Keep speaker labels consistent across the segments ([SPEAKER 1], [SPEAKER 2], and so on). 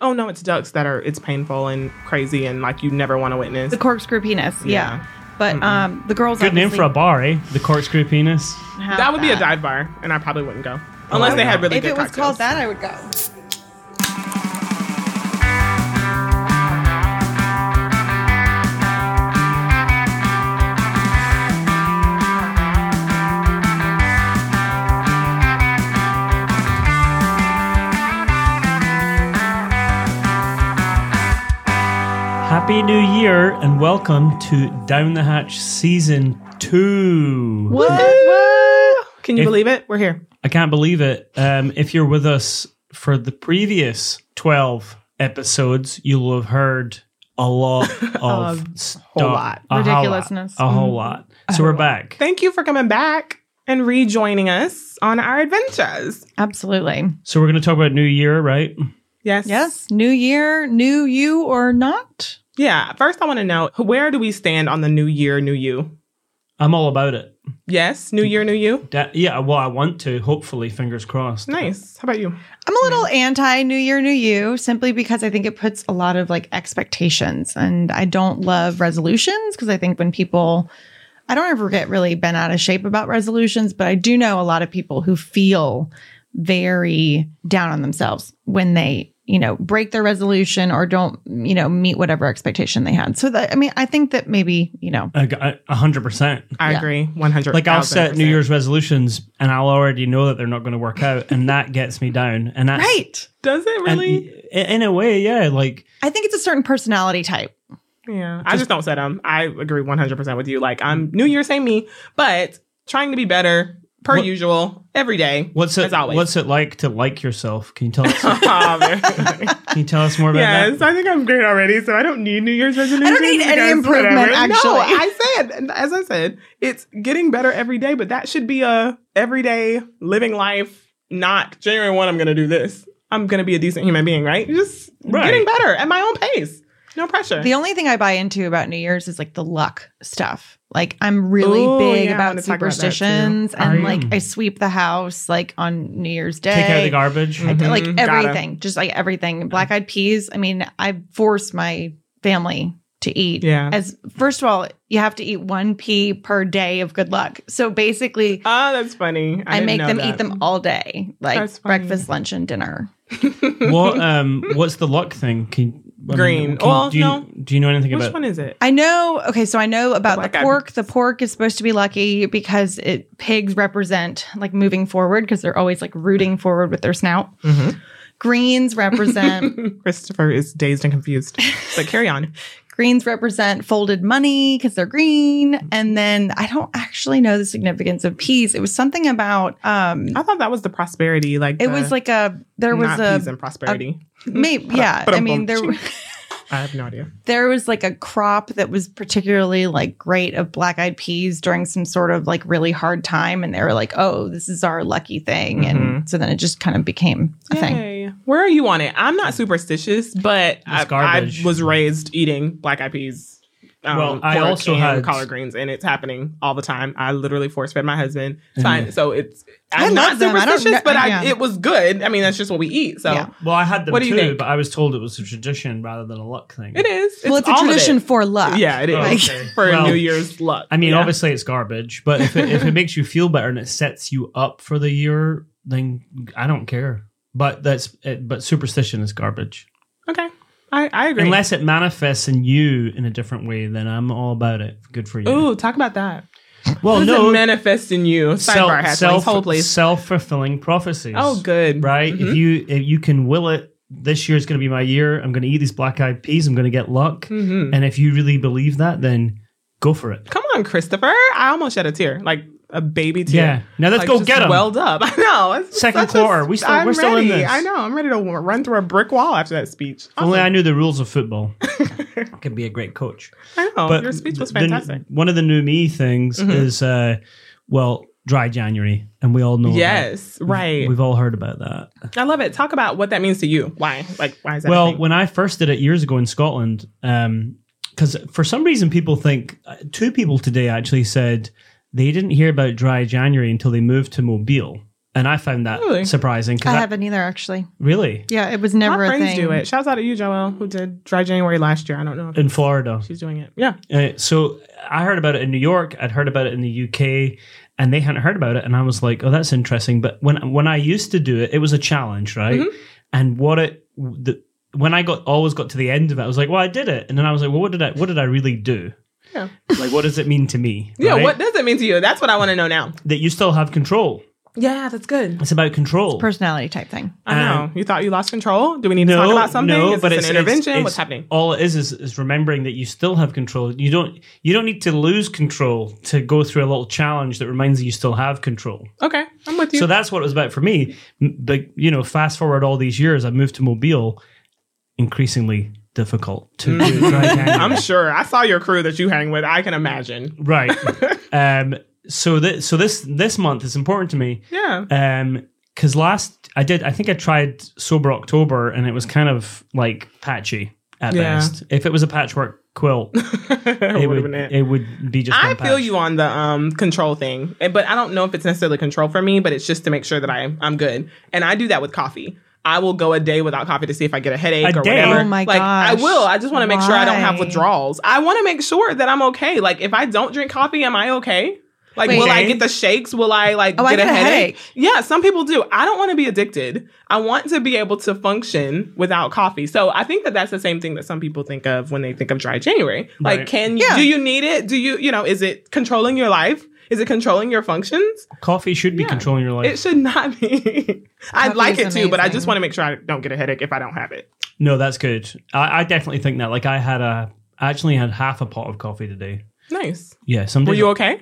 [SPEAKER 1] Oh no, it's ducks that are it's painful and crazy and like you never want to witness.
[SPEAKER 2] The corkscrew penis. Yeah.
[SPEAKER 1] Yeah.
[SPEAKER 2] But um, the girls.
[SPEAKER 3] Good name
[SPEAKER 2] obviously
[SPEAKER 3] for a bar, eh? The corkscrew penis.
[SPEAKER 2] have
[SPEAKER 1] That would be a dive bar, and I probably wouldn't go unless they had really
[SPEAKER 2] Oh, If
[SPEAKER 1] good
[SPEAKER 2] it was
[SPEAKER 1] cocktails.
[SPEAKER 2] called that, I would go.
[SPEAKER 3] Happy New Year and welcome to Down the Hatch Season 2.
[SPEAKER 1] What? Can you
[SPEAKER 3] If-
[SPEAKER 1] believe it? We're here.
[SPEAKER 3] I can't believe it. Um, if you're with us for the previous 12 episodes, you'll have heard a lot of
[SPEAKER 1] whole
[SPEAKER 3] stuff.
[SPEAKER 1] lot.
[SPEAKER 3] A whole lot.
[SPEAKER 2] Ridiculousness.
[SPEAKER 3] A whole lot. So we're back.
[SPEAKER 1] Thank you for coming back and rejoining us on our adventures.
[SPEAKER 2] Absolutely.
[SPEAKER 3] So we're going to talk about New Year, right?
[SPEAKER 1] Yes.
[SPEAKER 2] Yes. New year, new you or not?
[SPEAKER 1] Yeah. First, I want to know where do we stand on the new year, new you?
[SPEAKER 3] I'm all about it.
[SPEAKER 1] Yes, new year, new you.
[SPEAKER 3] That- yeah, well, I want to, hopefully, fingers crossed.
[SPEAKER 1] Nice. How about you?
[SPEAKER 2] I'm a little anti New Year, New You simply because I think it puts a lot of like expectations and I don't love resolutions because I think when people, I don't ever get really bent out of shape about resolutions, but I do know a lot of people who feel very down on themselves when they, you know, break their resolution or don't, you know, meet whatever expectation they had. So that, I mean, I think that maybe, you know,
[SPEAKER 3] I, got- a hundred percent.
[SPEAKER 1] I
[SPEAKER 2] Yeah.
[SPEAKER 1] agree, one hundred.
[SPEAKER 3] Like I'll set New Year's resolutions, and I'll already know that they're not going to work out, and that gets me down. And that's
[SPEAKER 2] right.
[SPEAKER 1] Does it
[SPEAKER 3] and
[SPEAKER 1] really?
[SPEAKER 3] i- in a way, yeah. Like
[SPEAKER 2] I think it's a certain personality type.
[SPEAKER 1] yeah. I just don't set them. I agree one hundred percent with you. Like I'm New Year's, same me, but trying to be better per
[SPEAKER 3] What-
[SPEAKER 1] usual every day.
[SPEAKER 3] what's it?
[SPEAKER 1] As always.
[SPEAKER 3] What's it like to like yourself? Can you tell us?
[SPEAKER 1] Aw, man.
[SPEAKER 3] can you tell us more about
[SPEAKER 1] Um, yes,
[SPEAKER 3] that?
[SPEAKER 1] I think I'm great already, so I don't need New Year's resolutions.
[SPEAKER 2] need any
[SPEAKER 1] because
[SPEAKER 2] improvement,
[SPEAKER 1] No,
[SPEAKER 2] actually.
[SPEAKER 1] I said, and as I said, it's getting better every day, but that should be a everyday living life. Not January one, I'm going to do this. I'm going to be a decent human being, right? Just
[SPEAKER 3] Right.
[SPEAKER 1] getting better at my own pace, no pressure.
[SPEAKER 2] The only thing I buy into about New Year's is like the luck stuff. Like I'm really
[SPEAKER 1] Ooh,
[SPEAKER 2] big
[SPEAKER 1] yeah, I wanna
[SPEAKER 2] about
[SPEAKER 1] talk about that,
[SPEAKER 2] superstitions
[SPEAKER 1] too. Are
[SPEAKER 2] and
[SPEAKER 3] you?
[SPEAKER 2] like I sweep the house like on New Year's Day.
[SPEAKER 3] Take out the garbage.
[SPEAKER 1] I did.
[SPEAKER 2] Like
[SPEAKER 1] Mhm, gotta.
[SPEAKER 2] everything, just like everything. Black eyed peas. I mean, I force my family to eat.
[SPEAKER 1] Yeah.
[SPEAKER 2] As first of all, you have to eat one pea per day of good luck. So basically,
[SPEAKER 1] oh, that's funny. I,
[SPEAKER 2] I,
[SPEAKER 1] didn't
[SPEAKER 2] make
[SPEAKER 1] know
[SPEAKER 2] them
[SPEAKER 1] that.
[SPEAKER 2] eat them all day,
[SPEAKER 1] That's
[SPEAKER 2] like
[SPEAKER 1] funny.
[SPEAKER 2] breakfast, lunch, and dinner.
[SPEAKER 3] What? Um. What's the luck thing? Can I mean,
[SPEAKER 1] Green.
[SPEAKER 3] can-
[SPEAKER 1] Well,
[SPEAKER 3] do you
[SPEAKER 1] no.
[SPEAKER 3] do you know anything
[SPEAKER 1] Which
[SPEAKER 3] about?
[SPEAKER 1] one is it?
[SPEAKER 2] I know. Okay, so I know about the,
[SPEAKER 1] black eyed
[SPEAKER 2] pork. The pork is supposed to be lucky because it pigs represent like moving forward because they're always like rooting forward with their snout.
[SPEAKER 3] Mm-hmm.
[SPEAKER 2] Greens represent
[SPEAKER 1] Christopher is dazed and confused. But carry on.
[SPEAKER 2] greens represent folded money because they're green. And then I don't actually know the significance of peas. It was something about um.
[SPEAKER 1] I thought that was the prosperity. Like
[SPEAKER 2] It was like a there was
[SPEAKER 1] Uh, not peace
[SPEAKER 2] a
[SPEAKER 1] and prosperity.
[SPEAKER 2] maybe yeah.
[SPEAKER 1] Ba-dum,
[SPEAKER 2] I mean there.
[SPEAKER 1] bum, I have no idea.
[SPEAKER 2] there was like a crop that was particularly like great of black eyed peas during some sort of like really hard time and they were like oh this is our lucky thing and so then it just kind of became a thing
[SPEAKER 1] Mm-hmm. Yay. Where are you on it? I'm not superstitious, but I, I
[SPEAKER 3] garbage.
[SPEAKER 1] was raised eating black eyed peas. um,
[SPEAKER 3] Well, I
[SPEAKER 1] pork
[SPEAKER 3] also
[SPEAKER 1] and
[SPEAKER 3] had-
[SPEAKER 1] collard greens, and it's happening all the time. I literally force fed my husband.
[SPEAKER 3] Mm-hmm.
[SPEAKER 1] It's fine. So it's
[SPEAKER 2] I
[SPEAKER 1] I'm
[SPEAKER 2] love
[SPEAKER 1] not
[SPEAKER 2] them. I don't
[SPEAKER 1] superstitious,
[SPEAKER 2] kn-
[SPEAKER 1] but I,
[SPEAKER 2] yeah.
[SPEAKER 1] it was good. I mean, that's just what we eat. So
[SPEAKER 2] Yeah.
[SPEAKER 3] Well, I had them
[SPEAKER 1] What do
[SPEAKER 3] too,
[SPEAKER 1] you think?
[SPEAKER 3] but I was told it was a tradition rather than a luck thing.
[SPEAKER 1] it is. It's
[SPEAKER 2] well it's a
[SPEAKER 1] all of
[SPEAKER 2] tradition
[SPEAKER 1] it.
[SPEAKER 2] for luck
[SPEAKER 1] yeah, it is
[SPEAKER 3] Oh, okay.
[SPEAKER 1] for
[SPEAKER 3] Well,
[SPEAKER 1] New Year's luck.
[SPEAKER 3] I mean,
[SPEAKER 1] Yeah.
[SPEAKER 3] obviously it's garbage, but if it, if it makes you feel better and it sets you up for the year, then I don't care. But that's it, but superstition is garbage.
[SPEAKER 1] Okay, I, I agree.
[SPEAKER 3] Unless it manifests in you in a different way, then I'm all about it. Good for you.
[SPEAKER 1] Ooh, talk about that.
[SPEAKER 3] well,
[SPEAKER 1] Does
[SPEAKER 3] no,
[SPEAKER 1] it manifest in you? Sidebar hatchlings.
[SPEAKER 3] self
[SPEAKER 1] Hold please.
[SPEAKER 3] self fulfilling prophecies.
[SPEAKER 1] Oh, good.
[SPEAKER 3] right? If you if you can will it, this year's going to be my year. I'm going to eat these black eyed peas. I'm going to get luck.
[SPEAKER 1] Mm.
[SPEAKER 3] And if you really believe that, then go for it.
[SPEAKER 1] Mm-hmm. Come on, Christopher. I almost shed a tear, like a baby tear.
[SPEAKER 3] Yeah. Now let's
[SPEAKER 1] Like,
[SPEAKER 3] go
[SPEAKER 1] just
[SPEAKER 3] get 'em.
[SPEAKER 1] Welled up. I know. It's
[SPEAKER 3] Second
[SPEAKER 1] such a-
[SPEAKER 3] quarter. We still-
[SPEAKER 1] I'm
[SPEAKER 3] we're still
[SPEAKER 1] ready.
[SPEAKER 3] in this.
[SPEAKER 1] I know. I'm ready to w- run through a brick wall after that speech.
[SPEAKER 3] If Only I knew the rules of football. I could be a great coach.
[SPEAKER 1] I know. Your speech was
[SPEAKER 3] the-
[SPEAKER 1] fantastic.
[SPEAKER 3] one of the new me things is, uh, well, dry January, and we all know. about it.
[SPEAKER 1] yes. Right.
[SPEAKER 3] we've all heard about that.
[SPEAKER 1] I love it. Talk about what that means to you. Why? Like, why is that? a
[SPEAKER 3] Well,
[SPEAKER 1] thing?
[SPEAKER 3] when I first did it years ago in Scotland, because for some reason people think uh, two people today actually said they didn't hear about dry January until they moved to Mobile. and I find that
[SPEAKER 1] Really?
[SPEAKER 3] surprising. 'cause
[SPEAKER 2] I
[SPEAKER 3] I-
[SPEAKER 2] haven't either, actually.
[SPEAKER 3] really
[SPEAKER 2] Yeah, it was never
[SPEAKER 1] My
[SPEAKER 2] a
[SPEAKER 1] friends
[SPEAKER 2] thing.
[SPEAKER 1] do it. Shouts out to you, Joelle, who did Dry January last year. I don't know if
[SPEAKER 3] in Florida.
[SPEAKER 1] she's doing it. Yeah.
[SPEAKER 3] Uh, so I heard about it in New York. I'd heard about it in the UK, and they hadn't heard about it. And I was like, "Oh, that's interesting." But when when I used to do it, it was a challenge, right?
[SPEAKER 1] Mm-hmm.
[SPEAKER 3] And what it the, when I got always got to the end of it, I was like, "Well, I did it," and then I was like, "Well, what did I what did I really do?
[SPEAKER 1] Yeah.
[SPEAKER 3] Like, what does it mean to me?"
[SPEAKER 1] Yeah.
[SPEAKER 3] right?
[SPEAKER 1] What does it mean to you? That's what I want to know now.
[SPEAKER 3] that you still have control.
[SPEAKER 1] Yeah, that's good.
[SPEAKER 3] It's about control.
[SPEAKER 2] Personality type thing.
[SPEAKER 1] I know. You thought you lost control? Do we need to
[SPEAKER 3] Um, No,
[SPEAKER 1] talk about something?
[SPEAKER 3] no,
[SPEAKER 1] Is
[SPEAKER 3] but
[SPEAKER 1] this
[SPEAKER 3] it's-
[SPEAKER 1] an
[SPEAKER 3] it's-
[SPEAKER 1] intervention?
[SPEAKER 3] it's-
[SPEAKER 1] What's happening?
[SPEAKER 3] all it is, is is remembering that you still have control. You don't you don't need to lose control to go through a little challenge that reminds you you still have control.
[SPEAKER 1] Okay. I'm with you.
[SPEAKER 3] So that's what it was about for me. M- But you know, fast forward all these years, I moved to Mobile, increasingly difficult to do. dry January.
[SPEAKER 1] Mm. I'm sure. I saw your crew that you hang with. I can imagine.
[SPEAKER 3] right. Um, so that so this this month is important to me.
[SPEAKER 1] Yeah.
[SPEAKER 3] Um, because last I did, I think I tried sober October, and it was kind of like patchy at
[SPEAKER 1] Yeah.
[SPEAKER 3] best. If it was a patchwork quilt,
[SPEAKER 1] Would've
[SPEAKER 3] it
[SPEAKER 1] been
[SPEAKER 3] would it would be just.
[SPEAKER 1] I
[SPEAKER 3] one
[SPEAKER 1] feel
[SPEAKER 3] patch.
[SPEAKER 1] you on the um, control thing, Eh, but I don't know if it's necessarily control for me, but it's just to make sure that I, I'm good. And I do that with coffee. I will go a day without coffee to see if I get a headache
[SPEAKER 3] A
[SPEAKER 1] or
[SPEAKER 3] day?
[SPEAKER 1] whatever.
[SPEAKER 2] Oh my
[SPEAKER 1] like, I
[SPEAKER 2] gosh.
[SPEAKER 1] will. I just want to make sure I don't have
[SPEAKER 2] Why?
[SPEAKER 1] withdrawals. I want to make sure that I'm okay. Like, if I don't drink coffee, am I okay? Like,
[SPEAKER 2] Wait.
[SPEAKER 1] will I
[SPEAKER 3] Okay.
[SPEAKER 1] get the shakes? Will I, like,
[SPEAKER 2] Oh, I
[SPEAKER 1] get a
[SPEAKER 2] get a
[SPEAKER 1] headache?
[SPEAKER 2] headache.
[SPEAKER 1] Yeah, some people do. I don't want to be addicted. I want to be able to function without coffee. So I think that that's the same thing that some people think of when they think of dry January. Like,
[SPEAKER 3] Right.
[SPEAKER 1] can you,
[SPEAKER 2] Yeah.
[SPEAKER 1] do you need it? Do you, you know, is it controlling your life? Is it controlling your functions?
[SPEAKER 3] Coffee should be
[SPEAKER 1] Yeah.
[SPEAKER 3] controlling your life.
[SPEAKER 1] It should not be. I'd
[SPEAKER 2] Coffee
[SPEAKER 1] like it
[SPEAKER 2] is
[SPEAKER 1] too, but I
[SPEAKER 2] amazing.
[SPEAKER 1] just want to make sure I don't get a headache if I don't have it.
[SPEAKER 3] no, that's good. I, I definitely think that. Like I had a, I actually had half a pot of coffee today.
[SPEAKER 1] Nice.
[SPEAKER 3] Yeah, some
[SPEAKER 1] Were
[SPEAKER 3] days-
[SPEAKER 1] you okay?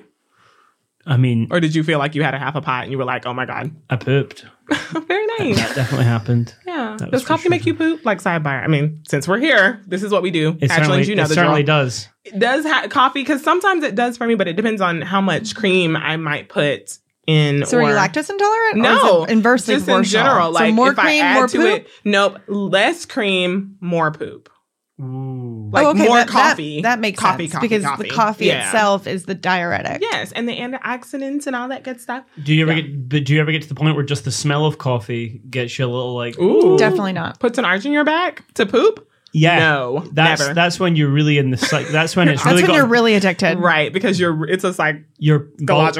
[SPEAKER 3] I mean,
[SPEAKER 1] Or did you feel like you had a half a pot and you were like, oh my God,
[SPEAKER 3] I pooped.
[SPEAKER 1] very nice.
[SPEAKER 3] That definitely happened.
[SPEAKER 1] Yeah.
[SPEAKER 3] That
[SPEAKER 1] Does
[SPEAKER 3] was for
[SPEAKER 1] coffee
[SPEAKER 3] sure.
[SPEAKER 1] make you poop? Like sidebar. I mean, since we're here, this is what we do. Actually,
[SPEAKER 3] It certainly,
[SPEAKER 1] you know
[SPEAKER 3] it
[SPEAKER 1] the
[SPEAKER 3] certainly
[SPEAKER 1] drill.
[SPEAKER 3] does.
[SPEAKER 1] does ha- coffee because sometimes it does for me, but it depends on how much cream I might put in.
[SPEAKER 2] So are you
[SPEAKER 1] or-
[SPEAKER 2] lactose intolerant? or is it
[SPEAKER 1] No,
[SPEAKER 2] inversely
[SPEAKER 1] just in
[SPEAKER 2] proportional?
[SPEAKER 1] general, like
[SPEAKER 2] so more
[SPEAKER 1] if
[SPEAKER 2] cream,
[SPEAKER 1] I add
[SPEAKER 2] more
[SPEAKER 1] to
[SPEAKER 2] poop.
[SPEAKER 1] it, nope, less cream, more poop.
[SPEAKER 3] Ooh.
[SPEAKER 1] Like more
[SPEAKER 2] Oh, that, that-
[SPEAKER 1] coffee.
[SPEAKER 2] That, makes
[SPEAKER 1] Coffee,
[SPEAKER 2] sense
[SPEAKER 1] coffee,
[SPEAKER 2] because
[SPEAKER 1] coffee.
[SPEAKER 2] the coffee
[SPEAKER 1] Yeah.
[SPEAKER 2] itself is the diuretic.
[SPEAKER 1] Yes, and the antioxidants and all that good stuff.
[SPEAKER 3] do you ever
[SPEAKER 1] yeah.
[SPEAKER 3] get? But do you ever get to the point where just the smell of coffee gets you a little like?
[SPEAKER 1] Ooh,
[SPEAKER 2] Definitely not.
[SPEAKER 1] puts an arch in your back to poop.
[SPEAKER 3] Yeah,
[SPEAKER 1] No,
[SPEAKER 3] That's
[SPEAKER 1] never.
[SPEAKER 3] that's when you're really in the psych. That's when it's
[SPEAKER 2] That's
[SPEAKER 3] really
[SPEAKER 2] when
[SPEAKER 3] got
[SPEAKER 2] you're really addicted.
[SPEAKER 1] right because you're it's a psychological
[SPEAKER 3] your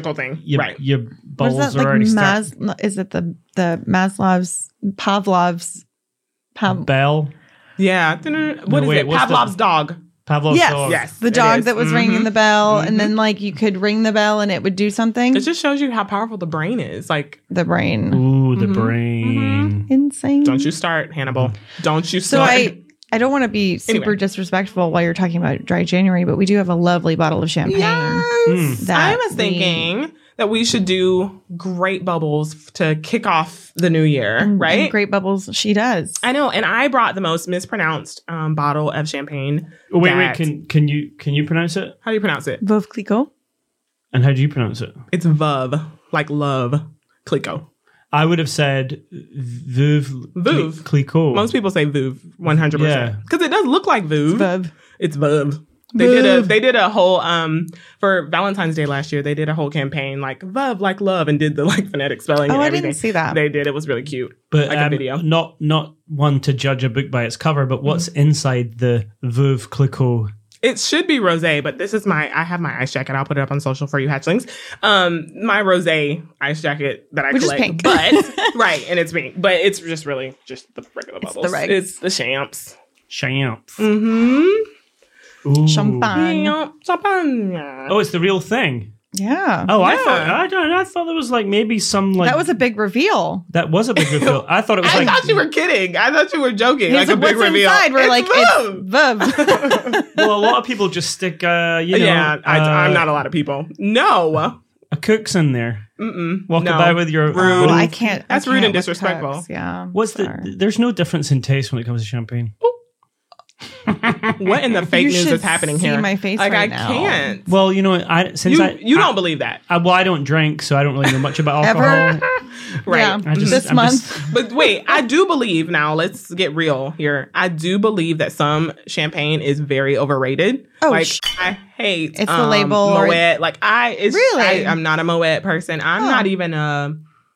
[SPEAKER 3] bul-
[SPEAKER 1] thing,
[SPEAKER 3] your,
[SPEAKER 1] right?
[SPEAKER 3] Your
[SPEAKER 2] What is
[SPEAKER 3] bowels
[SPEAKER 2] that
[SPEAKER 3] are already
[SPEAKER 2] like?
[SPEAKER 3] start-
[SPEAKER 2] Mas- is it the the Maslow's Pavlov's? Pav-
[SPEAKER 3] Bell
[SPEAKER 1] Yeah. What is
[SPEAKER 3] wait,
[SPEAKER 1] it?
[SPEAKER 3] what's the-
[SPEAKER 1] Pavlov's dog.
[SPEAKER 3] Pavlov's
[SPEAKER 2] Yes.
[SPEAKER 3] dog.
[SPEAKER 1] Yes.
[SPEAKER 2] the
[SPEAKER 1] it
[SPEAKER 2] dog
[SPEAKER 1] is.
[SPEAKER 2] that was
[SPEAKER 1] Mhm.
[SPEAKER 2] ringing the bell, and then like you could ring the bell and it would do something.
[SPEAKER 1] It just shows you how powerful the brain is. Like
[SPEAKER 2] the brain,
[SPEAKER 3] Ooh, the
[SPEAKER 1] Mhm.
[SPEAKER 2] Mm-hmm.
[SPEAKER 3] brain.
[SPEAKER 2] insane.
[SPEAKER 1] Don't you start, Hannibal. Don't you
[SPEAKER 2] So
[SPEAKER 1] start.
[SPEAKER 2] I I don't want to be super
[SPEAKER 1] Anyway.
[SPEAKER 2] disrespectful while you're talking about dry January, but we do have a lovely bottle of champagne.
[SPEAKER 1] Yes.
[SPEAKER 3] Mm.
[SPEAKER 2] That
[SPEAKER 1] I was
[SPEAKER 2] we-
[SPEAKER 1] thinking that we should do great bubbles f- to kick off the new year,
[SPEAKER 2] And- and
[SPEAKER 1] right?
[SPEAKER 2] great bubbles. She does.
[SPEAKER 1] I know. And I brought the most mispronounced um, bottle of champagne.
[SPEAKER 3] Oh, Wait,
[SPEAKER 1] that-
[SPEAKER 3] wait. Can can you can you pronounce it?
[SPEAKER 1] How do you pronounce it?
[SPEAKER 2] Veuve Clicquot.
[SPEAKER 3] And how do you pronounce it?
[SPEAKER 1] It's Vove, like love. Clico.
[SPEAKER 3] I would have said Veuve
[SPEAKER 1] Veuve.
[SPEAKER 3] Clicquot.
[SPEAKER 1] Most people say Vouv 100%.
[SPEAKER 3] Yeah.
[SPEAKER 1] Because it does look like Vouv.
[SPEAKER 2] Veuve.
[SPEAKER 1] It's Vub. They did a
[SPEAKER 2] Vub.
[SPEAKER 1] they did a whole um for Valentine's Day last year. They did a whole campaign like Vub like love and did the like phonetic spelling.
[SPEAKER 2] Oh,
[SPEAKER 1] and
[SPEAKER 2] I
[SPEAKER 1] everything.
[SPEAKER 2] didn't see that.
[SPEAKER 1] They did. It was really cute.
[SPEAKER 3] but um,
[SPEAKER 1] like a video.
[SPEAKER 3] not not one to judge a book by its cover,
[SPEAKER 2] Mm-hmm.
[SPEAKER 3] but what's inside the Veuve Clicquot?
[SPEAKER 1] It should be rosé, but this is my I have my ice jacket. I'll put it up on social for you hatchlings. Um, my rosé ice jacket that I
[SPEAKER 2] Which is
[SPEAKER 1] collect,
[SPEAKER 2] pink.
[SPEAKER 1] but right, and it's pink, but it's just really just the regular
[SPEAKER 2] It's the
[SPEAKER 1] bubbles.
[SPEAKER 2] regs.
[SPEAKER 1] it's the champs.
[SPEAKER 3] Champ.
[SPEAKER 1] Mm-hmm.
[SPEAKER 3] Ooh.
[SPEAKER 2] Champagne.
[SPEAKER 1] Champagne.
[SPEAKER 3] Oh, it's the real thing.
[SPEAKER 2] Yeah.
[SPEAKER 3] Oh, I
[SPEAKER 1] Yeah.
[SPEAKER 3] thought I don't. I thought there was like maybe some like
[SPEAKER 2] that was a big reveal.
[SPEAKER 3] that was a big reveal. I thought it was
[SPEAKER 1] I
[SPEAKER 3] like
[SPEAKER 1] thought you were kidding. I thought you were joking. Like
[SPEAKER 2] He's
[SPEAKER 1] a big
[SPEAKER 2] what's
[SPEAKER 1] reveal.
[SPEAKER 2] inside? We're
[SPEAKER 1] It's
[SPEAKER 2] like,
[SPEAKER 1] Vub.
[SPEAKER 2] it's Veuve.
[SPEAKER 3] well, a lot of people just stick, uh, you know,
[SPEAKER 1] yeah, I,
[SPEAKER 3] uh,
[SPEAKER 1] I'm not a lot of people. No,
[SPEAKER 3] a cook's in there.
[SPEAKER 1] Mm-mm.
[SPEAKER 3] Walk
[SPEAKER 1] no.
[SPEAKER 3] about with your
[SPEAKER 1] Rude.
[SPEAKER 2] Oh, I
[SPEAKER 3] Veuve-
[SPEAKER 2] can't.
[SPEAKER 1] That's
[SPEAKER 2] I can't
[SPEAKER 1] rude and
[SPEAKER 2] with
[SPEAKER 1] disrespectful.
[SPEAKER 2] cooks, Yeah. I'm
[SPEAKER 3] What's
[SPEAKER 2] sorry.
[SPEAKER 3] the? There's no difference in taste when it comes to champagne.
[SPEAKER 1] what in the fake
[SPEAKER 2] You
[SPEAKER 1] news
[SPEAKER 2] should
[SPEAKER 1] is happening
[SPEAKER 2] see
[SPEAKER 1] here?
[SPEAKER 2] my face
[SPEAKER 1] like I
[SPEAKER 2] right now.
[SPEAKER 1] can't.
[SPEAKER 3] Well, you know, I since
[SPEAKER 1] you
[SPEAKER 3] I
[SPEAKER 1] you
[SPEAKER 3] I-
[SPEAKER 1] don't believe that,
[SPEAKER 3] I, well, I don't drink, so I don't really know much about
[SPEAKER 2] Ever?
[SPEAKER 3] alcohol.
[SPEAKER 1] right?
[SPEAKER 2] Yeah.
[SPEAKER 3] I just-
[SPEAKER 2] this
[SPEAKER 3] I'm
[SPEAKER 2] month.
[SPEAKER 3] just-
[SPEAKER 1] But wait, I do believe now, let's get real here. I do believe that some champagne is very overrated.
[SPEAKER 2] Oh,
[SPEAKER 1] like
[SPEAKER 2] sh-
[SPEAKER 1] I hate um,
[SPEAKER 2] It's the label or-
[SPEAKER 1] Moet. Like I it's
[SPEAKER 2] Really? Oh.
[SPEAKER 1] I, am not a Moet person. I'm
[SPEAKER 2] Huh.
[SPEAKER 1] not even a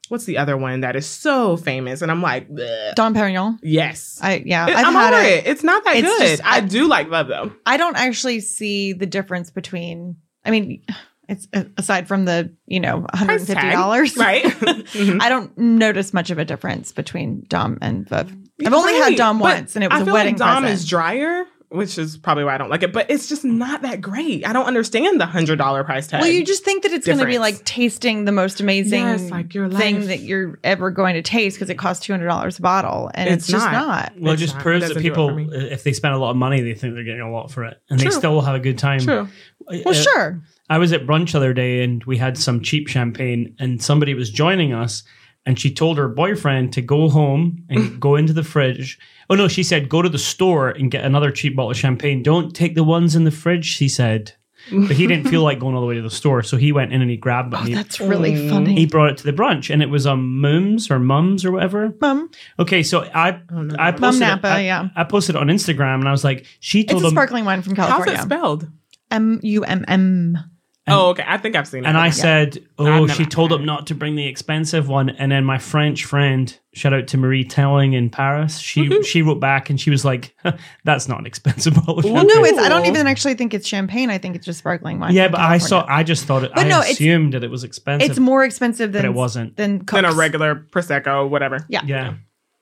[SPEAKER 1] what's the other one that is so famous? And I'm like, bleh.
[SPEAKER 2] Don Perignon.
[SPEAKER 1] yes.
[SPEAKER 2] I yeah,
[SPEAKER 1] It-
[SPEAKER 2] I've
[SPEAKER 1] I'm
[SPEAKER 2] had
[SPEAKER 1] over
[SPEAKER 2] it.
[SPEAKER 1] it. It's not that
[SPEAKER 2] It's
[SPEAKER 1] good.
[SPEAKER 2] just-
[SPEAKER 1] I do like love though.
[SPEAKER 2] I don't actually see the difference between. I mean, it's uh, aside from the you know one hundred and
[SPEAKER 1] Price
[SPEAKER 2] fifty
[SPEAKER 1] tag,
[SPEAKER 2] dollars,
[SPEAKER 1] right? Mhm.
[SPEAKER 2] I don't notice much of a difference between Dom and Viv. I've only
[SPEAKER 1] Right,
[SPEAKER 2] had Dom
[SPEAKER 1] but
[SPEAKER 2] once, and it was
[SPEAKER 1] I
[SPEAKER 2] a
[SPEAKER 1] feel
[SPEAKER 2] wedding
[SPEAKER 1] like Dom
[SPEAKER 2] present.
[SPEAKER 1] is drier, which is probably why I don't like it. But it's just not that great. I don't understand the hundred dollar price tag.
[SPEAKER 2] well, you just think that it's going to be
[SPEAKER 1] Difference.
[SPEAKER 2] like tasting the most amazing
[SPEAKER 1] Yes, like your life.
[SPEAKER 2] thing that you're ever going to taste because it costs two hundred dollars a bottle, and it's,
[SPEAKER 1] It's
[SPEAKER 2] just
[SPEAKER 1] not.
[SPEAKER 2] not.
[SPEAKER 3] Well, it
[SPEAKER 1] It's
[SPEAKER 3] just
[SPEAKER 1] not-
[SPEAKER 3] proves
[SPEAKER 1] doesn't
[SPEAKER 3] that
[SPEAKER 1] do it for
[SPEAKER 3] people,
[SPEAKER 1] me.
[SPEAKER 3] if they spend a lot of money, they think they're getting a lot for it, and
[SPEAKER 1] True.
[SPEAKER 3] they still will have a good time.
[SPEAKER 1] true.
[SPEAKER 3] I-
[SPEAKER 2] Well,
[SPEAKER 3] uh,
[SPEAKER 2] sure.
[SPEAKER 3] I was at brunch the other day, and we had some cheap champagne, and somebody was joining us, and she told her boyfriend to go home and go into the fridge. Oh no, she said go to the store and get another cheap bottle of champagne. Don't take the ones in the fridge, she said. But he didn't feel like going all the way to the store, so he went in and he grabbed it.
[SPEAKER 2] Oh,
[SPEAKER 3] and he-
[SPEAKER 2] that's really
[SPEAKER 1] Mm.
[SPEAKER 3] he
[SPEAKER 2] funny.
[SPEAKER 3] brought it to the brunch, and it was um mums or mums or whatever.
[SPEAKER 2] Mum,
[SPEAKER 3] Okay, so I
[SPEAKER 1] I don't know.
[SPEAKER 3] I
[SPEAKER 2] Mum
[SPEAKER 3] posted it-
[SPEAKER 2] Oh, Napa,
[SPEAKER 3] I-
[SPEAKER 2] yeah.
[SPEAKER 3] I posted it on Instagram and I was like, she
[SPEAKER 2] It's
[SPEAKER 3] told
[SPEAKER 2] a
[SPEAKER 3] him,
[SPEAKER 2] sparkling wine from
[SPEAKER 1] How's it
[SPEAKER 2] California.
[SPEAKER 1] spelled?
[SPEAKER 2] M U M M.
[SPEAKER 3] And-
[SPEAKER 1] oh, okay. I think I've seen it.
[SPEAKER 3] and I
[SPEAKER 1] Okay.
[SPEAKER 3] said, oh,
[SPEAKER 1] I've never
[SPEAKER 3] she told
[SPEAKER 1] had
[SPEAKER 3] him not to bring the expensive one. And then my French friend, shout out to Marie Telling in Paris,
[SPEAKER 1] Mm-hmm.
[SPEAKER 3] she she wrote back and she was like, that's not an expensive bottle. of
[SPEAKER 1] Well,
[SPEAKER 2] Well,
[SPEAKER 3] champagne."
[SPEAKER 2] no, Oh, it's. I don't
[SPEAKER 1] Ooh.
[SPEAKER 2] even actually think it's champagne. I think it's just sparkling wine.
[SPEAKER 3] yeah,
[SPEAKER 2] from
[SPEAKER 3] but I
[SPEAKER 2] California.
[SPEAKER 3] saw, I just thought it,
[SPEAKER 2] But
[SPEAKER 3] I
[SPEAKER 2] no, it's-
[SPEAKER 3] assumed that it was expensive.
[SPEAKER 2] It's more expensive than
[SPEAKER 3] but it wasn't.
[SPEAKER 2] than Cooks.
[SPEAKER 1] than a regular prosecco, whatever.
[SPEAKER 3] Yeah.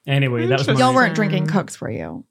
[SPEAKER 3] Anyway, that was my.
[SPEAKER 2] Y'all weren't
[SPEAKER 1] Interesting.
[SPEAKER 2] drinking Cooks, were you?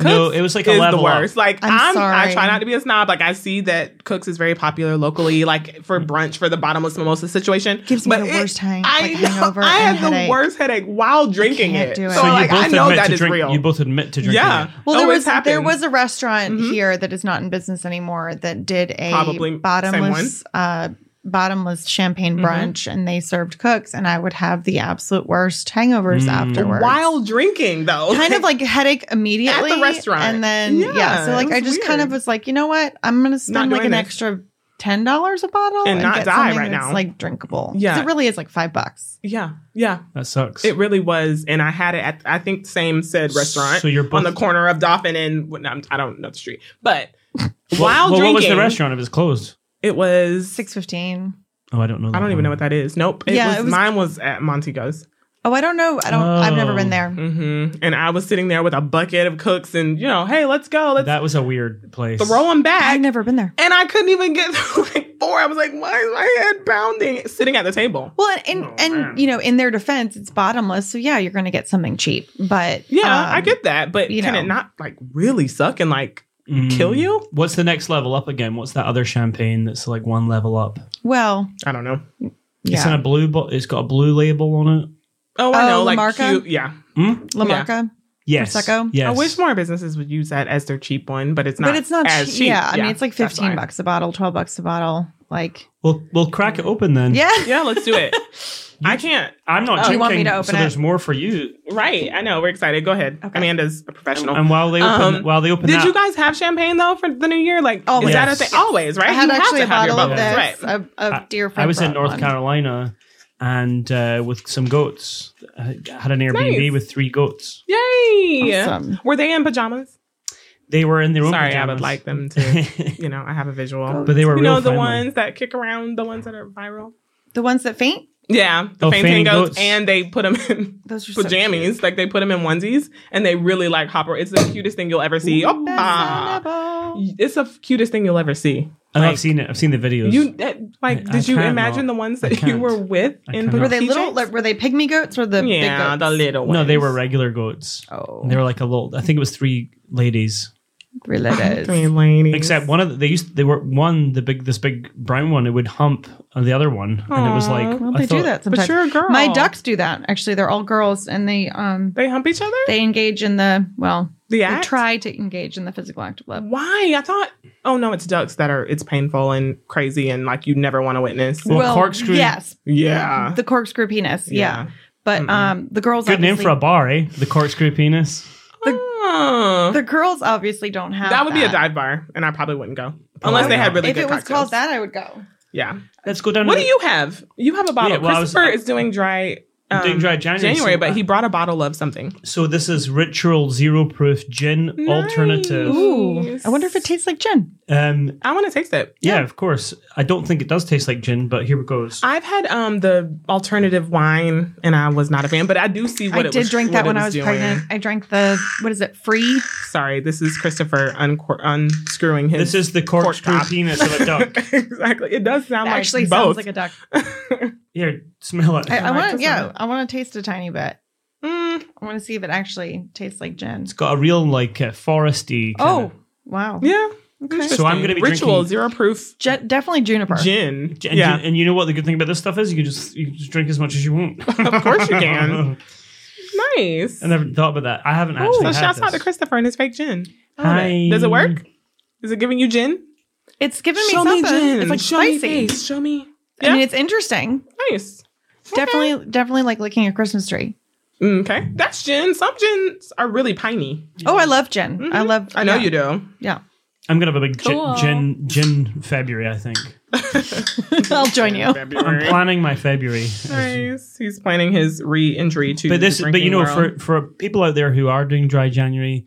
[SPEAKER 3] no,
[SPEAKER 1] Cooks
[SPEAKER 3] it was like a
[SPEAKER 1] Is
[SPEAKER 3] level
[SPEAKER 1] the
[SPEAKER 3] up.
[SPEAKER 1] worst. Like
[SPEAKER 2] I'm
[SPEAKER 1] I'm, I
[SPEAKER 2] sorry.
[SPEAKER 1] try not to be a snob. Like I see that Cooks is very popular locally, like
[SPEAKER 3] Mm.
[SPEAKER 1] for brunch for the bottomless mimosa situation.
[SPEAKER 2] Gives me
[SPEAKER 1] But
[SPEAKER 2] the
[SPEAKER 1] it-
[SPEAKER 2] worst hang,
[SPEAKER 1] I
[SPEAKER 2] like
[SPEAKER 1] know-
[SPEAKER 2] hangover
[SPEAKER 1] I
[SPEAKER 2] and
[SPEAKER 1] had
[SPEAKER 2] headache.
[SPEAKER 1] the worst headache while drinking
[SPEAKER 2] can't
[SPEAKER 1] it.
[SPEAKER 2] do it.
[SPEAKER 1] So,
[SPEAKER 2] So you
[SPEAKER 1] Oh, like I know
[SPEAKER 3] admit
[SPEAKER 1] that
[SPEAKER 3] to
[SPEAKER 1] is
[SPEAKER 3] drink,
[SPEAKER 1] real.
[SPEAKER 3] You both admit to drinking.
[SPEAKER 1] yeah. Oh,
[SPEAKER 3] it.
[SPEAKER 2] Well, there
[SPEAKER 1] Always
[SPEAKER 2] was there
[SPEAKER 1] happens.
[SPEAKER 2] was a restaurant
[SPEAKER 1] Mhm.
[SPEAKER 2] here that is not in business anymore that did a
[SPEAKER 1] Probably same
[SPEAKER 2] bottomless uh, bottomless champagne
[SPEAKER 1] Mhm.
[SPEAKER 2] brunch, and they served Cooks, and I would have the absolute worst hangovers
[SPEAKER 3] Mm.
[SPEAKER 2] afterwards.
[SPEAKER 1] while drinking though.
[SPEAKER 2] kind of like headache immediately
[SPEAKER 1] restaurant.
[SPEAKER 2] and then yeah,
[SPEAKER 1] Yeah,
[SPEAKER 2] so
[SPEAKER 1] it
[SPEAKER 2] like
[SPEAKER 1] was
[SPEAKER 2] i just kind
[SPEAKER 1] weird.
[SPEAKER 2] of was like you know what i'm gonna spend like
[SPEAKER 1] doing
[SPEAKER 2] an
[SPEAKER 1] this.
[SPEAKER 2] extra ten dollars a bottle
[SPEAKER 1] And not die
[SPEAKER 2] something
[SPEAKER 1] right
[SPEAKER 2] that's,
[SPEAKER 1] now.
[SPEAKER 2] like drinkable 'Cause
[SPEAKER 1] Yeah.
[SPEAKER 2] it really is like five bucks
[SPEAKER 1] yeah, yeah.
[SPEAKER 3] That sucks.
[SPEAKER 1] It really was, and I had it at I think same said restaurant
[SPEAKER 3] So you're both,
[SPEAKER 1] on the corner of Dauphin and well, no, I don't know the street, but
[SPEAKER 3] Well,
[SPEAKER 1] while
[SPEAKER 3] well,
[SPEAKER 1] drinking,
[SPEAKER 3] what was the restaurant? It was closed.
[SPEAKER 1] It was
[SPEAKER 2] six fifteen.
[SPEAKER 3] Oh, I don't know.
[SPEAKER 1] I don't even know what that is. Nope. It
[SPEAKER 2] Yeah,
[SPEAKER 1] was,
[SPEAKER 2] it was-
[SPEAKER 1] mine was at Montego's.
[SPEAKER 2] Oh, i don't know i don't i've never
[SPEAKER 3] Oh.
[SPEAKER 2] been there
[SPEAKER 1] hmm And I was sitting there with a bucket of cooks, and you know, hey, let's go, let's
[SPEAKER 3] That was a weird place.
[SPEAKER 1] throw them back.
[SPEAKER 2] i've never been there
[SPEAKER 1] and I couldn't even get through like four. I was like, why is my head pounding? Sitting at the table.
[SPEAKER 2] well and
[SPEAKER 1] Oh,
[SPEAKER 2] and,
[SPEAKER 1] man.
[SPEAKER 2] and you know in their defense it's bottomless so yeah you're gonna get something cheap but
[SPEAKER 1] Yeah,
[SPEAKER 2] um,
[SPEAKER 1] I get that, but
[SPEAKER 2] you
[SPEAKER 1] can it
[SPEAKER 2] know.
[SPEAKER 1] not like really suck and like
[SPEAKER 3] Mm.
[SPEAKER 1] kill you?
[SPEAKER 3] What's the next level up again? What's that other champagne that's like one level up?
[SPEAKER 2] well
[SPEAKER 1] I don't know.
[SPEAKER 3] It's in
[SPEAKER 2] yeah
[SPEAKER 3] a blue. Bo- it's got a blue label on it.
[SPEAKER 1] Oh, I
[SPEAKER 2] Oh,
[SPEAKER 1] know,
[SPEAKER 2] La
[SPEAKER 1] like
[SPEAKER 2] Marca?
[SPEAKER 1] cute. Yeah,
[SPEAKER 3] Hmm?
[SPEAKER 1] yeah.
[SPEAKER 2] la marca
[SPEAKER 3] Yes.
[SPEAKER 2] Prosecco?
[SPEAKER 3] Yes.
[SPEAKER 1] I wish more businesses would use that as their cheap one, but it's not.
[SPEAKER 2] but it's not
[SPEAKER 1] as
[SPEAKER 2] cheap.
[SPEAKER 1] cheap.
[SPEAKER 2] yeah i mean it's like
[SPEAKER 1] that's
[SPEAKER 2] 15
[SPEAKER 1] why.
[SPEAKER 2] bucks a bottle 12 bucks a bottle like
[SPEAKER 3] We'll we'll crack it open then.
[SPEAKER 2] yeah
[SPEAKER 1] Yeah, let's do it. I can't.
[SPEAKER 3] I'm not
[SPEAKER 2] Oh,
[SPEAKER 3] drinking.
[SPEAKER 2] you want me to open
[SPEAKER 3] so
[SPEAKER 2] it?
[SPEAKER 3] there's more for you.
[SPEAKER 1] Right, I know. We're excited. Go ahead.
[SPEAKER 2] Okay.
[SPEAKER 1] Amanda's a professional.
[SPEAKER 3] And while they open,
[SPEAKER 1] Um,
[SPEAKER 3] while they open,
[SPEAKER 1] Did
[SPEAKER 3] that,
[SPEAKER 1] you guys have champagne though for the new year? Like, oh, is
[SPEAKER 2] Always.
[SPEAKER 1] that a thing? Always, right?
[SPEAKER 2] I had
[SPEAKER 1] You have
[SPEAKER 2] actually
[SPEAKER 1] to
[SPEAKER 2] a
[SPEAKER 1] have your
[SPEAKER 2] bottle of
[SPEAKER 1] bubbles,
[SPEAKER 2] this.
[SPEAKER 1] right?
[SPEAKER 2] A, a dear friend.
[SPEAKER 3] I was in
[SPEAKER 2] brought
[SPEAKER 3] North
[SPEAKER 2] one.
[SPEAKER 3] Carolina, and uh, with some goats. I had an Airbnb
[SPEAKER 1] Nice.
[SPEAKER 3] with three goats.
[SPEAKER 1] Yay!
[SPEAKER 2] Awesome.
[SPEAKER 1] Were they in pajamas?
[SPEAKER 3] They were in their own.
[SPEAKER 1] Sorry, I
[SPEAKER 3] pajamas.
[SPEAKER 1] would like them to. you know, I have a visual.
[SPEAKER 3] but they were
[SPEAKER 1] you
[SPEAKER 3] real
[SPEAKER 1] know the
[SPEAKER 3] friendly.
[SPEAKER 1] ones that kick around, the ones that are viral.
[SPEAKER 2] The ones that faint.
[SPEAKER 1] Yeah, the
[SPEAKER 3] Oh,
[SPEAKER 1] fainting
[SPEAKER 3] fainting
[SPEAKER 1] goats,
[SPEAKER 3] goats.
[SPEAKER 1] and they put them in
[SPEAKER 2] Those are so
[SPEAKER 1] pajamas, like they put them in onesies, and they really like hopper. It's the cutest thing you'll ever see.
[SPEAKER 2] cute.
[SPEAKER 1] Oh, ah.
[SPEAKER 2] Fashionable.
[SPEAKER 1] it's the cutest thing you'll ever see.
[SPEAKER 3] Oh,
[SPEAKER 1] Like,
[SPEAKER 3] I've seen it. I've seen the videos.
[SPEAKER 1] You that, like?
[SPEAKER 3] I- I
[SPEAKER 1] did you
[SPEAKER 3] cannot.
[SPEAKER 1] imagine the ones
[SPEAKER 3] I
[SPEAKER 1] that you
[SPEAKER 3] can't.
[SPEAKER 1] were with
[SPEAKER 3] I
[SPEAKER 1] in
[SPEAKER 3] cannot.
[SPEAKER 2] Were they
[SPEAKER 1] PJs?
[SPEAKER 2] little? Like, were they pygmy goats or the
[SPEAKER 1] yeah,
[SPEAKER 2] big
[SPEAKER 1] the
[SPEAKER 2] goats?
[SPEAKER 1] little ones.
[SPEAKER 3] no, they were regular goats.
[SPEAKER 2] Oh,
[SPEAKER 3] And they were like a little. I think it was three ladies.
[SPEAKER 2] three letters.
[SPEAKER 1] Three ladies.
[SPEAKER 3] Except one of the, they used they were one the big this big brown one it would hump the other one and it was like
[SPEAKER 1] Aw.
[SPEAKER 2] Well,
[SPEAKER 3] I
[SPEAKER 2] they do
[SPEAKER 3] thought-
[SPEAKER 2] that
[SPEAKER 1] but
[SPEAKER 2] sometimes.
[SPEAKER 1] you're a girl.
[SPEAKER 2] My ducks do that. Actually, they're all girls, and they um
[SPEAKER 1] They hump each other.
[SPEAKER 2] they engage in the well.
[SPEAKER 1] the
[SPEAKER 2] They
[SPEAKER 1] act.
[SPEAKER 2] try to engage in the physical act of love.
[SPEAKER 1] Why? I thought. Oh no, it's ducks that are. It's painful and crazy and like you never want to witness.
[SPEAKER 3] Well, corkscrew-
[SPEAKER 2] Yes.
[SPEAKER 1] Yeah.
[SPEAKER 2] The corkscrew penis. Yeah. But
[SPEAKER 1] Mm-mm.
[SPEAKER 2] um, the girls.
[SPEAKER 3] good name for
[SPEAKER 2] obviously-
[SPEAKER 3] a bar eh the corkscrew penis
[SPEAKER 1] Oh.
[SPEAKER 2] The girls obviously don't have.
[SPEAKER 1] that would be a dive bar, and I probably wouldn't go
[SPEAKER 3] Oh,
[SPEAKER 1] unless they had really
[SPEAKER 2] if
[SPEAKER 1] good
[SPEAKER 2] it was
[SPEAKER 1] cocktails.
[SPEAKER 2] called that, I would go.
[SPEAKER 1] Yeah.
[SPEAKER 3] let's go down
[SPEAKER 1] What
[SPEAKER 3] to
[SPEAKER 1] do you have? You have a bottle.
[SPEAKER 3] Yeah, well, I was-
[SPEAKER 1] Christopher is doing dry.
[SPEAKER 3] I'm doing
[SPEAKER 1] um,
[SPEAKER 3] dry January.
[SPEAKER 1] January,
[SPEAKER 3] so I-
[SPEAKER 1] but he brought a bottle of something.
[SPEAKER 3] So this is ritual zero proof gin alternative.
[SPEAKER 2] Ooh,
[SPEAKER 1] Nice.
[SPEAKER 2] I wonder if it tastes like gin.
[SPEAKER 3] Um,
[SPEAKER 1] I want to taste it.
[SPEAKER 3] yeah, of course. I don't think it does taste like gin, but here it goes.
[SPEAKER 1] I've had um the alternative wine, and I was not a fan, but I do see what
[SPEAKER 2] I
[SPEAKER 1] it
[SPEAKER 2] did
[SPEAKER 1] was-
[SPEAKER 2] drink
[SPEAKER 1] what
[SPEAKER 2] that
[SPEAKER 1] it
[SPEAKER 2] when I was
[SPEAKER 1] doing.
[SPEAKER 2] pregnant. I drank the what is it? Free?
[SPEAKER 1] Sorry, this is Christopher unco- unscrewing his.
[SPEAKER 3] This is the corkscrew
[SPEAKER 1] top.
[SPEAKER 3] penis of a duck.
[SPEAKER 1] exactly. It does sound
[SPEAKER 2] That
[SPEAKER 1] like
[SPEAKER 2] actually
[SPEAKER 1] both.
[SPEAKER 2] sounds like a duck.
[SPEAKER 3] Here, smell it.
[SPEAKER 2] I, I
[SPEAKER 1] like
[SPEAKER 2] want,
[SPEAKER 1] this
[SPEAKER 2] yeah,
[SPEAKER 1] one.
[SPEAKER 2] I want to taste a tiny bit.
[SPEAKER 1] Mm,
[SPEAKER 2] I want to see if it actually tastes like gin.
[SPEAKER 3] It's got a real like uh, foresty.
[SPEAKER 2] Oh,
[SPEAKER 3] kinda-
[SPEAKER 2] wow.
[SPEAKER 1] yeah.
[SPEAKER 3] So I'm gonna be
[SPEAKER 1] ritual
[SPEAKER 3] drinking-
[SPEAKER 1] zero proof
[SPEAKER 2] Ju- definitely juniper.
[SPEAKER 1] gin.
[SPEAKER 3] And,
[SPEAKER 1] yeah,
[SPEAKER 3] you, and you know what the good thing about this stuff is? You can just you can just drink as much as you want.
[SPEAKER 1] Of course you can. nice.
[SPEAKER 3] I never thought about that. I haven't
[SPEAKER 1] Ooh,
[SPEAKER 3] actually.
[SPEAKER 1] so
[SPEAKER 3] had
[SPEAKER 1] shouts out to
[SPEAKER 3] this.
[SPEAKER 1] Christopher and his fake gin. I love
[SPEAKER 3] Hi.
[SPEAKER 1] it. Does it work? Is it giving you gin?
[SPEAKER 2] It's giving me something. It's like
[SPEAKER 1] Show
[SPEAKER 2] spicy.
[SPEAKER 1] me face. Show me.
[SPEAKER 2] I mean,
[SPEAKER 1] Yeah.
[SPEAKER 2] it's interesting.
[SPEAKER 1] Nice.
[SPEAKER 2] Definitely, definitely like licking a Christmas tree.
[SPEAKER 1] Mm, Okay, that's gin. Some gins are really piney.
[SPEAKER 2] Oh, I love gin. I
[SPEAKER 1] Mhm.
[SPEAKER 2] love.
[SPEAKER 1] I know
[SPEAKER 2] yeah.
[SPEAKER 1] you do.
[SPEAKER 2] Yeah,
[SPEAKER 3] I'm gonna have a big gi-
[SPEAKER 2] Cool.
[SPEAKER 3] gin gin February. I think
[SPEAKER 2] I'll join you.
[SPEAKER 3] I'm planning my February.
[SPEAKER 1] Nice. He's planning his re-entry to.
[SPEAKER 3] But this,
[SPEAKER 1] the
[SPEAKER 3] but you
[SPEAKER 1] drinking
[SPEAKER 3] know,
[SPEAKER 1] world.
[SPEAKER 3] for for people out there who are doing dry January,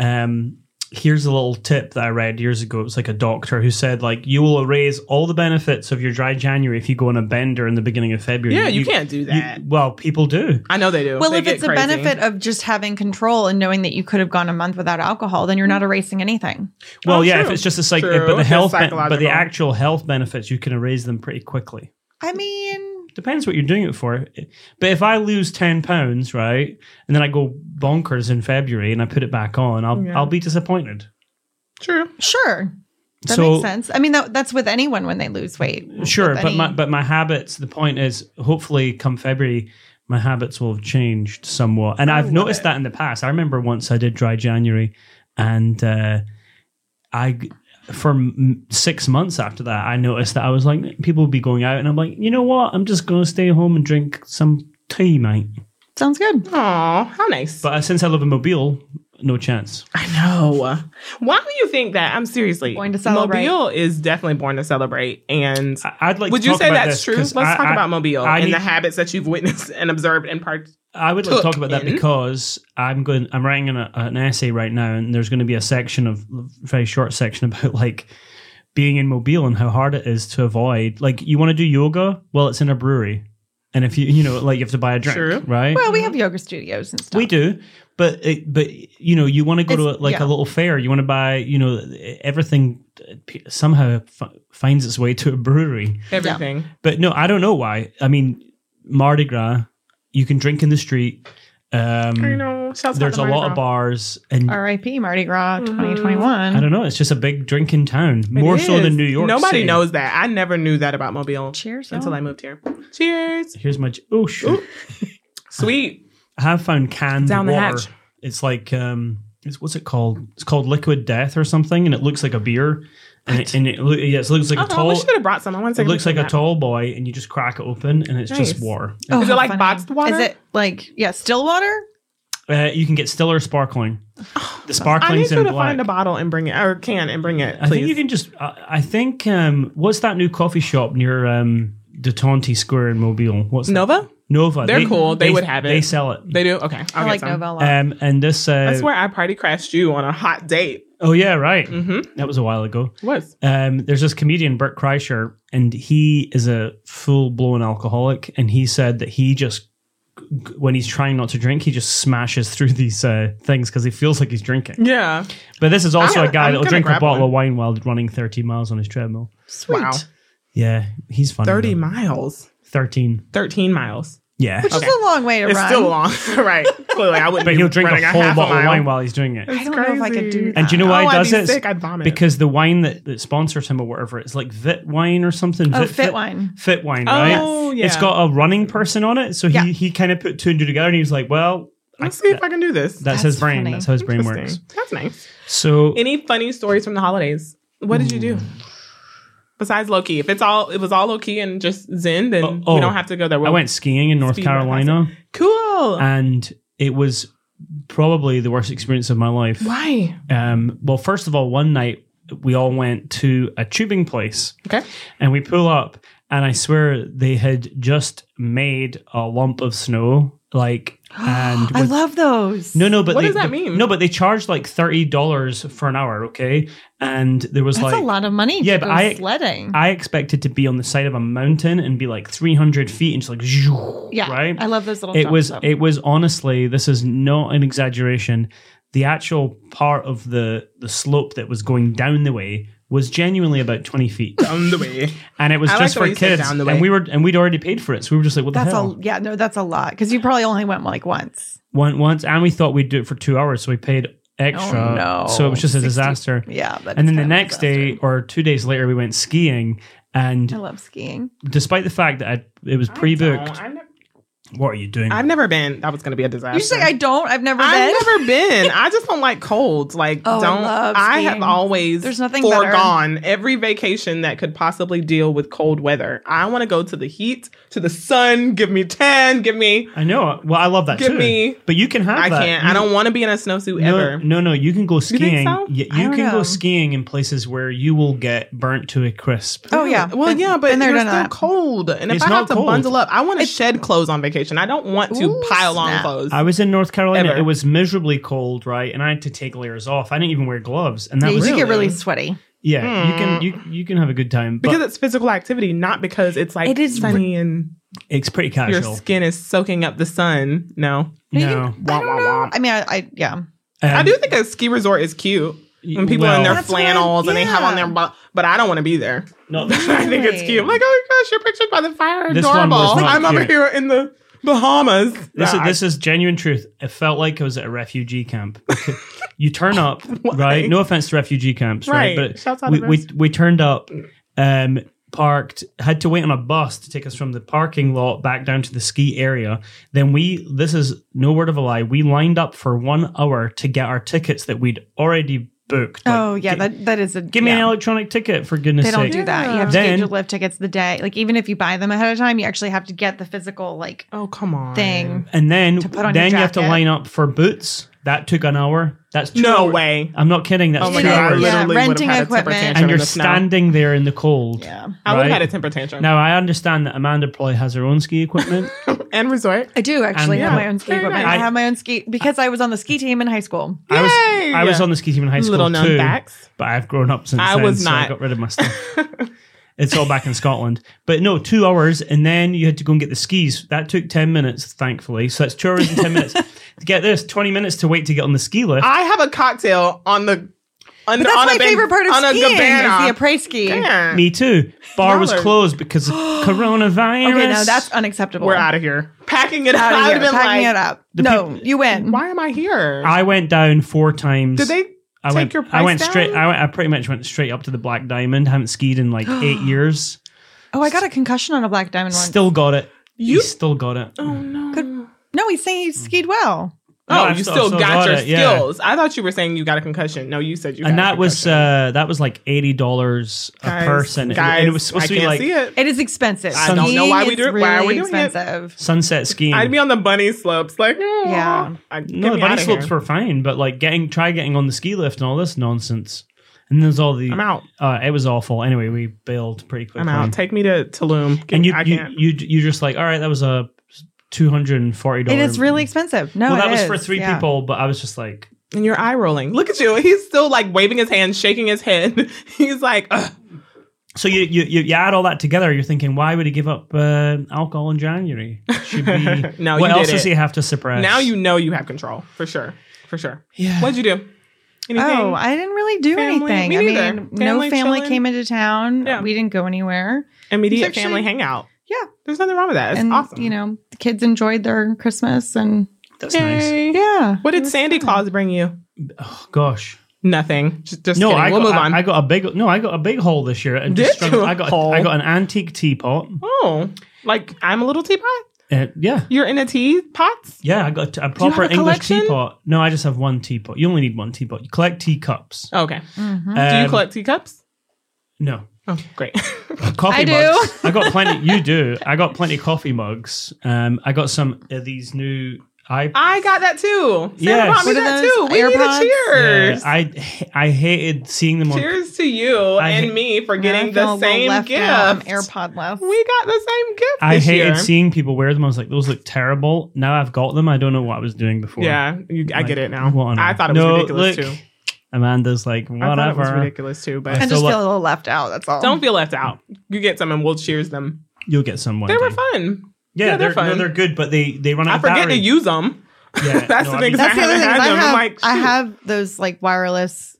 [SPEAKER 3] um, here's a little tip that I read years ago. It was like a doctor who said like you will erase all the benefits of your dry January if you go on a bender in the beginning of February.
[SPEAKER 1] yeah, you, can't do
[SPEAKER 3] you-
[SPEAKER 1] that.
[SPEAKER 3] well, people do.
[SPEAKER 1] I know they do.
[SPEAKER 2] Well,
[SPEAKER 1] They
[SPEAKER 2] if
[SPEAKER 1] get
[SPEAKER 2] it's a
[SPEAKER 1] crazy.
[SPEAKER 2] benefit of just having control and knowing that you could have gone a month without alcohol, then you're not erasing anything.
[SPEAKER 3] Well,
[SPEAKER 1] Oh,
[SPEAKER 3] yeah, if
[SPEAKER 1] true.
[SPEAKER 3] it's just a psych,
[SPEAKER 1] True.
[SPEAKER 3] but the
[SPEAKER 1] It's
[SPEAKER 3] health, ben- but the
[SPEAKER 1] psychological.
[SPEAKER 3] actual health benefits, you can erase them pretty quickly.
[SPEAKER 2] I mean,
[SPEAKER 3] Depends what you're doing it for. But if I lose ten pounds, right, and then I go bonkers in February and I put it back on, I'll
[SPEAKER 1] Yeah.
[SPEAKER 3] I'll be disappointed.
[SPEAKER 1] true.
[SPEAKER 2] sure, that
[SPEAKER 3] so
[SPEAKER 2] makes sense. I mean, that, that's with anyone when they lose weight.
[SPEAKER 3] sure,
[SPEAKER 2] With
[SPEAKER 3] but
[SPEAKER 2] any-
[SPEAKER 3] my but my habits. The point is, hopefully, come February, my habits will have changed somewhat. And
[SPEAKER 1] I
[SPEAKER 3] I've
[SPEAKER 1] love
[SPEAKER 3] noticed
[SPEAKER 1] it.
[SPEAKER 3] that in the past. I remember once I did dry January, and uh, I for m- six months after that, I noticed that I was like, people would be going out, and I'm like, you know what? I'm just going to stay home and drink some tea, mate.
[SPEAKER 2] sounds good.
[SPEAKER 1] Aw, how nice.
[SPEAKER 3] But uh, since I live in Mobile, no chance.
[SPEAKER 1] I know. Why do you think that? I'm seriously
[SPEAKER 2] Born to celebrate.
[SPEAKER 1] Mobile is definitely born to celebrate, and
[SPEAKER 3] I- I'd like.
[SPEAKER 1] would
[SPEAKER 3] to
[SPEAKER 1] you
[SPEAKER 3] talk
[SPEAKER 1] say
[SPEAKER 3] about
[SPEAKER 1] that's
[SPEAKER 3] this
[SPEAKER 1] true?
[SPEAKER 3] 'cause
[SPEAKER 1] Let's
[SPEAKER 3] I-
[SPEAKER 1] talk
[SPEAKER 3] I-
[SPEAKER 1] about Mobile
[SPEAKER 3] I
[SPEAKER 1] and the
[SPEAKER 3] need-
[SPEAKER 1] habits that you've witnessed and observed and part.
[SPEAKER 3] I would like to
[SPEAKER 1] took
[SPEAKER 3] talk about that
[SPEAKER 1] in.
[SPEAKER 3] because I'm going. I'm writing an, an essay right now, and there's going to be a section of very short section about like being in Mobile and how hard it is to avoid. Like, you want to do yoga? Well, it's in a brewery, and if you you know, like, you have to buy a drink,
[SPEAKER 1] True.
[SPEAKER 3] right?
[SPEAKER 2] Well, we have yoga studios and stuff.
[SPEAKER 3] we do, but it, but you know, you want to go to
[SPEAKER 2] It's-
[SPEAKER 3] like
[SPEAKER 2] yeah.
[SPEAKER 3] a little fair. You want to buy, you know, everything uh, p- somehow f- finds its way to a brewery.
[SPEAKER 1] Everything.
[SPEAKER 3] But no, I don't know why. I mean, Mardi Gras, you can drink in the street. Um,
[SPEAKER 1] I know. Shouts out
[SPEAKER 3] There's
[SPEAKER 1] to
[SPEAKER 3] a
[SPEAKER 1] Mardi
[SPEAKER 3] lot of
[SPEAKER 1] Gras. Um,
[SPEAKER 3] bars, and
[SPEAKER 2] R.I.P. Mardi Gras
[SPEAKER 1] Mhm.
[SPEAKER 2] 2021.
[SPEAKER 3] I don't know. It's just a big drinking town,
[SPEAKER 1] It
[SPEAKER 3] more so
[SPEAKER 1] is.
[SPEAKER 3] than New York.
[SPEAKER 1] Nobody
[SPEAKER 3] City.
[SPEAKER 1] knows that. I never knew that about Mobile
[SPEAKER 2] Cheers.
[SPEAKER 1] until
[SPEAKER 2] y'all.
[SPEAKER 1] I moved here. Cheers.
[SPEAKER 3] Here's my oh shoot.
[SPEAKER 1] Ooh. Sweet.
[SPEAKER 3] I have found canned
[SPEAKER 1] Down the
[SPEAKER 3] water.
[SPEAKER 1] hatch.
[SPEAKER 3] It's like um, it's what's it called? It's called Liquid Death or something, and it looks like a beer, and it, and it, loo- yeah, it looks like
[SPEAKER 1] Oh,
[SPEAKER 3] a tall.
[SPEAKER 1] we should have brought some. I want to
[SPEAKER 3] It
[SPEAKER 1] take
[SPEAKER 3] looks like a
[SPEAKER 1] picture of
[SPEAKER 3] tall boy, and you just crack it open, and it's just
[SPEAKER 1] Nice.
[SPEAKER 3] water.
[SPEAKER 2] Oh,
[SPEAKER 1] Is it
[SPEAKER 2] how
[SPEAKER 1] like boxed water?
[SPEAKER 2] Is it like yeah, still water?
[SPEAKER 3] Uh, you can get still or sparkling. The
[SPEAKER 1] that. Oh, I need
[SPEAKER 3] sparkling's
[SPEAKER 1] you
[SPEAKER 3] in
[SPEAKER 1] to
[SPEAKER 3] black.
[SPEAKER 1] find a bottle and bring it, or can and bring it,
[SPEAKER 3] I think you
[SPEAKER 1] please.
[SPEAKER 3] can just. uh, I, I think um, what's that new coffee shop near um, Datonti Square in Mobile? What's that?
[SPEAKER 1] Nova?
[SPEAKER 3] Nova?
[SPEAKER 1] They're cool. They would have it.
[SPEAKER 3] They sell it.
[SPEAKER 1] They do? Okay. I'll
[SPEAKER 2] I
[SPEAKER 1] get
[SPEAKER 2] like
[SPEAKER 1] some.
[SPEAKER 2] Nova a lot.
[SPEAKER 3] Um, and this.
[SPEAKER 1] That's
[SPEAKER 3] Uh,
[SPEAKER 1] where I party crashed you on a hot date.
[SPEAKER 3] oh yeah, right.
[SPEAKER 1] Mm-hmm.
[SPEAKER 3] That was a while ago.
[SPEAKER 1] Was.
[SPEAKER 3] Um, there's this comedian Bert Kreischer, and he is a full blown alcoholic, and he said that he just when he's trying not to drink, he just smashes through these uh, things because he feels like he's drinking.
[SPEAKER 1] Yeah.
[SPEAKER 3] But this is also
[SPEAKER 1] I'm-
[SPEAKER 3] a guy
[SPEAKER 1] I'm
[SPEAKER 3] that'll
[SPEAKER 1] gonna
[SPEAKER 3] drink a
[SPEAKER 1] grab
[SPEAKER 3] bottle
[SPEAKER 1] one.
[SPEAKER 3] of wine while running 30 miles on his treadmill.
[SPEAKER 2] Sweet.
[SPEAKER 1] Wow.
[SPEAKER 3] Yeah, he's funny.
[SPEAKER 1] 30
[SPEAKER 3] though.
[SPEAKER 1] miles.
[SPEAKER 3] 13.
[SPEAKER 1] 13 miles.
[SPEAKER 3] Yeah.
[SPEAKER 2] Which
[SPEAKER 1] Okay.
[SPEAKER 2] is a long way to
[SPEAKER 1] It's
[SPEAKER 2] run.
[SPEAKER 1] still long. right. Clearly, I wouldn't
[SPEAKER 3] But
[SPEAKER 1] be
[SPEAKER 3] he'll drink
[SPEAKER 1] running
[SPEAKER 3] a whole
[SPEAKER 1] half
[SPEAKER 3] bottle of
[SPEAKER 1] mile.
[SPEAKER 3] wine while he's doing it.
[SPEAKER 2] I don't know if I could do
[SPEAKER 1] It's
[SPEAKER 2] that.
[SPEAKER 3] And do you know why
[SPEAKER 1] oh,
[SPEAKER 3] he does
[SPEAKER 1] I'd
[SPEAKER 3] it?
[SPEAKER 1] be sick. I'd vomit.
[SPEAKER 3] Because the wine that, that sponsors him or whatever, it's like Vit wine or something.
[SPEAKER 2] Oh, fit wine.
[SPEAKER 3] Fit wine, right?
[SPEAKER 1] oh, yeah.
[SPEAKER 3] It's got a running person on it. So he,
[SPEAKER 2] Yeah.
[SPEAKER 3] he kind of put two and two together and he was like, well,
[SPEAKER 1] Let's see if I can do this.
[SPEAKER 3] that's,
[SPEAKER 2] That's
[SPEAKER 3] his brain.
[SPEAKER 2] funny.
[SPEAKER 3] That's how his brain
[SPEAKER 1] Interesting.
[SPEAKER 3] works.
[SPEAKER 1] That's nice.
[SPEAKER 3] So,
[SPEAKER 1] Any funny stories from the holidays? What did you do?
[SPEAKER 3] Hmm.
[SPEAKER 1] Besides low key, if it's all it was all low key and just zen, then
[SPEAKER 3] Oh, oh.
[SPEAKER 1] we don't have to go there.
[SPEAKER 3] I went skiing in North
[SPEAKER 1] Speed run,
[SPEAKER 3] Carolina
[SPEAKER 1] cool.
[SPEAKER 3] and it was probably the worst experience of my life.
[SPEAKER 1] Why?
[SPEAKER 3] Um, well, first of all, one night we all went to a tubing place
[SPEAKER 1] Okay.
[SPEAKER 3] and we pull up and I swear they had just made a lump of snow, like and
[SPEAKER 2] I
[SPEAKER 3] with-
[SPEAKER 2] love those.
[SPEAKER 3] no, no, but
[SPEAKER 1] What
[SPEAKER 3] they,
[SPEAKER 1] does that
[SPEAKER 3] they-
[SPEAKER 1] mean?
[SPEAKER 3] No, but they charged like thirty dollars for an hour, okay? And there was
[SPEAKER 2] that's
[SPEAKER 3] like
[SPEAKER 2] a lot of money.
[SPEAKER 3] Yeah,
[SPEAKER 2] to
[SPEAKER 3] but
[SPEAKER 2] go
[SPEAKER 3] I-
[SPEAKER 2] sledding.
[SPEAKER 3] I expected to be on the side of a mountain and be like 300 feet and just like, zhoo,
[SPEAKER 2] yeah,
[SPEAKER 3] right?
[SPEAKER 2] I love those little.
[SPEAKER 3] It
[SPEAKER 2] jumps,
[SPEAKER 3] was,
[SPEAKER 2] though.
[SPEAKER 3] it was honestly, this is not an exaggeration. The actual part of the, the slope that was going down the way was genuinely about 20 feet.
[SPEAKER 1] On the way.
[SPEAKER 3] And it was
[SPEAKER 1] I like
[SPEAKER 3] just
[SPEAKER 1] the way
[SPEAKER 3] for
[SPEAKER 1] you said
[SPEAKER 3] kids.
[SPEAKER 1] down the way.
[SPEAKER 3] And we were, and we'd already paid for it. So we were just like, what the
[SPEAKER 2] that's
[SPEAKER 3] hell?
[SPEAKER 2] a yeah. No, that's a lot because you probably only went like once.
[SPEAKER 3] One, once, and we thought we'd do it for two hours. So we paid extra.
[SPEAKER 1] Oh,
[SPEAKER 2] no.
[SPEAKER 3] So it was just a
[SPEAKER 2] 60
[SPEAKER 3] disaster.
[SPEAKER 2] Yeah, but
[SPEAKER 3] And
[SPEAKER 2] it's
[SPEAKER 3] then
[SPEAKER 2] kind
[SPEAKER 3] the
[SPEAKER 2] of
[SPEAKER 3] next
[SPEAKER 2] disaster.
[SPEAKER 3] day or two days later, we went skiing.
[SPEAKER 2] I
[SPEAKER 3] And
[SPEAKER 2] love skiing.
[SPEAKER 3] despite the fact that I, it was pre booked,
[SPEAKER 1] I've never,
[SPEAKER 3] What are you doing?
[SPEAKER 1] I've never been. That was going to be a disaster.
[SPEAKER 2] You say I don't. I've never
[SPEAKER 1] I've
[SPEAKER 2] been.
[SPEAKER 1] never been. I just don't like colds. Like,
[SPEAKER 2] Oh, I
[SPEAKER 1] don't. I,
[SPEAKER 2] love
[SPEAKER 1] have
[SPEAKER 2] skiing.
[SPEAKER 1] always
[SPEAKER 2] There's nothing better.
[SPEAKER 1] foregone every vacation that could possibly deal with cold weather. I want to go to the heat, to the sun. Give me tan. Give me.
[SPEAKER 3] I know. Well, I love that
[SPEAKER 1] Give
[SPEAKER 3] too.
[SPEAKER 1] me-
[SPEAKER 3] but you can have
[SPEAKER 1] I
[SPEAKER 3] that.
[SPEAKER 1] can't.
[SPEAKER 3] You-
[SPEAKER 1] I don't want to be in a snowsuit
[SPEAKER 3] No,
[SPEAKER 1] ever.
[SPEAKER 3] no, no. You can go
[SPEAKER 1] think
[SPEAKER 3] skiing.
[SPEAKER 1] so?
[SPEAKER 3] Yeah,
[SPEAKER 2] I
[SPEAKER 3] you
[SPEAKER 2] don't
[SPEAKER 3] can
[SPEAKER 2] know.
[SPEAKER 3] go skiing in places where you will get burnt to a crisp.
[SPEAKER 2] Oh yeah.
[SPEAKER 1] Well,
[SPEAKER 2] Been-
[SPEAKER 1] yeah, but
[SPEAKER 2] been there,
[SPEAKER 1] you're
[SPEAKER 2] done
[SPEAKER 1] still
[SPEAKER 2] that.
[SPEAKER 1] cold, and if
[SPEAKER 3] It's
[SPEAKER 1] I
[SPEAKER 3] not
[SPEAKER 1] have to
[SPEAKER 3] cold.
[SPEAKER 1] bundle up, I want to shed clothes on vacation. I don't want to
[SPEAKER 2] Ooh,
[SPEAKER 1] pile on
[SPEAKER 2] snap.
[SPEAKER 1] clothes.
[SPEAKER 3] I was in North Carolina.
[SPEAKER 1] Ever.
[SPEAKER 3] It was miserably cold, right? And I had to take layers off. I didn't even wear gloves, and that
[SPEAKER 2] Yeah,
[SPEAKER 3] was
[SPEAKER 2] you get
[SPEAKER 1] Really?
[SPEAKER 2] really sweaty.
[SPEAKER 3] yeah. You
[SPEAKER 1] Hmm.
[SPEAKER 3] can you you can have a good time, but
[SPEAKER 1] because it's physical activity, not because it's like
[SPEAKER 2] It is
[SPEAKER 1] sunny and
[SPEAKER 3] it's pretty
[SPEAKER 1] your
[SPEAKER 3] casual.
[SPEAKER 1] skin is soaking up the sun. No,
[SPEAKER 2] No, you
[SPEAKER 3] No,
[SPEAKER 2] I don't know. I mean, I, I yeah.
[SPEAKER 1] I do think a ski resort is cute when people are in their
[SPEAKER 2] That's what I-
[SPEAKER 1] flannels and they have on their,
[SPEAKER 2] yeah.
[SPEAKER 1] bo- but I don't want to be there.
[SPEAKER 3] No,
[SPEAKER 1] I think it's cute. I'm like, oh my gosh, your pictures by the fire are
[SPEAKER 3] This one
[SPEAKER 1] adorable.
[SPEAKER 3] was not
[SPEAKER 1] I'm over
[SPEAKER 3] cute.
[SPEAKER 1] here in the Bahamas.
[SPEAKER 3] This,
[SPEAKER 1] Nah, I-
[SPEAKER 3] is, this is genuine truth. It felt like I was at a refugee camp. you turn up,
[SPEAKER 1] Why?
[SPEAKER 3] right? No offense to refugee camps, right?
[SPEAKER 1] Right. Shouts
[SPEAKER 3] But
[SPEAKER 1] out
[SPEAKER 3] we,
[SPEAKER 1] to
[SPEAKER 3] we,
[SPEAKER 1] those.
[SPEAKER 3] we turned up, um, parked, had to wait on a bus to take us from the parking lot back down to the ski area. Then we, this is no word of a lie, we lined up for one hour to get our tickets that we'd already booked. Like,
[SPEAKER 2] oh yeah,
[SPEAKER 3] gi-
[SPEAKER 2] that that is a
[SPEAKER 3] give me
[SPEAKER 2] yeah.
[SPEAKER 3] an electronic ticket for goodness
[SPEAKER 2] They don't
[SPEAKER 3] sake.
[SPEAKER 2] do that. You have to
[SPEAKER 3] Then-
[SPEAKER 2] get your lift tickets the day. Like even if you buy them ahead of time, you actually have to get the physical like
[SPEAKER 1] oh come on
[SPEAKER 2] thing.
[SPEAKER 3] And then,
[SPEAKER 2] To put on your
[SPEAKER 3] then you have to
[SPEAKER 2] jacket.
[SPEAKER 3] line up for boots. That took an hour. That's two
[SPEAKER 1] No
[SPEAKER 3] hours.
[SPEAKER 1] way.
[SPEAKER 3] I'm not kidding. That's
[SPEAKER 1] Oh
[SPEAKER 3] two
[SPEAKER 1] my god! I
[SPEAKER 3] hours.
[SPEAKER 1] literally
[SPEAKER 2] Yeah,
[SPEAKER 1] would have
[SPEAKER 2] renting
[SPEAKER 1] had a temper
[SPEAKER 2] equipment.
[SPEAKER 1] tantrum
[SPEAKER 3] and
[SPEAKER 1] in
[SPEAKER 3] you're
[SPEAKER 1] the snow.
[SPEAKER 3] standing there in the cold.
[SPEAKER 1] I
[SPEAKER 2] Yeah.
[SPEAKER 1] would have
[SPEAKER 3] right?
[SPEAKER 1] had a temper tantrum.
[SPEAKER 3] Now I understand that Amanda probably has her own ski equipment.
[SPEAKER 1] And resort.
[SPEAKER 2] I do actually
[SPEAKER 3] And-
[SPEAKER 2] have
[SPEAKER 1] Yeah,
[SPEAKER 2] my own ski
[SPEAKER 1] very
[SPEAKER 2] equipment.
[SPEAKER 3] nice.
[SPEAKER 2] I have my own ski because I was on the ski team in high school.
[SPEAKER 3] I was
[SPEAKER 1] Yay!
[SPEAKER 3] I was on the ski team in high school
[SPEAKER 1] Little known
[SPEAKER 3] too,
[SPEAKER 1] facts.
[SPEAKER 3] but I've grown up since.
[SPEAKER 1] I
[SPEAKER 3] then,
[SPEAKER 1] was
[SPEAKER 3] so
[SPEAKER 1] not.
[SPEAKER 3] I got rid of my stuff. it's all back in Scotland. But no, two hours, and then you had to go and get the skis. That took ten minutes, thankfully. So that's two hours and ten minutes to get this. Twenty minutes to wait to get on the ski lift.
[SPEAKER 1] I have a cocktail on the. On,
[SPEAKER 2] But that's
[SPEAKER 1] on
[SPEAKER 2] my
[SPEAKER 1] a ban-
[SPEAKER 2] favorite part of
[SPEAKER 1] on a
[SPEAKER 2] skiing
[SPEAKER 1] cabana.
[SPEAKER 2] is the après ski.
[SPEAKER 1] Yeah.
[SPEAKER 3] Me too. Bar was
[SPEAKER 1] Dollars.
[SPEAKER 3] closed because of coronavirus.
[SPEAKER 2] Okay, now that's unacceptable.
[SPEAKER 1] We're out of here. Packing it
[SPEAKER 2] Out
[SPEAKER 1] up.
[SPEAKER 2] of
[SPEAKER 1] I
[SPEAKER 2] here.
[SPEAKER 1] would have been
[SPEAKER 2] Packing it
[SPEAKER 1] like,
[SPEAKER 2] up. No, you win.
[SPEAKER 1] why am I here?
[SPEAKER 3] I went down four times.
[SPEAKER 1] Did they
[SPEAKER 3] I
[SPEAKER 1] take
[SPEAKER 3] went,
[SPEAKER 1] your
[SPEAKER 3] I
[SPEAKER 1] price
[SPEAKER 3] went straight.
[SPEAKER 1] down?
[SPEAKER 3] I, went, I pretty much went straight up to the Black Diamond. Haven't skied in like eight years.
[SPEAKER 2] Oh, I got a concussion on a black diamond one.
[SPEAKER 3] Still got it.
[SPEAKER 1] You-
[SPEAKER 3] You still got it.
[SPEAKER 1] oh no.
[SPEAKER 2] Good- No, he's saying he skied well.
[SPEAKER 1] Oh,
[SPEAKER 3] I've
[SPEAKER 1] you
[SPEAKER 3] still-
[SPEAKER 1] still,
[SPEAKER 3] I've still
[SPEAKER 1] got,
[SPEAKER 3] got
[SPEAKER 1] your
[SPEAKER 3] it, yeah.
[SPEAKER 1] skills. I thought you were saying you got a concussion. No, you said you.
[SPEAKER 3] and
[SPEAKER 1] got a
[SPEAKER 3] that was
[SPEAKER 1] concussion.
[SPEAKER 3] uh, that was like eighty dollars a
[SPEAKER 1] Guys,
[SPEAKER 3] person, And-
[SPEAKER 1] Guys,
[SPEAKER 3] and it was
[SPEAKER 1] I
[SPEAKER 3] supposed to be
[SPEAKER 1] can't
[SPEAKER 3] like
[SPEAKER 1] see it.
[SPEAKER 2] It is expensive.
[SPEAKER 1] I don't know
[SPEAKER 2] Skiing
[SPEAKER 1] why we
[SPEAKER 2] is
[SPEAKER 1] do it- why are we doing it?
[SPEAKER 2] expensive.
[SPEAKER 3] sunset skiing.
[SPEAKER 1] I'd be on the bunny slopes, like
[SPEAKER 2] Yeah.
[SPEAKER 1] yeah. I, get
[SPEAKER 3] no,
[SPEAKER 1] me
[SPEAKER 3] the bunny
[SPEAKER 1] outta
[SPEAKER 3] slopes
[SPEAKER 1] here.
[SPEAKER 3] were fine, but like getting try getting on the ski lift and all this nonsense. And there's all the
[SPEAKER 1] I'm out.
[SPEAKER 3] Uh, it was awful. Anyway, we bailed pretty quickly.
[SPEAKER 1] I'm out. Take me to Tulum.
[SPEAKER 3] And you
[SPEAKER 1] I
[SPEAKER 3] you,
[SPEAKER 1] can't.
[SPEAKER 3] you you just like all right, that was a two hundred and forty
[SPEAKER 2] It
[SPEAKER 3] dollars.
[SPEAKER 2] is really expensive. No,
[SPEAKER 3] well,
[SPEAKER 2] it
[SPEAKER 3] that was
[SPEAKER 2] is.
[SPEAKER 3] for three
[SPEAKER 2] Yeah.
[SPEAKER 3] people, but I was just like,
[SPEAKER 1] and you're eye rolling. Look at you. He's still like waving his hand, shaking his head. He's like, Ugh.
[SPEAKER 3] So you, you you you add all that together, you're thinking, why would he give up uh, alcohol in January? Should be
[SPEAKER 1] No,
[SPEAKER 3] what
[SPEAKER 1] you
[SPEAKER 3] else
[SPEAKER 1] did
[SPEAKER 3] does
[SPEAKER 1] it.
[SPEAKER 3] he have to suppress?
[SPEAKER 1] now you know you have control for sure, for sure.
[SPEAKER 3] Yeah.
[SPEAKER 1] What'd you do? Anything?
[SPEAKER 2] Oh, I didn't really do
[SPEAKER 1] Family?
[SPEAKER 2] anything.
[SPEAKER 1] Me
[SPEAKER 2] I mean,
[SPEAKER 1] neither. Family
[SPEAKER 2] no family
[SPEAKER 1] chilling.
[SPEAKER 2] came into town.
[SPEAKER 1] Yeah.
[SPEAKER 2] We didn't go anywhere.
[SPEAKER 1] Immediate
[SPEAKER 2] actually-
[SPEAKER 1] family hangout.
[SPEAKER 2] Yeah.
[SPEAKER 1] There's nothing wrong with that. It's
[SPEAKER 2] and
[SPEAKER 1] awesome.
[SPEAKER 2] you know, the kids enjoyed their Christmas and
[SPEAKER 3] That's nice.
[SPEAKER 1] Yay.
[SPEAKER 2] yeah.
[SPEAKER 1] What did Sandy Claus bring you?
[SPEAKER 3] Oh, gosh.
[SPEAKER 1] Nothing. Just, just
[SPEAKER 3] No,
[SPEAKER 1] kidding.
[SPEAKER 3] I
[SPEAKER 1] we'll
[SPEAKER 3] got,
[SPEAKER 1] move
[SPEAKER 3] I-
[SPEAKER 1] on.
[SPEAKER 3] I, got a big no, I got a big haul this year. And
[SPEAKER 1] Did
[SPEAKER 3] just strung-
[SPEAKER 1] you?
[SPEAKER 3] I got
[SPEAKER 1] Haul?
[SPEAKER 3] I got an antique teapot.
[SPEAKER 1] oh, like I'm a little teapot.
[SPEAKER 3] Uh, yeah.
[SPEAKER 1] You're in a teapot.
[SPEAKER 3] Yeah, I got a
[SPEAKER 1] have
[SPEAKER 3] proper
[SPEAKER 1] a
[SPEAKER 3] English
[SPEAKER 1] collection?
[SPEAKER 3] teapot. No, I just have one teapot. You only need one teapot. You collect teacups.
[SPEAKER 1] Okay.
[SPEAKER 2] Mhm.
[SPEAKER 1] Do you
[SPEAKER 3] Um,
[SPEAKER 1] collect teacups?
[SPEAKER 3] No.
[SPEAKER 1] Oh, great.
[SPEAKER 3] coffee
[SPEAKER 2] I do.
[SPEAKER 3] mugs. I got plenty. You do. I got plenty of coffee mugs. Um, I got some of these new I
[SPEAKER 1] I got that too. Sam
[SPEAKER 3] Yes.
[SPEAKER 1] bought me
[SPEAKER 2] What are
[SPEAKER 1] that
[SPEAKER 2] those?
[SPEAKER 1] too. We
[SPEAKER 2] AirPods?
[SPEAKER 1] need a
[SPEAKER 3] yeah,
[SPEAKER 1] cheers.
[SPEAKER 3] I I hated seeing them on.
[SPEAKER 1] cheers to you
[SPEAKER 3] I
[SPEAKER 1] and
[SPEAKER 3] hate-
[SPEAKER 1] me for
[SPEAKER 2] Yeah, I
[SPEAKER 1] getting
[SPEAKER 2] feel a
[SPEAKER 1] the
[SPEAKER 2] little
[SPEAKER 1] same
[SPEAKER 2] left
[SPEAKER 1] gift.
[SPEAKER 2] out. I'm AirPod left.
[SPEAKER 1] we got the same gift.
[SPEAKER 3] I
[SPEAKER 1] this
[SPEAKER 3] hated
[SPEAKER 1] year.
[SPEAKER 3] seeing people wear them. I was like, those look terrible. Now I've got them. I don't know what I was doing before.
[SPEAKER 1] Yeah, you, I
[SPEAKER 3] Like,
[SPEAKER 1] get it now.
[SPEAKER 3] what on
[SPEAKER 1] I
[SPEAKER 3] earth?
[SPEAKER 1] thought it was
[SPEAKER 3] No,
[SPEAKER 1] ridiculous
[SPEAKER 3] look,
[SPEAKER 1] too.
[SPEAKER 3] Amanda's like,
[SPEAKER 1] I thought it was
[SPEAKER 3] whatever.
[SPEAKER 1] ridiculous too,
[SPEAKER 2] I
[SPEAKER 1] but
[SPEAKER 3] So
[SPEAKER 2] just
[SPEAKER 3] what-
[SPEAKER 2] feel a little left out. That's all.
[SPEAKER 1] don't feel left out. You get some and we'll cheers them.
[SPEAKER 3] You'll get someone.
[SPEAKER 1] They were fun.
[SPEAKER 3] Yeah,
[SPEAKER 1] Yeah, they're
[SPEAKER 3] they're, no,
[SPEAKER 1] fine.
[SPEAKER 3] they're good, but they they run out
[SPEAKER 1] I
[SPEAKER 3] of
[SPEAKER 1] forget
[SPEAKER 3] battery.
[SPEAKER 1] to use them.
[SPEAKER 3] Yeah,
[SPEAKER 1] That's the
[SPEAKER 3] I
[SPEAKER 1] thing,
[SPEAKER 3] mean-
[SPEAKER 1] I
[SPEAKER 2] That's the
[SPEAKER 1] haven't
[SPEAKER 2] other thing. is
[SPEAKER 1] had
[SPEAKER 2] I
[SPEAKER 1] them. I'm
[SPEAKER 2] have
[SPEAKER 1] like,
[SPEAKER 2] I
[SPEAKER 1] shoot.
[SPEAKER 2] have those like wireless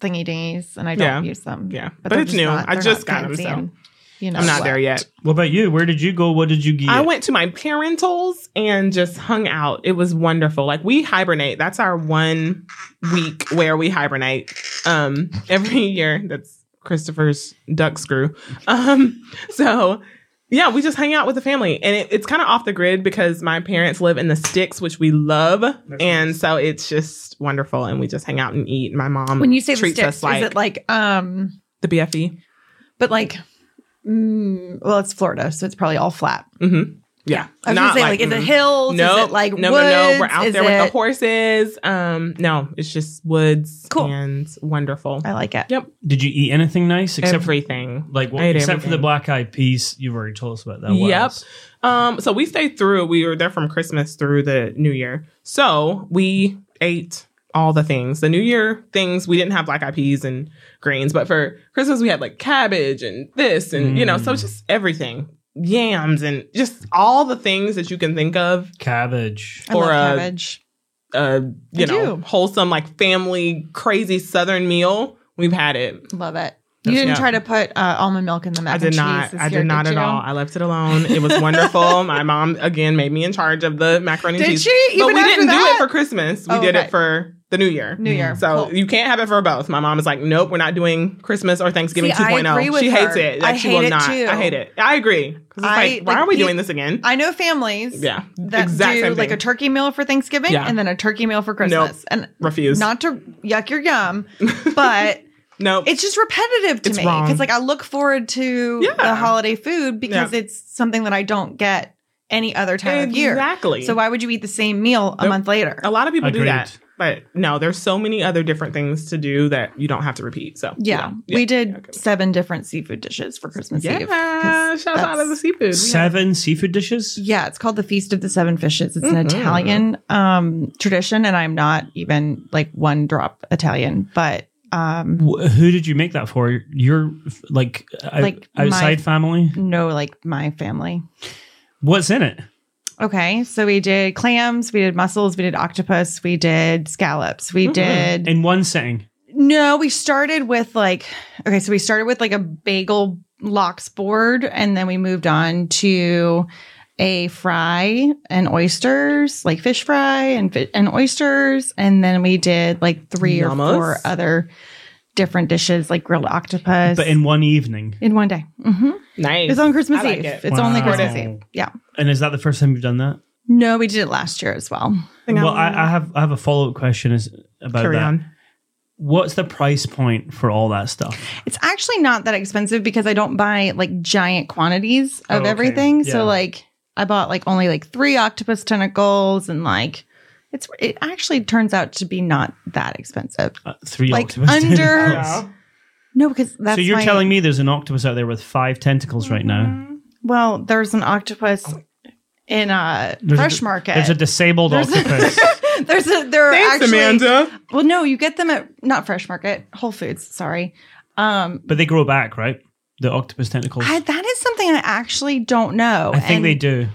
[SPEAKER 2] thingy dingies, and I don't
[SPEAKER 1] Yeah.
[SPEAKER 2] use them.
[SPEAKER 1] Yeah, but
[SPEAKER 2] they're
[SPEAKER 1] it's
[SPEAKER 2] just
[SPEAKER 1] new.
[SPEAKER 2] not-
[SPEAKER 1] I
[SPEAKER 2] they're
[SPEAKER 1] just
[SPEAKER 2] not
[SPEAKER 1] got 'em, so
[SPEAKER 2] fancy and, you know,
[SPEAKER 1] I'm not there
[SPEAKER 2] what.
[SPEAKER 1] yet.
[SPEAKER 3] What about you? Where did you go? What did you get?
[SPEAKER 1] I went to my parentals and just hung out. It was wonderful. Like we hibernate. That's our one week where we hibernate. Um, every year. That's Christopher's duck screw. Um, so yeah, we just hang out with the family, and it, it's kind of off the grid because my parents live in the sticks, which we love, and so it's just wonderful. And we just hang out and eat. My mom
[SPEAKER 2] When you say the
[SPEAKER 1] um, treats
[SPEAKER 2] sticks,
[SPEAKER 1] us like
[SPEAKER 2] is it like um,
[SPEAKER 1] the E. BFE.
[SPEAKER 2] but like, mm, well, it's Florida, so it's probably all flat.
[SPEAKER 1] hmm Yeah,
[SPEAKER 2] I was gonna say like, is it
[SPEAKER 1] mm.
[SPEAKER 2] hills? is
[SPEAKER 1] Nope.
[SPEAKER 2] it like
[SPEAKER 1] no,
[SPEAKER 2] woods?
[SPEAKER 1] no, no. We're out
[SPEAKER 2] Is
[SPEAKER 1] there with the
[SPEAKER 2] it-
[SPEAKER 1] horses. Um, no, it's just woods.
[SPEAKER 2] Cool.
[SPEAKER 1] and wonderful.
[SPEAKER 2] I like it.
[SPEAKER 1] Yeah.
[SPEAKER 3] Did you eat anything nice except for
[SPEAKER 1] Everything.
[SPEAKER 3] like what,
[SPEAKER 1] I ate
[SPEAKER 3] except for the
[SPEAKER 1] everything.
[SPEAKER 3] black eyed peas? You've already told us about that. What
[SPEAKER 1] Yep.
[SPEAKER 3] else?
[SPEAKER 1] Um, so we stayed through. We were there from Christmas through the New Year. So we ate all the things. The New Year things we didn't have black eyed peas and greens, but for Christmas we had like cabbage and this and you know, so it's just everything, yams and just all the things that you can think of
[SPEAKER 3] cabbage.
[SPEAKER 2] I
[SPEAKER 1] Or,
[SPEAKER 2] love
[SPEAKER 1] uh,
[SPEAKER 2] cabbage.
[SPEAKER 1] uh, you
[SPEAKER 2] I
[SPEAKER 1] know,
[SPEAKER 2] do.
[SPEAKER 1] wholesome, like family, crazy Southern meal. We've had it.
[SPEAKER 2] Love it. You didn't
[SPEAKER 1] yeah.
[SPEAKER 2] try to put uh, almond milk in the mac
[SPEAKER 1] I did
[SPEAKER 2] and
[SPEAKER 1] not.
[SPEAKER 2] cheese this
[SPEAKER 1] I
[SPEAKER 2] year,
[SPEAKER 1] did not at
[SPEAKER 2] you?
[SPEAKER 1] all. I left it alone. It was wonderful. My mom again made me in charge of the macaroni and
[SPEAKER 2] Did
[SPEAKER 1] cheese.
[SPEAKER 2] she?
[SPEAKER 1] but
[SPEAKER 2] Even
[SPEAKER 1] we didn't
[SPEAKER 2] after
[SPEAKER 1] do
[SPEAKER 2] that?
[SPEAKER 1] it for Christmas. We
[SPEAKER 2] Oh,
[SPEAKER 1] did
[SPEAKER 2] okay.
[SPEAKER 1] it for the New Year.
[SPEAKER 2] New Year.
[SPEAKER 1] So
[SPEAKER 2] Cool.
[SPEAKER 1] you can't have it for both. My mom is like, nope, we're not doing Christmas or Thanksgiving
[SPEAKER 2] See, I
[SPEAKER 1] 2.0.
[SPEAKER 2] agree with
[SPEAKER 1] she hates
[SPEAKER 2] her.
[SPEAKER 1] it. Like
[SPEAKER 2] I
[SPEAKER 1] she
[SPEAKER 2] hate
[SPEAKER 1] will
[SPEAKER 2] it,
[SPEAKER 1] not.
[SPEAKER 2] too.
[SPEAKER 1] I hate it. I agree. 'Cause it's
[SPEAKER 2] I-
[SPEAKER 1] like, why
[SPEAKER 2] like,
[SPEAKER 1] are we
[SPEAKER 2] you-
[SPEAKER 1] doing this again?
[SPEAKER 2] I know families
[SPEAKER 1] yeah,
[SPEAKER 2] that
[SPEAKER 1] exact
[SPEAKER 2] do
[SPEAKER 1] same
[SPEAKER 2] like a
[SPEAKER 1] thing.
[SPEAKER 2] turkey meal for Thanksgiving
[SPEAKER 1] Yeah.
[SPEAKER 2] and then a turkey meal for Christmas. And
[SPEAKER 1] refuse.
[SPEAKER 2] not to yuck your yum, but
[SPEAKER 1] nope.
[SPEAKER 2] it's just repetitive to
[SPEAKER 1] It's
[SPEAKER 2] me
[SPEAKER 1] wrong.
[SPEAKER 2] because like I look forward to
[SPEAKER 1] Yeah.
[SPEAKER 2] the holiday food because it's something that I don't get any other time of
[SPEAKER 1] exactly.
[SPEAKER 2] year. So why would you eat the same meal a
[SPEAKER 1] Nope.
[SPEAKER 2] month later?
[SPEAKER 1] A lot of people do
[SPEAKER 3] Agreed.
[SPEAKER 1] that. But no, there's so many other different things to do that you don't have to repeat. So
[SPEAKER 2] Yeah,
[SPEAKER 1] no.
[SPEAKER 2] we did
[SPEAKER 1] okay.
[SPEAKER 2] seven different seafood dishes for Christmas Eve.
[SPEAKER 1] Yeah,
[SPEAKER 2] 'cause
[SPEAKER 1] shout out to
[SPEAKER 2] that's-
[SPEAKER 1] the seafood. We had-
[SPEAKER 3] Seven seafood dishes.
[SPEAKER 2] Yeah, it's called the Feast of the Seven Fishes. It's an
[SPEAKER 1] Mhm.
[SPEAKER 2] Italian um, tradition, and I'm not even like one drop Italian, but um,
[SPEAKER 3] Wh- Who did you make that for? Your f- like, o-
[SPEAKER 2] Like my-
[SPEAKER 3] outside family.
[SPEAKER 2] no, like my family.
[SPEAKER 3] What's in it?
[SPEAKER 2] Okay, so we did clams, we did mussels, we did octopus, we did scallops, we did.
[SPEAKER 3] In one sitting.
[SPEAKER 2] No, we started with like okay, so we started with like a bagel lox board, and then we moved on to a fry and oysters, like fish fry and fi- and oysters, and then we did like three
[SPEAKER 1] Yummas.
[SPEAKER 2] or four other different dishes, like grilled octopus,
[SPEAKER 3] but in one evening.
[SPEAKER 2] in one day. hmm
[SPEAKER 1] nice.
[SPEAKER 2] It's on Christmas
[SPEAKER 1] I like
[SPEAKER 2] Eve.
[SPEAKER 1] it.
[SPEAKER 2] It's only
[SPEAKER 3] Wow.
[SPEAKER 2] Christmas Eve. Yeah.
[SPEAKER 3] And is that the first time you've done that?
[SPEAKER 2] No, we did it last year as well.
[SPEAKER 1] Hang
[SPEAKER 3] well,
[SPEAKER 1] on.
[SPEAKER 3] I, I have I have a follow up question is about
[SPEAKER 1] Carry
[SPEAKER 3] that.
[SPEAKER 1] on.
[SPEAKER 3] What's the price point for all that stuff?
[SPEAKER 2] It's actually not that expensive because I don't buy like giant quantities of
[SPEAKER 3] Oh, okay.
[SPEAKER 2] everything.
[SPEAKER 3] Yeah.
[SPEAKER 2] So like I bought like only like three octopus tentacles and like it's it actually turns out to be not that expensive.
[SPEAKER 3] Uh, three
[SPEAKER 2] Like,
[SPEAKER 3] octopus
[SPEAKER 2] under-
[SPEAKER 3] tentacles.
[SPEAKER 2] No, because that's
[SPEAKER 3] So you're
[SPEAKER 2] my- Mm-hmm.
[SPEAKER 3] telling me there's an octopus out there with five tentacles right now?
[SPEAKER 2] Well, there's an octopus in a
[SPEAKER 3] Oh. There's a-
[SPEAKER 2] fresh market.
[SPEAKER 3] There's a disabled octopus.
[SPEAKER 2] there's a there are
[SPEAKER 1] Thanks,
[SPEAKER 2] actually
[SPEAKER 1] Amanda.
[SPEAKER 2] well no you get them at not fresh market Whole Foods sorry um
[SPEAKER 3] but they grow back, right? The octopus tentacles.
[SPEAKER 2] I,
[SPEAKER 3] I,
[SPEAKER 2] that is something I actually don't know
[SPEAKER 3] think
[SPEAKER 2] And-
[SPEAKER 3] they do.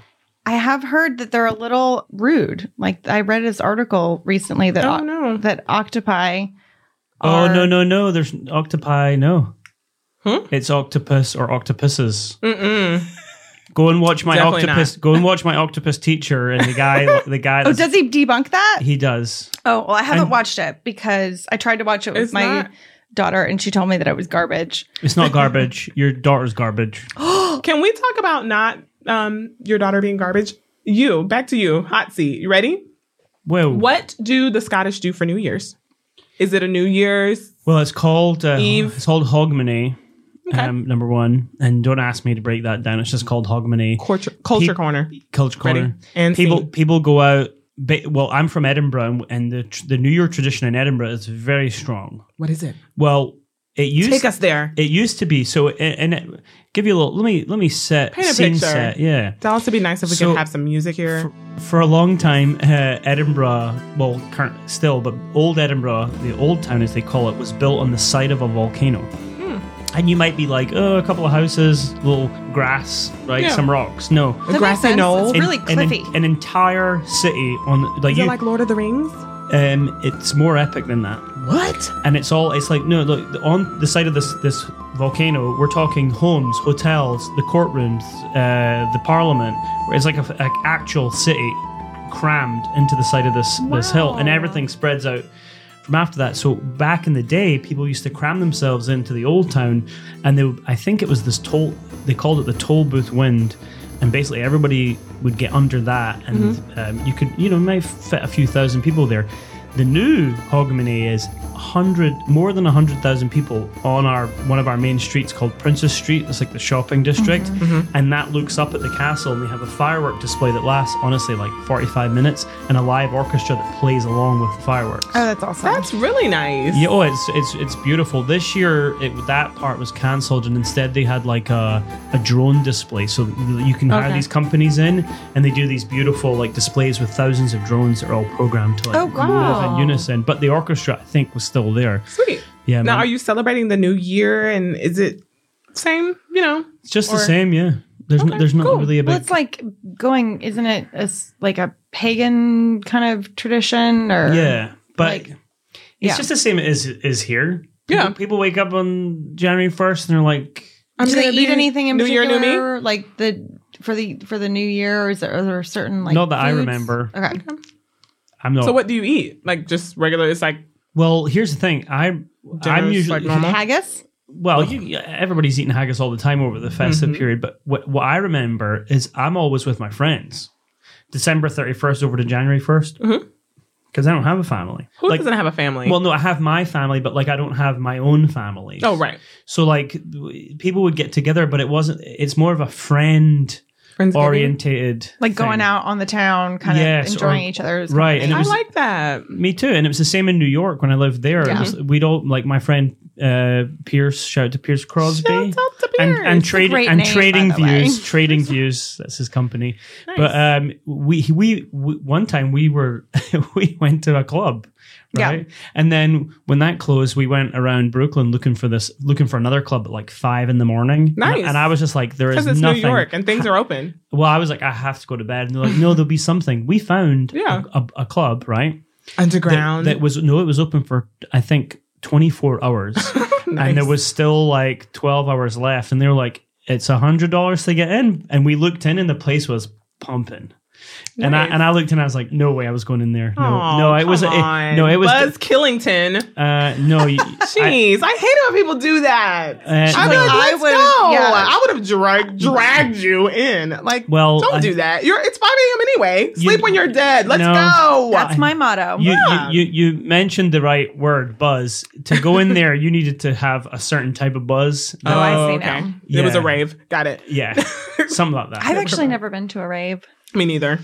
[SPEAKER 2] I have heard that they're a little rude. Like I read this article recently that
[SPEAKER 1] Oh no.
[SPEAKER 2] that octopi.
[SPEAKER 3] Oh
[SPEAKER 2] are-
[SPEAKER 3] no no no! There's octopi. No,
[SPEAKER 1] Huh?
[SPEAKER 3] it's octopus or octopuses.
[SPEAKER 1] Mm-mm.
[SPEAKER 3] Go and watch my
[SPEAKER 1] Definitely
[SPEAKER 3] octopus. Go and watch my octopus teacher and the guy. the guy.
[SPEAKER 2] Oh,
[SPEAKER 3] that's-
[SPEAKER 2] does he debunk that?
[SPEAKER 3] he does?
[SPEAKER 2] Oh well, I haven't
[SPEAKER 3] And-
[SPEAKER 2] watched it because I tried to watch it
[SPEAKER 1] It's
[SPEAKER 2] with my
[SPEAKER 1] not-
[SPEAKER 2] daughter, and she told me that it was garbage.
[SPEAKER 3] It's not garbage. Your daughter's garbage.
[SPEAKER 1] Can we talk about not um, your daughter being garbage? You back to you, hot seat. You ready?
[SPEAKER 3] Well,
[SPEAKER 1] What do the Scottish do for New Year's? Is it a New Year's?
[SPEAKER 3] Well, it's called uh,
[SPEAKER 1] Eve.
[SPEAKER 3] It's called Hogmanay. Um, number one, and don't ask me to break that down. It's just called Hogmanay
[SPEAKER 1] Culture, culture
[SPEAKER 3] Peop-
[SPEAKER 1] corner.
[SPEAKER 3] Culture
[SPEAKER 1] Ready?
[SPEAKER 3] Corner.
[SPEAKER 1] And
[SPEAKER 3] people
[SPEAKER 1] scene.
[SPEAKER 3] people go out ba- well, I'm from Edinburgh, and the tr- the New Year tradition in Edinburgh is very strong.
[SPEAKER 1] What is it?
[SPEAKER 3] Well, it used
[SPEAKER 1] Take us there.
[SPEAKER 3] it used to be so, and, and it, give you a little. Let me let me set
[SPEAKER 1] Paint a
[SPEAKER 3] scene
[SPEAKER 1] picture.
[SPEAKER 3] set. Yeah,
[SPEAKER 1] It'd also be nice if we
[SPEAKER 3] So-
[SPEAKER 1] could have some music here.
[SPEAKER 3] for, for a long time, uh, Edinburgh, well, current still, but old Edinburgh, the old town as they call it, was built on the side of a volcano.
[SPEAKER 1] Hmm.
[SPEAKER 3] And you might be like, oh, a couple of houses, little grass, right,
[SPEAKER 1] Yeah.
[SPEAKER 3] some rocks. No,
[SPEAKER 1] The grassy knoll.
[SPEAKER 2] It's really
[SPEAKER 3] an, an-
[SPEAKER 2] cliffy.
[SPEAKER 3] An, entire city on like
[SPEAKER 1] Is
[SPEAKER 3] you.
[SPEAKER 1] it like Lord of the Rings?
[SPEAKER 3] um, it's more epic than that.
[SPEAKER 1] What?
[SPEAKER 3] And it's all. It's like no, look the- on the side of this this volcano. We're talking homes, hotels, the courtrooms, uh, the parliament. where It's like a, a actual city crammed into the side of this this hill, and
[SPEAKER 1] Wow.
[SPEAKER 3] everything spreads out. From after that, so back in the day, people used to cram themselves into the old town, and they, would- I think it was this toll. They called it the toll booth wind, and basically everybody would get under that, and um, you could, you know, might fit a few thousand people there. The new Hogmanay is hundred, more than hundred thousand people on our one of our main streets called Princess Street. It's like the shopping district, and that looks up at the castle, and they have a firework display that lasts honestly like forty-five minutes, and a live orchestra that plays along with the fireworks.
[SPEAKER 2] Oh, that's awesome.
[SPEAKER 1] That's really nice.
[SPEAKER 3] Yeah, oh, it's it's it's beautiful. This year, it, that part was cancelled, and instead they had like a, a drone display, so that you can hire
[SPEAKER 1] Okay.
[SPEAKER 3] these companies in, and they do these beautiful like displays with thousands of drones that are all programmed to like
[SPEAKER 2] Oh,
[SPEAKER 3] move
[SPEAKER 2] wow.
[SPEAKER 3] in unison. But the orchestra, I think, was still there.
[SPEAKER 1] Sweet.
[SPEAKER 3] Yeah,
[SPEAKER 1] Now,
[SPEAKER 3] man.
[SPEAKER 1] are you celebrating the new year? And is it same? You know,
[SPEAKER 3] it's just
[SPEAKER 1] or-
[SPEAKER 3] the same. Yeah, there's no,
[SPEAKER 1] Okay,
[SPEAKER 3] there's not
[SPEAKER 1] cool.
[SPEAKER 3] really a big.
[SPEAKER 2] Well, it's like going, isn't it? A, s- like a pagan kind of tradition, or
[SPEAKER 3] yeah, but
[SPEAKER 2] like-
[SPEAKER 3] it's
[SPEAKER 2] yeah.
[SPEAKER 3] just the same as is here.
[SPEAKER 1] Yeah.
[SPEAKER 3] people, people wake up on January first and they're like,
[SPEAKER 1] I'm
[SPEAKER 2] do they
[SPEAKER 1] gonna be
[SPEAKER 2] eat anything in
[SPEAKER 1] New Year,
[SPEAKER 2] particular?
[SPEAKER 1] New Me?
[SPEAKER 2] Like the for the for the new year, or is there, are there certain like
[SPEAKER 3] Not that I
[SPEAKER 2] foods?
[SPEAKER 3] remember.
[SPEAKER 2] Okay,
[SPEAKER 3] I'm not.
[SPEAKER 1] So, what do you eat? Like just regular? It's like
[SPEAKER 3] well, here's the thing. I I'm
[SPEAKER 1] Dinner's,
[SPEAKER 3] usually
[SPEAKER 1] like, normal?
[SPEAKER 2] haggis.
[SPEAKER 3] Well, you, you- everybody's eating haggis all the time over the festive
[SPEAKER 1] Mhm.
[SPEAKER 3] period, but what, what I remember is I'm always with my friends, December 31st over to January 1st, because
[SPEAKER 1] Mhm.
[SPEAKER 3] I don't have a family.
[SPEAKER 1] who
[SPEAKER 3] like,
[SPEAKER 1] doesn't have a family?
[SPEAKER 3] well, no, I have my family, but like I don't have my own family.
[SPEAKER 1] oh right,
[SPEAKER 3] So like w- people would get together, but it wasn't. It's more of a friend
[SPEAKER 1] friends
[SPEAKER 3] orientated,
[SPEAKER 2] Like going out on the town, kind
[SPEAKER 3] Yes, or-
[SPEAKER 2] of enjoying each other's
[SPEAKER 3] right, and it
[SPEAKER 1] I
[SPEAKER 2] company.
[SPEAKER 3] was-
[SPEAKER 1] like that.
[SPEAKER 3] Me too, and it was the same in New York when I lived there. It
[SPEAKER 2] Yeah.
[SPEAKER 3] was- we'd all like my friend uh, Pierce. Shout out to Pierce Crosby.
[SPEAKER 1] Shout out to
[SPEAKER 3] and
[SPEAKER 1] Pierce.
[SPEAKER 3] and trading
[SPEAKER 2] great
[SPEAKER 3] and
[SPEAKER 2] name, by
[SPEAKER 3] trading
[SPEAKER 2] the way.
[SPEAKER 3] views trading views that's his company
[SPEAKER 1] Nice.
[SPEAKER 3] but um we, we we one time we were we went to a club
[SPEAKER 2] Yeah.
[SPEAKER 3] right and then when that closed we went around brooklyn looking for this looking for another club at like five in the morning And-
[SPEAKER 1] Nice.
[SPEAKER 3] and, i was just like there is
[SPEAKER 1] because it's
[SPEAKER 3] nothing
[SPEAKER 1] New York and things are open.
[SPEAKER 3] well i was like i have to go to bed and they're like no there'll be something we found
[SPEAKER 1] Yeah.
[SPEAKER 3] a, a, a club right that-
[SPEAKER 1] Underground.
[SPEAKER 3] that was no it was open for i think 24 hours
[SPEAKER 1] Nice.
[SPEAKER 3] and there was still like 12 hours left and they were like it's a hundred dollars to get in and we looked in and the place was pumping and i
[SPEAKER 1] Nice.
[SPEAKER 3] and i looked in i was like no way i was going in there no
[SPEAKER 1] Aw,
[SPEAKER 3] no it was
[SPEAKER 1] come
[SPEAKER 3] it,
[SPEAKER 1] on.
[SPEAKER 3] no it was
[SPEAKER 1] Buzz Killington.
[SPEAKER 3] uh no you- I,
[SPEAKER 1] Jeez, I, hate it when people do that.
[SPEAKER 3] uh,
[SPEAKER 1] I'm
[SPEAKER 3] no.
[SPEAKER 1] like,
[SPEAKER 2] I
[SPEAKER 1] let's
[SPEAKER 2] would've-
[SPEAKER 1] go.
[SPEAKER 2] yeah.
[SPEAKER 1] I would have dragged dragged you in. Like,
[SPEAKER 3] Well,
[SPEAKER 1] don't
[SPEAKER 3] I-
[SPEAKER 1] do that. You're it's 5 a.m. anyway.
[SPEAKER 3] You-
[SPEAKER 1] Sleep when you're dead. Let's
[SPEAKER 3] No.
[SPEAKER 1] go.
[SPEAKER 2] That's my motto.
[SPEAKER 3] you,
[SPEAKER 1] Yeah.
[SPEAKER 3] you, you you mentioned the right word buzz to go in there you needed to have a certain type of buzz
[SPEAKER 1] Uh,
[SPEAKER 2] Oh, I see now.
[SPEAKER 1] It was a
[SPEAKER 3] Yeah.
[SPEAKER 1] rave. Got it.
[SPEAKER 3] yeah something like that
[SPEAKER 2] I've actually never been to a rave.
[SPEAKER 1] Me neither.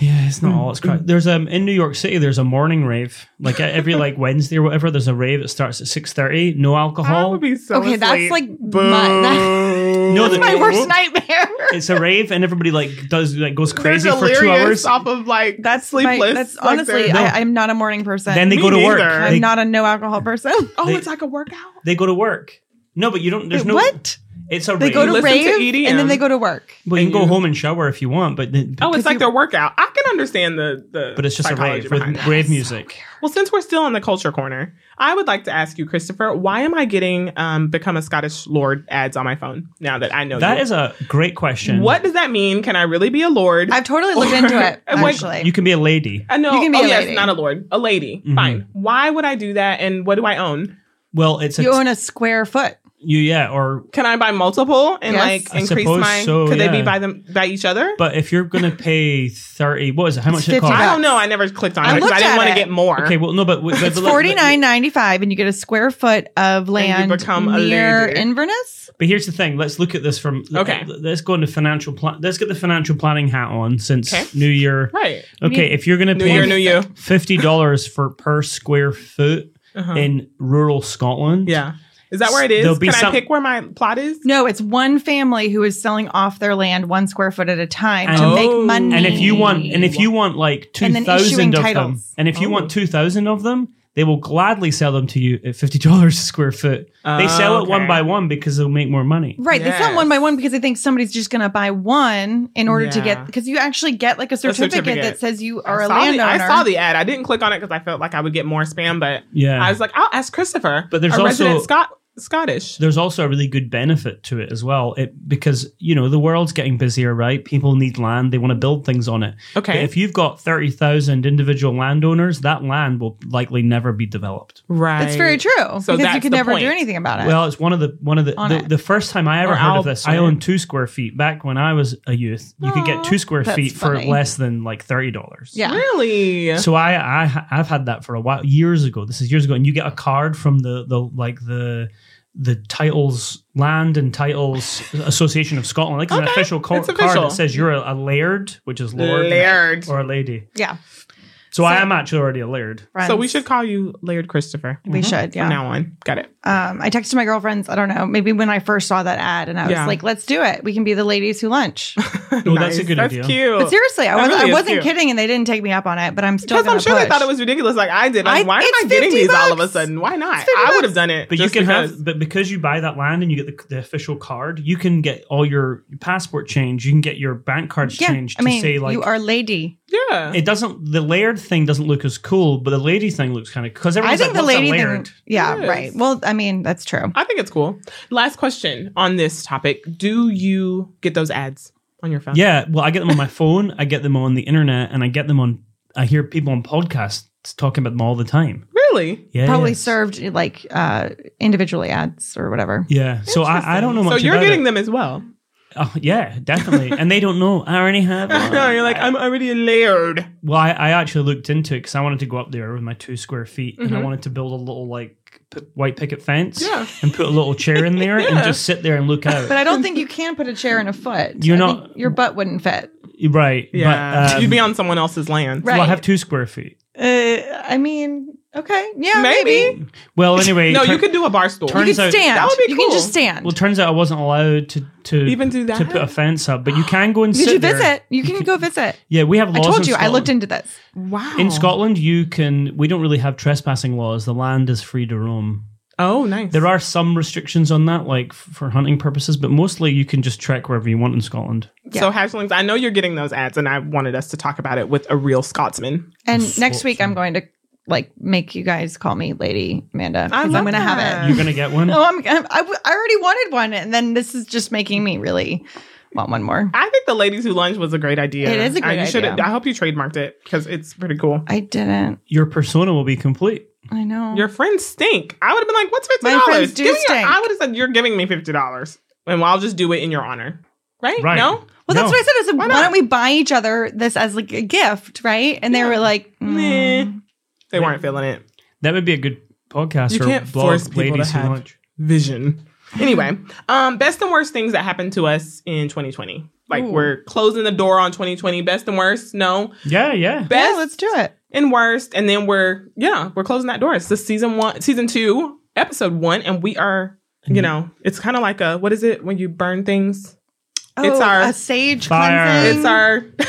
[SPEAKER 3] Yeah, it's not all it's
[SPEAKER 1] Mm.
[SPEAKER 3] crowded. There's um in New York City. There's a morning rave, like uh, every like Wednesday or whatever. There's a rave that starts at six thirty. No
[SPEAKER 1] I
[SPEAKER 3] alcohol.
[SPEAKER 1] would be so
[SPEAKER 2] Okay, that's
[SPEAKER 1] asleep.
[SPEAKER 2] like
[SPEAKER 1] Boo.
[SPEAKER 2] my-
[SPEAKER 3] No,
[SPEAKER 2] That's
[SPEAKER 3] the-
[SPEAKER 2] my worst nightmare.
[SPEAKER 3] It's a rave, and everybody like does like goes crazy
[SPEAKER 1] They're
[SPEAKER 3] for two
[SPEAKER 1] delirious
[SPEAKER 3] hours.
[SPEAKER 1] off of like
[SPEAKER 2] That's
[SPEAKER 1] sleepless.
[SPEAKER 2] My, that's
[SPEAKER 1] Like,
[SPEAKER 2] honestly,
[SPEAKER 1] they're-
[SPEAKER 2] I, I'm not a morning person.
[SPEAKER 3] Then they
[SPEAKER 1] Me
[SPEAKER 3] go to work.
[SPEAKER 1] neither.
[SPEAKER 2] I'm
[SPEAKER 3] They,
[SPEAKER 2] not a no alcohol person.
[SPEAKER 1] oh,
[SPEAKER 3] they-
[SPEAKER 1] it's like a workout.
[SPEAKER 3] they go to work. No, but you don't. There's
[SPEAKER 2] Wait,
[SPEAKER 3] no.
[SPEAKER 2] what?
[SPEAKER 3] It's a
[SPEAKER 2] They
[SPEAKER 3] rave.
[SPEAKER 2] go to E
[SPEAKER 1] listen to
[SPEAKER 2] rave
[SPEAKER 1] EDM.
[SPEAKER 2] and then they go to work.
[SPEAKER 3] Well, you can go
[SPEAKER 1] and you-
[SPEAKER 3] home and shower if you want, but then,
[SPEAKER 1] Oh, it's
[SPEAKER 2] Because
[SPEAKER 1] like
[SPEAKER 2] you-
[SPEAKER 1] their workout. I can understand the the
[SPEAKER 3] but it's just a
[SPEAKER 1] psychology
[SPEAKER 3] rave with
[SPEAKER 1] behind that.
[SPEAKER 3] rave music.
[SPEAKER 1] Well, since we're still on the culture corner, I would like to ask you, Christopher, why am I getting um, "Become a Scottish Lord" ads on my phone now that I know
[SPEAKER 3] That
[SPEAKER 1] you?
[SPEAKER 3] is a great question.
[SPEAKER 1] what does that mean? Can I really be a lord?
[SPEAKER 2] I've totally looked
[SPEAKER 1] Or-
[SPEAKER 2] into it.
[SPEAKER 1] I'm like,
[SPEAKER 2] Actually,
[SPEAKER 3] You can be a lady.
[SPEAKER 1] I know.
[SPEAKER 2] You can be
[SPEAKER 1] oh,
[SPEAKER 2] a
[SPEAKER 1] yes,
[SPEAKER 2] lady.
[SPEAKER 1] not a lord, a
[SPEAKER 3] Mm-hmm.
[SPEAKER 1] lady. Fine. Why would I do that? And what do I own?
[SPEAKER 3] Well, it's a
[SPEAKER 2] you own a square foot.
[SPEAKER 3] you yeah or
[SPEAKER 1] Can I buy multiple and
[SPEAKER 2] Yes.
[SPEAKER 1] like
[SPEAKER 3] I
[SPEAKER 1] increase
[SPEAKER 3] suppose
[SPEAKER 1] my?
[SPEAKER 3] so,
[SPEAKER 1] could they
[SPEAKER 3] yeah.
[SPEAKER 1] be by them by each other?
[SPEAKER 3] but if you're gonna pay thirty, what is it? How much
[SPEAKER 2] It's
[SPEAKER 3] it cost?
[SPEAKER 2] $50.
[SPEAKER 1] I don't know. I never clicked on
[SPEAKER 2] I
[SPEAKER 1] it because
[SPEAKER 2] looked
[SPEAKER 1] I didn't
[SPEAKER 2] at
[SPEAKER 1] want
[SPEAKER 2] it.
[SPEAKER 1] to get more.
[SPEAKER 3] Okay, well no, but, but
[SPEAKER 2] It's
[SPEAKER 3] but-
[SPEAKER 2] forty nine ninety five, and you get a square foot of land
[SPEAKER 1] become a
[SPEAKER 2] near
[SPEAKER 1] lady.
[SPEAKER 2] Inverness.
[SPEAKER 3] But here's the thing. Let's look at this from.
[SPEAKER 1] Okay.
[SPEAKER 3] Let's go into financial plan. Let's get the financial planning hat on since
[SPEAKER 1] Okay.
[SPEAKER 3] New Year.
[SPEAKER 1] Right.
[SPEAKER 3] Okay, if you're gonna
[SPEAKER 1] New
[SPEAKER 3] pay
[SPEAKER 1] year, new you.
[SPEAKER 3] fifty dollars for per square foot
[SPEAKER 1] Uh-huh.
[SPEAKER 3] in rural Scotland,
[SPEAKER 1] Yeah. Is that where it is?
[SPEAKER 3] There'll
[SPEAKER 1] Can
[SPEAKER 3] be
[SPEAKER 1] I
[SPEAKER 3] some-
[SPEAKER 1] pick where my plot is?
[SPEAKER 2] No, it's one family who is selling off their land one square foot at a time to
[SPEAKER 3] And-
[SPEAKER 1] Oh.
[SPEAKER 2] make money.
[SPEAKER 3] and if you want, and if you want like two
[SPEAKER 2] And then
[SPEAKER 3] thousand
[SPEAKER 2] issuing
[SPEAKER 3] of them,
[SPEAKER 2] titles.
[SPEAKER 3] and if you
[SPEAKER 1] Oh.
[SPEAKER 3] want two thousand of them, they will gladly sell them to you at fifty dollars a square foot. they sell it one by one because they'll make more money.
[SPEAKER 2] Right, they sell
[SPEAKER 1] Yes.
[SPEAKER 2] one by one because they think somebody's just going to buy one in order to
[SPEAKER 1] Yeah.
[SPEAKER 2] get because you actually get like a certificate,
[SPEAKER 1] certificate.
[SPEAKER 2] that says you are
[SPEAKER 1] I
[SPEAKER 2] a
[SPEAKER 1] saw, the,
[SPEAKER 2] landowner.
[SPEAKER 1] I saw the ad. I didn't click on it because I felt like I would get more spam, but
[SPEAKER 3] Yeah.
[SPEAKER 1] I was like, I'll ask Christopher.
[SPEAKER 3] But there's
[SPEAKER 1] a resident
[SPEAKER 3] also-
[SPEAKER 1] Scot- Scottish.
[SPEAKER 3] there's also a really good benefit to it as well it, because you know the world's getting busier right people need land they want to build things on it But
[SPEAKER 1] Okay.
[SPEAKER 3] if you've got 30,000 individual landowners that land will likely never be developed
[SPEAKER 1] right.
[SPEAKER 2] That's very true
[SPEAKER 1] So
[SPEAKER 2] because
[SPEAKER 1] that's
[SPEAKER 2] you can
[SPEAKER 1] the
[SPEAKER 2] never
[SPEAKER 1] point.
[SPEAKER 2] do anything about it.
[SPEAKER 3] well it's one of the one of the
[SPEAKER 2] On
[SPEAKER 3] the,
[SPEAKER 2] it.
[SPEAKER 3] the first time i ever
[SPEAKER 1] Or
[SPEAKER 3] heard
[SPEAKER 1] I'll
[SPEAKER 3] of this
[SPEAKER 1] say
[SPEAKER 3] i
[SPEAKER 1] it.
[SPEAKER 3] owned two square feet back when i was a youth you could get
[SPEAKER 1] Aw,
[SPEAKER 3] two square
[SPEAKER 2] that's
[SPEAKER 3] feet for
[SPEAKER 2] funny.
[SPEAKER 3] less than like $30
[SPEAKER 2] Yeah.
[SPEAKER 1] Really?
[SPEAKER 3] so I, I I've had that for a while years ago. This is years ago, and you get a card from the the like the the titles land and titles association of Scotland, like an
[SPEAKER 1] Okay,
[SPEAKER 3] official, co-
[SPEAKER 1] it's
[SPEAKER 3] card
[SPEAKER 1] official.
[SPEAKER 3] that says you're a, a laird, which is lord
[SPEAKER 1] Laird.
[SPEAKER 3] or a lady.
[SPEAKER 2] yeah,
[SPEAKER 3] So, I
[SPEAKER 2] So-
[SPEAKER 3] am actually already a laird. Mm-hmm.
[SPEAKER 1] So we
[SPEAKER 2] friends.
[SPEAKER 1] should call you Laird Christopher.
[SPEAKER 2] We should, yeah.
[SPEAKER 1] From Mm-hmm. now on. Got it.
[SPEAKER 2] Um, I texted my girlfriends. I don't know, maybe when I first saw that ad, and I was
[SPEAKER 1] Yeah.
[SPEAKER 2] like, "Let's do it. We can be the ladies who lunch."
[SPEAKER 3] Oh, that's a good
[SPEAKER 1] that's
[SPEAKER 3] idea.
[SPEAKER 1] cute.
[SPEAKER 2] But seriously,
[SPEAKER 1] That
[SPEAKER 2] I wasn't,
[SPEAKER 1] really
[SPEAKER 2] I
[SPEAKER 1] is
[SPEAKER 2] wasn't
[SPEAKER 1] cute.
[SPEAKER 2] kidding, and they didn't take me up on it. But I'm still
[SPEAKER 1] Because I'm
[SPEAKER 2] gonna
[SPEAKER 1] sure
[SPEAKER 2] push.
[SPEAKER 1] they thought it was ridiculous, like I did. I was,
[SPEAKER 2] I-
[SPEAKER 1] why am
[SPEAKER 2] it's
[SPEAKER 1] I getting
[SPEAKER 2] 50
[SPEAKER 1] these all of a
[SPEAKER 2] bucks.
[SPEAKER 1] sudden? Why not?
[SPEAKER 2] It's 50
[SPEAKER 1] I would have done it.
[SPEAKER 3] But you
[SPEAKER 1] just
[SPEAKER 3] can
[SPEAKER 1] because.
[SPEAKER 3] have, but because you buy that land and you get the, the official card, you can get all your passport change. You can get your bank cards
[SPEAKER 2] yeah,
[SPEAKER 3] changed
[SPEAKER 2] I mean,
[SPEAKER 3] to say like
[SPEAKER 2] you are lady.
[SPEAKER 1] yeah.
[SPEAKER 3] it doesn't. The laird thing doesn't look as cool, but the lady thing looks kind of because
[SPEAKER 2] I
[SPEAKER 3] everyone's
[SPEAKER 2] think
[SPEAKER 3] like,
[SPEAKER 2] the
[SPEAKER 3] "What's a
[SPEAKER 2] lady thing.
[SPEAKER 3] laird?"
[SPEAKER 2] Yeah,
[SPEAKER 1] Yes.
[SPEAKER 2] right. Well, I mean, that's true.
[SPEAKER 1] I think it's cool. Last question on this topic: Do you get those ads on your phone?
[SPEAKER 3] Yeah, well, I get them on my phone, I get them on the internet, and I get them on. I hear people on podcasts talking about them all the time.
[SPEAKER 1] really.
[SPEAKER 3] Yeah,
[SPEAKER 2] Probably
[SPEAKER 3] yeah.
[SPEAKER 2] served like uh individually ads or whatever.
[SPEAKER 3] Yeah, so I, I don't know
[SPEAKER 1] So
[SPEAKER 3] much.
[SPEAKER 1] you're
[SPEAKER 3] about
[SPEAKER 1] getting
[SPEAKER 3] it.
[SPEAKER 1] them as well.
[SPEAKER 3] Oh, yeah, definitely, and they don't know. I already have. one.
[SPEAKER 1] no, you're like I'm already layered.
[SPEAKER 3] Well, I, I actually looked into it because I wanted to go up there with my two square feet, and I
[SPEAKER 1] Mhm.
[SPEAKER 3] wanted to build a little like p- white picket fence,
[SPEAKER 1] Yeah.
[SPEAKER 3] and put a little chair in there, and
[SPEAKER 1] Yeah.
[SPEAKER 3] just sit there and look out.
[SPEAKER 2] But I don't think you can put a chair in a foot.
[SPEAKER 3] You're
[SPEAKER 2] I
[SPEAKER 3] not-
[SPEAKER 2] think your butt wouldn't fit.
[SPEAKER 3] right?
[SPEAKER 1] Yeah,
[SPEAKER 3] But, um,
[SPEAKER 1] you'd be on someone else's land.
[SPEAKER 2] Right.
[SPEAKER 3] Well, I have two square feet.
[SPEAKER 2] Uh, I mean, okay, yeah, maybe.
[SPEAKER 1] Maybe.
[SPEAKER 3] Well, anyway,
[SPEAKER 1] No, you
[SPEAKER 3] turn-
[SPEAKER 1] could do a bar stool.
[SPEAKER 3] turn-
[SPEAKER 2] You can
[SPEAKER 3] Turns out-
[SPEAKER 2] stand.
[SPEAKER 1] That would be
[SPEAKER 2] you
[SPEAKER 1] cool.
[SPEAKER 2] can just stand.
[SPEAKER 3] Well, turns out I wasn't allowed to to
[SPEAKER 1] Even do
[SPEAKER 3] to
[SPEAKER 1] that?
[SPEAKER 3] put a fence up, but you can go and
[SPEAKER 2] you
[SPEAKER 3] sit
[SPEAKER 2] should
[SPEAKER 3] there.
[SPEAKER 2] visit. You can go visit.
[SPEAKER 3] Yeah, we have
[SPEAKER 2] I
[SPEAKER 3] laws.
[SPEAKER 2] told
[SPEAKER 3] in
[SPEAKER 2] you. I looked
[SPEAKER 3] Scotland.
[SPEAKER 2] into this.
[SPEAKER 1] wow.
[SPEAKER 3] in Scotland. You can. We don't really have trespassing laws. The land is free to roam.
[SPEAKER 1] Oh, nice.
[SPEAKER 3] There are some restrictions on that, like f- for hunting purposes, but mostly you can just trek wherever you want in Scotland.
[SPEAKER 1] So hatchlings. I know you're getting those ads, and I wanted us to talk about it with a real Scotsman.
[SPEAKER 2] And
[SPEAKER 3] That's
[SPEAKER 2] next week, I'm
[SPEAKER 3] awesome.
[SPEAKER 2] going to like make you guys call me Lady Amanda
[SPEAKER 1] I
[SPEAKER 2] because I'm
[SPEAKER 1] love
[SPEAKER 2] going to have
[SPEAKER 1] that.
[SPEAKER 2] it.
[SPEAKER 3] You're gonna get one.
[SPEAKER 2] No, I'm. I'm I, w- I already wanted one, and then this is just making me really want one more.
[SPEAKER 1] I think the ladies who lunge was a great idea.
[SPEAKER 2] It is a great
[SPEAKER 1] I, you should-
[SPEAKER 2] idea.
[SPEAKER 1] I hope you trademarked it because it's pretty cool.
[SPEAKER 2] I didn't.
[SPEAKER 3] Your persona will be complete.
[SPEAKER 2] I know.
[SPEAKER 1] Your friends stink. I would have been like, "What's fifty
[SPEAKER 2] My
[SPEAKER 1] dollars?"
[SPEAKER 2] friends do stink.
[SPEAKER 1] I would have said, "You're giving me fifty dollars, and I'll just do it in your honor." Right?
[SPEAKER 3] Right.
[SPEAKER 1] No.
[SPEAKER 2] Well, that's
[SPEAKER 3] No.
[SPEAKER 2] what I said. I said,
[SPEAKER 1] Why
[SPEAKER 2] why,
[SPEAKER 1] not?
[SPEAKER 2] don't we buy each other this as like a gift, right? And
[SPEAKER 1] Yeah.
[SPEAKER 2] they were like,
[SPEAKER 1] Nah.
[SPEAKER 2] mm,
[SPEAKER 1] They weren't feeling it.
[SPEAKER 3] That would be a good podcast
[SPEAKER 1] You
[SPEAKER 3] or
[SPEAKER 1] can't
[SPEAKER 3] blog.
[SPEAKER 1] force people
[SPEAKER 3] ladies
[SPEAKER 1] to
[SPEAKER 3] who
[SPEAKER 1] have-
[SPEAKER 3] lunch.
[SPEAKER 1] Vision. Anyway, um, best and worst things that happened to us in 2020. Like
[SPEAKER 2] Ooh.
[SPEAKER 1] we're closing the door on 2020. Best and worst. No.
[SPEAKER 3] Yeah, yeah.
[SPEAKER 1] Best
[SPEAKER 2] yeah, let's do it.
[SPEAKER 1] and worst, and then we're yeah, we're closing that door. It's the season one, season two, episode one, and we are.
[SPEAKER 2] Mm-hmm.
[SPEAKER 1] You know, it's kind of like a what is it when you burn things? It's
[SPEAKER 2] Oh,
[SPEAKER 1] our
[SPEAKER 2] a sage
[SPEAKER 3] fire.
[SPEAKER 2] cleansing.
[SPEAKER 1] It's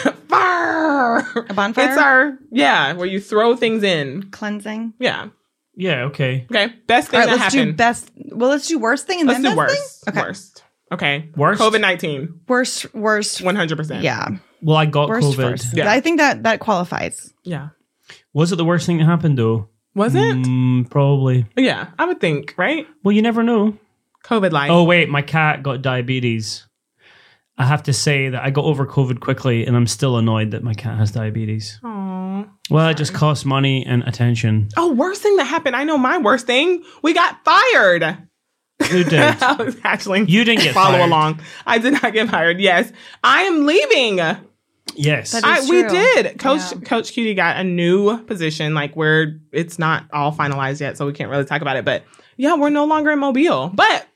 [SPEAKER 1] our fire.
[SPEAKER 2] a bonfire.
[SPEAKER 1] It's our yeah, where you throw things in.
[SPEAKER 2] cleansing.
[SPEAKER 1] Yeah.
[SPEAKER 3] Yeah, okay.
[SPEAKER 1] Okay. Best thing
[SPEAKER 2] All right,
[SPEAKER 1] that
[SPEAKER 2] let's do
[SPEAKER 1] happened.
[SPEAKER 2] best. Well, let's do worst thing and
[SPEAKER 1] Let's
[SPEAKER 2] then
[SPEAKER 1] do
[SPEAKER 2] best
[SPEAKER 1] worst.
[SPEAKER 2] thing. Okay,
[SPEAKER 1] Worst. Okay.
[SPEAKER 3] Worst?
[SPEAKER 1] COVID nineteen.
[SPEAKER 2] worst, worst.
[SPEAKER 1] One hundred percent.
[SPEAKER 2] Yeah,
[SPEAKER 3] Well, I got
[SPEAKER 2] worst
[SPEAKER 3] COVID.
[SPEAKER 2] first.
[SPEAKER 1] Yeah.
[SPEAKER 2] I think that that qualifies.
[SPEAKER 1] Yeah.
[SPEAKER 3] Was it the worst thing that happened though?
[SPEAKER 1] Was it?
[SPEAKER 3] Mm, probably.
[SPEAKER 1] Yeah. I would think, right?
[SPEAKER 3] Well, you never know.
[SPEAKER 1] COVID life.
[SPEAKER 3] Oh wait, my cat got diabetes. I have to say that I got over COVID quickly, and I'm still annoyed that my cat has diabetes.
[SPEAKER 1] Aw.
[SPEAKER 3] Well, it just costs money and attention.
[SPEAKER 1] Oh, worst thing that happened. I know my worst thing. We got fired.
[SPEAKER 3] You did.
[SPEAKER 1] I was actually
[SPEAKER 3] You didn't get
[SPEAKER 1] follow
[SPEAKER 3] fired.
[SPEAKER 1] along. I did not get fired. Yes, I am leaving.
[SPEAKER 3] Yes.
[SPEAKER 2] That
[SPEAKER 1] I,
[SPEAKER 2] is
[SPEAKER 1] we
[SPEAKER 2] true.
[SPEAKER 1] did. Coach
[SPEAKER 2] Yeah.
[SPEAKER 1] Coach Cutie got a new position. Like we're it's not all finalized yet, so we can't really talk about it. But yeah, we're no longer in Mobile, but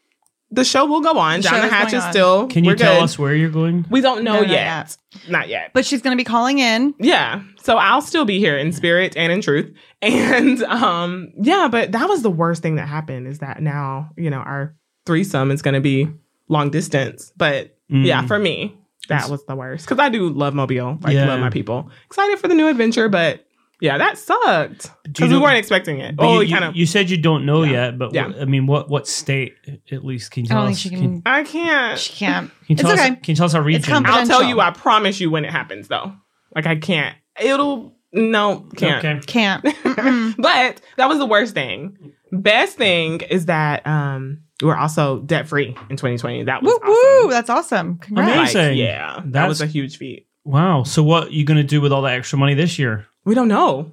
[SPEAKER 1] the show will go on.
[SPEAKER 2] The
[SPEAKER 1] Down
[SPEAKER 2] show
[SPEAKER 1] the
[SPEAKER 2] is
[SPEAKER 1] hatch
[SPEAKER 2] going
[SPEAKER 1] is
[SPEAKER 2] on.
[SPEAKER 1] still.
[SPEAKER 3] Can you
[SPEAKER 1] we're
[SPEAKER 3] tell
[SPEAKER 1] good.
[SPEAKER 3] us where you're going?
[SPEAKER 1] We don't know
[SPEAKER 2] No, not
[SPEAKER 1] yet. Not yet.
[SPEAKER 2] But she's going to be calling in.
[SPEAKER 1] Yeah. So I'll still be here in spirit and in truth. And um yeah, but that was the worst thing that happened is that now, you know, our threesome is going to be long distance. But
[SPEAKER 3] Mm.
[SPEAKER 1] yeah, for me, that
[SPEAKER 3] It's-
[SPEAKER 1] was the worst cuz I do love Mobile. Like
[SPEAKER 3] Yeah.
[SPEAKER 1] love my people. Excited for the new adventure, but yeah, that sucked
[SPEAKER 3] Do you
[SPEAKER 1] cuz we
[SPEAKER 3] know-
[SPEAKER 1] weren't expecting it.
[SPEAKER 3] But
[SPEAKER 1] Oh,
[SPEAKER 3] you,
[SPEAKER 1] we
[SPEAKER 3] you-
[SPEAKER 1] kind of
[SPEAKER 3] you said you don't know
[SPEAKER 1] Yeah.
[SPEAKER 3] yet, but
[SPEAKER 1] Yeah.
[SPEAKER 3] wh- I mean, what what state at least can you
[SPEAKER 2] I
[SPEAKER 3] tell
[SPEAKER 2] don't think
[SPEAKER 3] us?
[SPEAKER 2] she can.
[SPEAKER 1] I can't.
[SPEAKER 2] she can't.
[SPEAKER 3] you tell
[SPEAKER 2] It's
[SPEAKER 3] us,
[SPEAKER 2] okay.
[SPEAKER 3] Can you tell us a region?
[SPEAKER 2] confidential.
[SPEAKER 1] I'll tell you I promise you when it happens though. Like I can't. It'll no, can't.
[SPEAKER 3] Okay.
[SPEAKER 2] Can't. Mm-mm.
[SPEAKER 1] but that was the worst thing. Best thing is that um we're also debt free in 2020. That was
[SPEAKER 2] woo woo.
[SPEAKER 1] awesome.
[SPEAKER 2] That's awesome.
[SPEAKER 1] Like,
[SPEAKER 2] Congrats.
[SPEAKER 3] Amazing.
[SPEAKER 1] yeah, that
[SPEAKER 3] That's-
[SPEAKER 1] was a huge feat.
[SPEAKER 3] Wow. So what you going to do with all that extra money this year?
[SPEAKER 1] We don't know.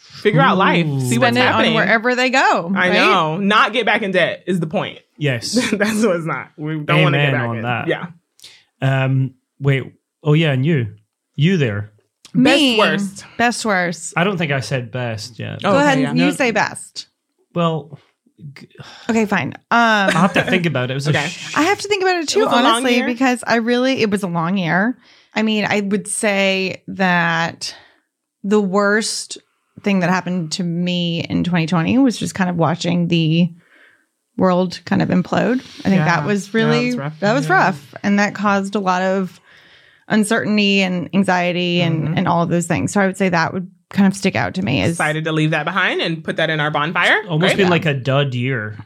[SPEAKER 1] Figure out life.
[SPEAKER 3] Ooh.
[SPEAKER 1] See what's
[SPEAKER 2] Spend it on
[SPEAKER 1] happening.
[SPEAKER 2] wherever they go.
[SPEAKER 1] I
[SPEAKER 2] right?
[SPEAKER 1] know. Not get back in debt is the point.
[SPEAKER 3] Yes.
[SPEAKER 1] That's what it's not. We don't want to
[SPEAKER 3] Amen
[SPEAKER 1] get back
[SPEAKER 3] on
[SPEAKER 1] in.
[SPEAKER 3] that.
[SPEAKER 1] Yeah.
[SPEAKER 3] um. Wait. Oh yeah, and you, you there?
[SPEAKER 2] Me.
[SPEAKER 1] Best worst.
[SPEAKER 2] Best worst.
[SPEAKER 3] I don't think I said best yet.
[SPEAKER 1] Oh.
[SPEAKER 2] go
[SPEAKER 1] okay,
[SPEAKER 2] ahead and
[SPEAKER 3] yeah.
[SPEAKER 2] you
[SPEAKER 3] No.
[SPEAKER 2] say best.
[SPEAKER 3] Well, g-
[SPEAKER 2] Okay, fine. Um,
[SPEAKER 3] I have to think about it. It was
[SPEAKER 1] Okay.
[SPEAKER 3] a sh-
[SPEAKER 2] I have to think about it too,
[SPEAKER 1] was a long
[SPEAKER 2] honestly,
[SPEAKER 1] year?
[SPEAKER 2] because I really, it was a long year. I mean, I would say that the worst thing that happened to me in 2020 was just kind of watching the world kind of implode. I think
[SPEAKER 1] Yeah.
[SPEAKER 2] that was really,
[SPEAKER 1] That was rough.
[SPEAKER 2] that was
[SPEAKER 1] Yeah.
[SPEAKER 2] rough. And that caused a lot of uncertainty and anxiety and,
[SPEAKER 1] Mhm.
[SPEAKER 2] and all of those things. So I would say that would kind of stick out to me as,
[SPEAKER 1] Decided to leave that behind and put that in our bonfire.
[SPEAKER 3] almost
[SPEAKER 1] Great.
[SPEAKER 3] been like a dud year.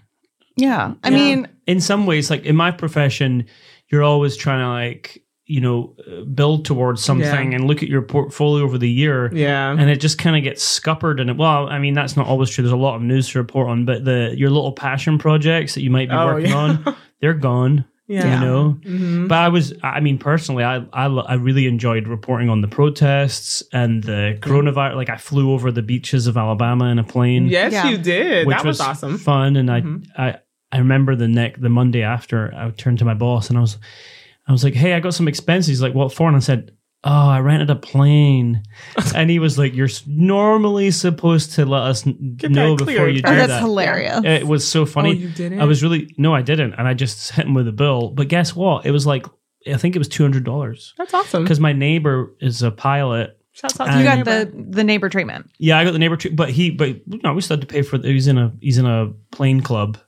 [SPEAKER 2] yeah, I
[SPEAKER 1] Yeah.
[SPEAKER 2] mean,
[SPEAKER 3] in some ways like in my profession you're always trying to like you know uh, build towards something and look at your portfolio over the year
[SPEAKER 1] yeah.
[SPEAKER 3] and it just kind of gets scuppered and it, well i mean that's not always true there's a lot of news to report on but the your little passion projects that you might be
[SPEAKER 1] Oh,
[SPEAKER 3] working
[SPEAKER 1] yeah.
[SPEAKER 3] on they're gone
[SPEAKER 1] Yeah.
[SPEAKER 3] you know
[SPEAKER 1] Mhm.
[SPEAKER 3] but i was i mean personally I, I lo- i really enjoyed reporting on the protests and the coronavirus like i flew over the beaches of alabama in a plane
[SPEAKER 1] Yes,
[SPEAKER 2] Yeah.
[SPEAKER 1] you did. that was, awesome.
[SPEAKER 3] fun. And I,
[SPEAKER 1] Mhm.
[SPEAKER 3] I, I remember the neck the Monday after I turned to my boss and I was, I was like, "Hey, I got some expenses." He's like, "What for?" And I said, "Oh, I rented a plane." and he was like, "You're s- normally supposed to let us n-
[SPEAKER 1] Get that
[SPEAKER 3] know before
[SPEAKER 1] cleared
[SPEAKER 3] you do
[SPEAKER 1] first.
[SPEAKER 2] oh, that's
[SPEAKER 3] that."
[SPEAKER 2] hilarious.
[SPEAKER 3] It was so
[SPEAKER 1] Oh,
[SPEAKER 3] funny.
[SPEAKER 1] you didn't.
[SPEAKER 3] I was really no, I didn't, and I just hit him with a bill. But guess what? It was like I think it was two hundred dollars
[SPEAKER 1] That's awesome.
[SPEAKER 3] because my neighbor is a pilot.
[SPEAKER 1] Shouts out
[SPEAKER 3] You
[SPEAKER 2] you
[SPEAKER 1] your
[SPEAKER 2] got
[SPEAKER 1] neighbor.
[SPEAKER 2] the, the neighbor treatment.
[SPEAKER 3] Yeah, I got the neighbor too, but he, but no, we still had to pay for. He's in a he's in a plane club.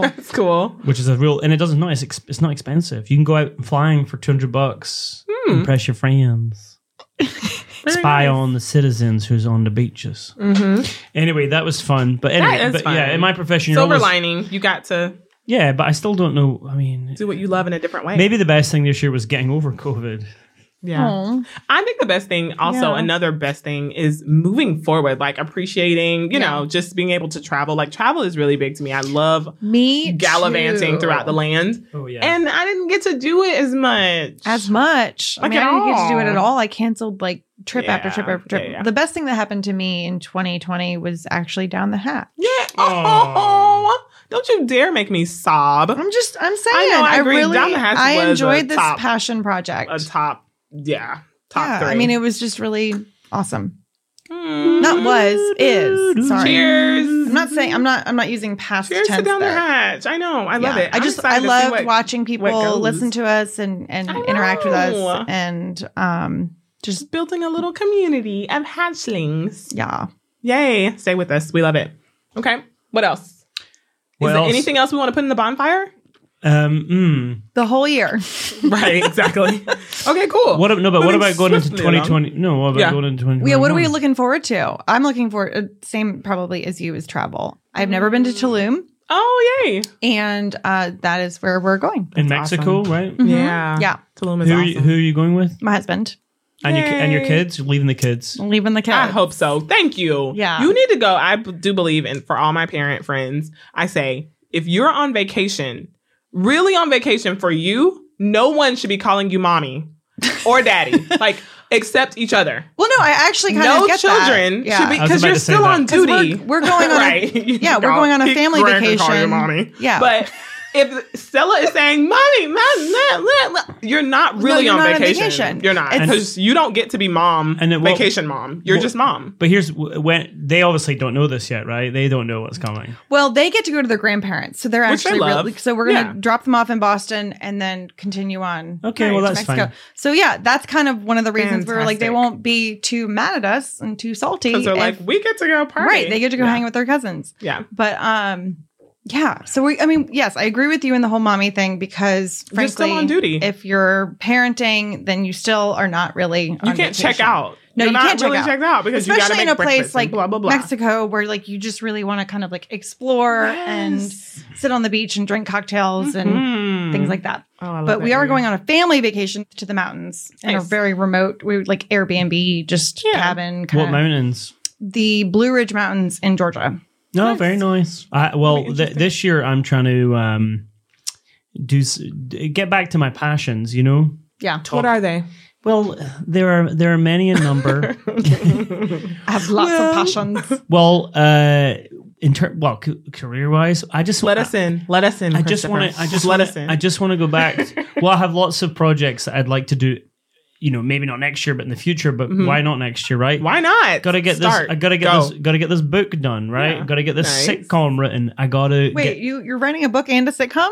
[SPEAKER 1] That's cool.
[SPEAKER 3] which is a real and it doesn't not it's, ex- it's not expensive. You can go out flying for two hundred bucks,
[SPEAKER 1] Hmm.
[SPEAKER 3] impress your friends,
[SPEAKER 1] Very
[SPEAKER 3] spy
[SPEAKER 1] nice.
[SPEAKER 3] on the citizens who's on the beaches.
[SPEAKER 2] Mm-hmm.
[SPEAKER 1] Mhm.
[SPEAKER 3] Anyway, that was fun. But anyway,
[SPEAKER 1] is
[SPEAKER 3] but
[SPEAKER 1] fun.
[SPEAKER 3] yeah, in my profession, you're
[SPEAKER 1] Silver
[SPEAKER 3] always,
[SPEAKER 1] lining. You got to
[SPEAKER 3] yeah, but I still don't know. I mean,
[SPEAKER 1] do what you love in a different way.
[SPEAKER 3] maybe the best thing this year was getting over COVID.
[SPEAKER 1] Yeah.
[SPEAKER 2] Aw.
[SPEAKER 1] Oh. I think the best thing, also
[SPEAKER 2] Yeah.
[SPEAKER 1] another best thing, is moving forward, like appreciating, you
[SPEAKER 2] Yeah.
[SPEAKER 1] know, just being able to travel. Like travel is really big to me. I love
[SPEAKER 2] Me
[SPEAKER 1] gallivanting
[SPEAKER 2] too.
[SPEAKER 1] throughout the land,
[SPEAKER 3] Oh yeah,
[SPEAKER 1] and I didn't get to do it as much.
[SPEAKER 2] as much.
[SPEAKER 1] Like,
[SPEAKER 2] I mean,
[SPEAKER 1] at
[SPEAKER 2] I didn't get to do it at
[SPEAKER 1] all.
[SPEAKER 2] all. I canceled like trip after trip
[SPEAKER 1] Yeah,
[SPEAKER 2] after trip.
[SPEAKER 1] yeah, yeah.
[SPEAKER 2] The best thing that happened to me in 2020 was actually down the hat.
[SPEAKER 1] yeah.
[SPEAKER 3] Aw.
[SPEAKER 1] Oh, don't you dare make me sob.
[SPEAKER 2] I'm just, I'm saying,
[SPEAKER 1] Oh. I
[SPEAKER 2] I,
[SPEAKER 1] know, I agree.
[SPEAKER 2] really,
[SPEAKER 1] Down the Hatch
[SPEAKER 2] I
[SPEAKER 1] was a
[SPEAKER 2] enjoyed this
[SPEAKER 1] top-
[SPEAKER 2] passion project.
[SPEAKER 1] A top, yeah, top
[SPEAKER 2] yeah,
[SPEAKER 1] three.
[SPEAKER 2] I mean, it was just really awesome.
[SPEAKER 1] Hmm.
[SPEAKER 2] Not was, is. Sorry.
[SPEAKER 1] Cheers.
[SPEAKER 2] I'm not saying, I'm not, I'm not using past
[SPEAKER 1] Cheers to
[SPEAKER 2] tense
[SPEAKER 1] down
[SPEAKER 2] there.
[SPEAKER 1] the hatch. I know. I love
[SPEAKER 2] Yeah.
[SPEAKER 1] it.
[SPEAKER 2] I
[SPEAKER 1] I'm
[SPEAKER 2] just,
[SPEAKER 1] excited
[SPEAKER 2] I
[SPEAKER 1] to see
[SPEAKER 2] loved
[SPEAKER 1] what-
[SPEAKER 2] watching people
[SPEAKER 1] goes.
[SPEAKER 2] listen to us and, and
[SPEAKER 1] I
[SPEAKER 2] interact with
[SPEAKER 1] know.
[SPEAKER 2] us and, um, just,
[SPEAKER 1] building a little community of hatchlings.
[SPEAKER 2] yeah.
[SPEAKER 1] Yay. Stay with us. We love it. Okay. What else? Is
[SPEAKER 3] What
[SPEAKER 1] there
[SPEAKER 3] else?
[SPEAKER 1] anything else we want to put in the bonfire?
[SPEAKER 3] um,
[SPEAKER 2] The whole year.
[SPEAKER 1] right, exactly. okay,
[SPEAKER 3] mm.
[SPEAKER 1] cool.
[SPEAKER 3] what ab- no, but what
[SPEAKER 1] Moving
[SPEAKER 3] about going into
[SPEAKER 1] swiftly along.
[SPEAKER 3] twenty twenty? No, what about
[SPEAKER 1] Yeah.
[SPEAKER 3] going into twenty?
[SPEAKER 2] Yeah, what are we looking forward to? I'm looking for uh, same probably as you is travel. I've never been to
[SPEAKER 1] Mm.
[SPEAKER 2] Tulum,
[SPEAKER 1] Oh, yay.
[SPEAKER 2] and uh, that is where we're going.
[SPEAKER 3] in
[SPEAKER 1] That's
[SPEAKER 3] Mexico,
[SPEAKER 1] awesome.
[SPEAKER 3] right?
[SPEAKER 2] Mhm.
[SPEAKER 1] Yeah.
[SPEAKER 2] Yeah,
[SPEAKER 1] Tulum is
[SPEAKER 3] Who are
[SPEAKER 1] awesome.
[SPEAKER 3] you, who are you going with?
[SPEAKER 2] my husband
[SPEAKER 3] And your ki- and your
[SPEAKER 1] Yay.
[SPEAKER 3] kids? You're leaving the kids.
[SPEAKER 2] leaving the kids.
[SPEAKER 1] I hope so. Thank you.
[SPEAKER 2] Yeah.
[SPEAKER 1] You need to go. I b- do believe, and for all my parent friends, I say if you're on vacation, really on vacation for you, no one should be calling you mommy or daddy. like, except each other.
[SPEAKER 2] Well, no, I actually kind
[SPEAKER 1] no
[SPEAKER 2] of get
[SPEAKER 1] children
[SPEAKER 2] that. Yeah.
[SPEAKER 1] should be
[SPEAKER 3] I was
[SPEAKER 1] because
[SPEAKER 3] about
[SPEAKER 1] you're
[SPEAKER 3] to say
[SPEAKER 1] still
[SPEAKER 3] that.
[SPEAKER 1] on
[SPEAKER 2] 'Cause we're-
[SPEAKER 1] duty.
[SPEAKER 2] We're, going on. a-
[SPEAKER 1] right. You
[SPEAKER 2] yeah, we're
[SPEAKER 1] don't
[SPEAKER 2] going on a
[SPEAKER 1] pick
[SPEAKER 2] family
[SPEAKER 1] Greg and call your
[SPEAKER 2] vacation.
[SPEAKER 1] mommy.
[SPEAKER 2] Yeah.
[SPEAKER 1] But if Stella is saying, "Mommy, mommy, la, la, la," you're not really
[SPEAKER 2] you're
[SPEAKER 1] on,
[SPEAKER 2] not on
[SPEAKER 1] vacation.
[SPEAKER 2] vacation.
[SPEAKER 1] You're not
[SPEAKER 2] It's-
[SPEAKER 1] because you don't get to be mom
[SPEAKER 3] And
[SPEAKER 1] and
[SPEAKER 3] it won't-
[SPEAKER 1] vacation mom. You're
[SPEAKER 3] won't-
[SPEAKER 1] just mom.
[SPEAKER 3] But here's w- when they obviously don't know this yet, right? They don't know what's coming.
[SPEAKER 2] Well, they get to go to their grandparents, so they're
[SPEAKER 1] Which I
[SPEAKER 2] actually
[SPEAKER 1] love.
[SPEAKER 2] really. So we're gonna
[SPEAKER 1] Yeah.
[SPEAKER 2] drop them off in Boston and then continue on.
[SPEAKER 3] Okay,
[SPEAKER 2] right,
[SPEAKER 3] well,
[SPEAKER 2] to
[SPEAKER 3] that's fine.
[SPEAKER 2] So yeah, that's kind of one of the reasons we were like they
[SPEAKER 1] Fantastic.
[SPEAKER 2] won't be too mad at us and too salty.
[SPEAKER 1] Because they're
[SPEAKER 2] if-
[SPEAKER 1] like, we get to go party.
[SPEAKER 2] right, they get to go
[SPEAKER 1] yeah.
[SPEAKER 2] hang with their cousins.
[SPEAKER 1] Yeah,
[SPEAKER 2] But um, yeah. So we, I mean, yes, I agree with you in the whole mommy thing because frankly,
[SPEAKER 1] you're still on duty.
[SPEAKER 2] if you're parenting, then you still are not really.
[SPEAKER 1] you can't check out.
[SPEAKER 2] No,
[SPEAKER 1] you're
[SPEAKER 2] you
[SPEAKER 1] not
[SPEAKER 2] can't check
[SPEAKER 1] really
[SPEAKER 2] out.
[SPEAKER 1] checked out because you gotta
[SPEAKER 2] Especially
[SPEAKER 1] make
[SPEAKER 2] in a
[SPEAKER 1] breakfast
[SPEAKER 2] place
[SPEAKER 1] and
[SPEAKER 2] like
[SPEAKER 1] blah blah blah.
[SPEAKER 2] Mexico, where like you just really want to kind of like explore and sit on the beach and drink cocktails and
[SPEAKER 1] Mm.
[SPEAKER 2] things like that.
[SPEAKER 1] Oh, I love
[SPEAKER 2] But
[SPEAKER 1] that
[SPEAKER 2] we are
[SPEAKER 1] area.
[SPEAKER 2] going on a family vacation to the mountains in a
[SPEAKER 1] Nice.
[SPEAKER 2] very remote, we would like Airbnb, just
[SPEAKER 1] Yeah.
[SPEAKER 2] cabin
[SPEAKER 3] What
[SPEAKER 2] kind of
[SPEAKER 3] mountains?
[SPEAKER 2] the Blue Ridge Mountains in Georgia.
[SPEAKER 3] No,
[SPEAKER 1] Nice.
[SPEAKER 3] very nice. I, well, th-
[SPEAKER 1] interesting.
[SPEAKER 3] this year I'm trying to um, do s- d- get back to my passions. You know,
[SPEAKER 2] Yeah,
[SPEAKER 1] What are they?
[SPEAKER 3] well, there are there are many in number.
[SPEAKER 2] I have lots
[SPEAKER 3] Well-
[SPEAKER 2] of passions.
[SPEAKER 3] well, uh, in ter- well, c- career wise, I just
[SPEAKER 1] Let us in. Let us in.
[SPEAKER 3] I just want to.
[SPEAKER 1] Christopher.
[SPEAKER 3] I just
[SPEAKER 1] let
[SPEAKER 3] wanna,
[SPEAKER 1] us in.
[SPEAKER 3] I just want to go back. well, I have lots of projects that I'd like to do. You know, maybe not next year, but in the future. But
[SPEAKER 1] Mhm.
[SPEAKER 3] why not next year, right?
[SPEAKER 1] Why not?
[SPEAKER 3] Gotta get
[SPEAKER 1] Start.
[SPEAKER 3] this. I gotta get
[SPEAKER 1] Go.
[SPEAKER 3] this. Gotta get this book done, right?
[SPEAKER 1] Yeah.
[SPEAKER 3] Gotta get this
[SPEAKER 1] Nice.
[SPEAKER 3] sitcom written. I gotta.
[SPEAKER 2] Wait,
[SPEAKER 3] get-
[SPEAKER 2] you you're writing a book and a sitcom?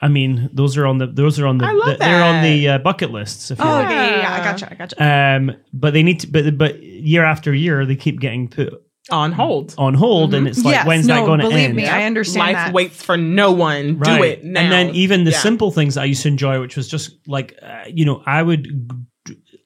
[SPEAKER 3] I mean, those are on the. Those are on the.
[SPEAKER 1] I love
[SPEAKER 3] the- They're on
[SPEAKER 1] that.
[SPEAKER 3] the uh, bucket lists. If you
[SPEAKER 2] Oh,
[SPEAKER 3] like.
[SPEAKER 2] okay, yeah, yeah, yeah, I
[SPEAKER 1] Yeah.
[SPEAKER 2] gotcha, I gotcha.
[SPEAKER 3] Um, but they need to. But but year after year, they keep getting put
[SPEAKER 1] on hold.
[SPEAKER 3] on hold, and it's like,
[SPEAKER 2] yes,
[SPEAKER 3] when's
[SPEAKER 2] no,
[SPEAKER 3] that going to
[SPEAKER 2] believe
[SPEAKER 3] end?
[SPEAKER 2] me, I understand
[SPEAKER 1] Life
[SPEAKER 2] that.
[SPEAKER 1] waits for no one. Do it now.
[SPEAKER 3] And then even the
[SPEAKER 1] Yeah.
[SPEAKER 3] simple things that I used to enjoy, which was just like, uh, you know, I would,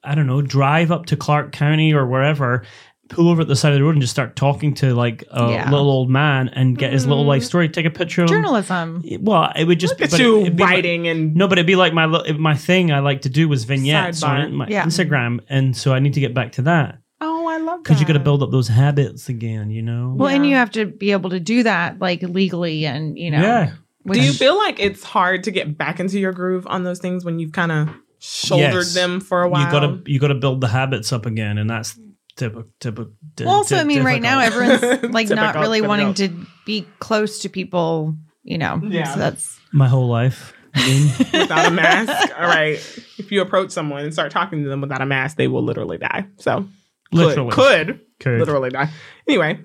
[SPEAKER 3] I don't know, drive up to Clark County or wherever, pull over at the side of the road and just start talking to like a
[SPEAKER 2] Yeah.
[SPEAKER 3] little old man and get his little
[SPEAKER 1] Mm.
[SPEAKER 3] life story, take a picture of
[SPEAKER 2] Journalism.
[SPEAKER 3] him. Well, it would just
[SPEAKER 1] Look at
[SPEAKER 3] but it-
[SPEAKER 1] you
[SPEAKER 3] it'd be like-
[SPEAKER 1] writing and
[SPEAKER 3] no, but it'd be like my li- my thing I like to do was vignettes
[SPEAKER 1] Sidebar.
[SPEAKER 3] on my
[SPEAKER 2] Yeah.
[SPEAKER 3] Instagram, and so I need to get back to that
[SPEAKER 1] oh, I love
[SPEAKER 3] because you got to build up those habits again, you know.
[SPEAKER 2] Well, and
[SPEAKER 1] Yeah.
[SPEAKER 2] you have to be able to do that like legally and you know.
[SPEAKER 3] yeah,
[SPEAKER 2] with-
[SPEAKER 1] Do you feel like it's hard to get back into your groove on those things when you've kind of shouldered
[SPEAKER 3] Yes.
[SPEAKER 1] them for a while?
[SPEAKER 3] you gotta you gotta build the habits up again, and that's typical. Typical.
[SPEAKER 2] well, also, I mean, right now everyone's like not
[SPEAKER 1] Difficult,
[SPEAKER 2] really wanting
[SPEAKER 1] difficult.
[SPEAKER 2] to be close to people, you know.
[SPEAKER 1] Yeah.
[SPEAKER 2] So that's
[SPEAKER 3] my whole life. I mean,
[SPEAKER 1] without a mask. All right. If you approach someone and start talking to them without a mask, they will literally die. So could-
[SPEAKER 3] literally,
[SPEAKER 1] could
[SPEAKER 3] Could.
[SPEAKER 1] literally die. Anyway,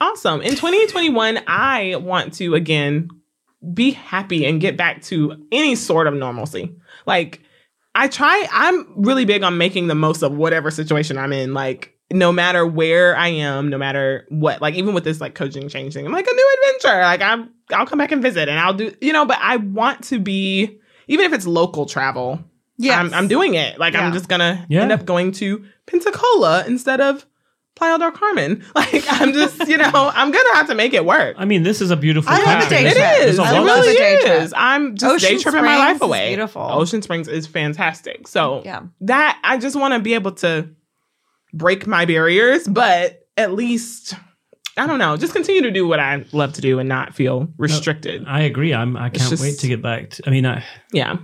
[SPEAKER 1] awesome. In 2021, I want to again be happy and get back to any sort of normalcy. Like I try I'm really big on making the most of whatever situation I'm in. Like no matter where I am, no matter what, like even with this like coaching change thing, I'm like a new adventure. Like I'm I'll come back and visit and I'll do you know, but I want to be even if it's local travel,
[SPEAKER 2] yeah.
[SPEAKER 1] I'm, I'm doing it. Like
[SPEAKER 2] Yeah.
[SPEAKER 1] I'm just gonna
[SPEAKER 3] Yeah.
[SPEAKER 1] end up going to Pensacola instead of Playa del Carmen. Like I'm just, you know, I'm gonna have to make it work.
[SPEAKER 3] I mean, this is a beautiful.
[SPEAKER 2] I love
[SPEAKER 1] Yeah.
[SPEAKER 2] a
[SPEAKER 3] country.
[SPEAKER 1] It
[SPEAKER 2] day
[SPEAKER 3] There's
[SPEAKER 2] trip.
[SPEAKER 1] is.
[SPEAKER 3] there's a
[SPEAKER 1] It
[SPEAKER 2] I
[SPEAKER 3] lot of-
[SPEAKER 2] love
[SPEAKER 1] really
[SPEAKER 2] a day trip.
[SPEAKER 1] is. I'm just
[SPEAKER 2] Ocean
[SPEAKER 1] day tripping my life
[SPEAKER 2] Springs is
[SPEAKER 1] away.
[SPEAKER 2] beautiful.
[SPEAKER 1] Ocean Springs is fantastic. So
[SPEAKER 2] Yeah.
[SPEAKER 1] that I just want to be able to break my barriers, but at least I don't know, just continue to do what I love to do and not feel restricted.
[SPEAKER 3] I agree. I'm. I can't
[SPEAKER 1] just-
[SPEAKER 3] wait to get back. To, I mean, I,
[SPEAKER 1] yeah.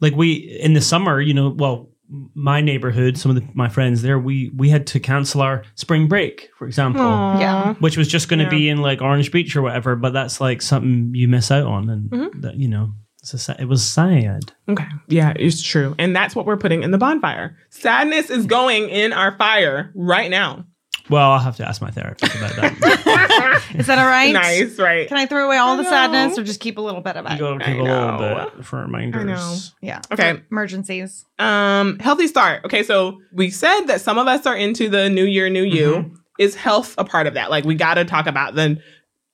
[SPEAKER 3] like we in the summer, you know. Well, my neighborhood, some of the, my friends there, we we had to cancel our spring break, for example.
[SPEAKER 1] Aw.
[SPEAKER 2] Yeah.
[SPEAKER 3] Which was just going to
[SPEAKER 1] Yeah.
[SPEAKER 3] be in like Orange Beach or whatever, but that's like something you miss out on, and
[SPEAKER 2] Mm-hmm.
[SPEAKER 1] Mhm.
[SPEAKER 3] that you know, it's a, sa- it was sad.
[SPEAKER 1] Okay. Yeah, it's true. And that's what we're putting in the bonfire. Sadness is going in our fire right now.
[SPEAKER 3] Well, I'll have to ask my therapist about that.
[SPEAKER 2] Is that all right?
[SPEAKER 1] Nice, right?
[SPEAKER 2] Can I throw away all the
[SPEAKER 1] I know.
[SPEAKER 2] sadness or just keep a little bit of
[SPEAKER 3] you
[SPEAKER 2] it?
[SPEAKER 3] got to
[SPEAKER 1] I
[SPEAKER 3] keep a little
[SPEAKER 1] know.
[SPEAKER 3] bit for reminders.
[SPEAKER 1] I know.
[SPEAKER 2] yeah.
[SPEAKER 1] Okay.
[SPEAKER 2] For emergencies.
[SPEAKER 1] Um, healthy start. Okay, so we said that some of us are into the new year, new you.
[SPEAKER 3] Mm-hmm.
[SPEAKER 1] Is health a part of that? Like we gotta talk about the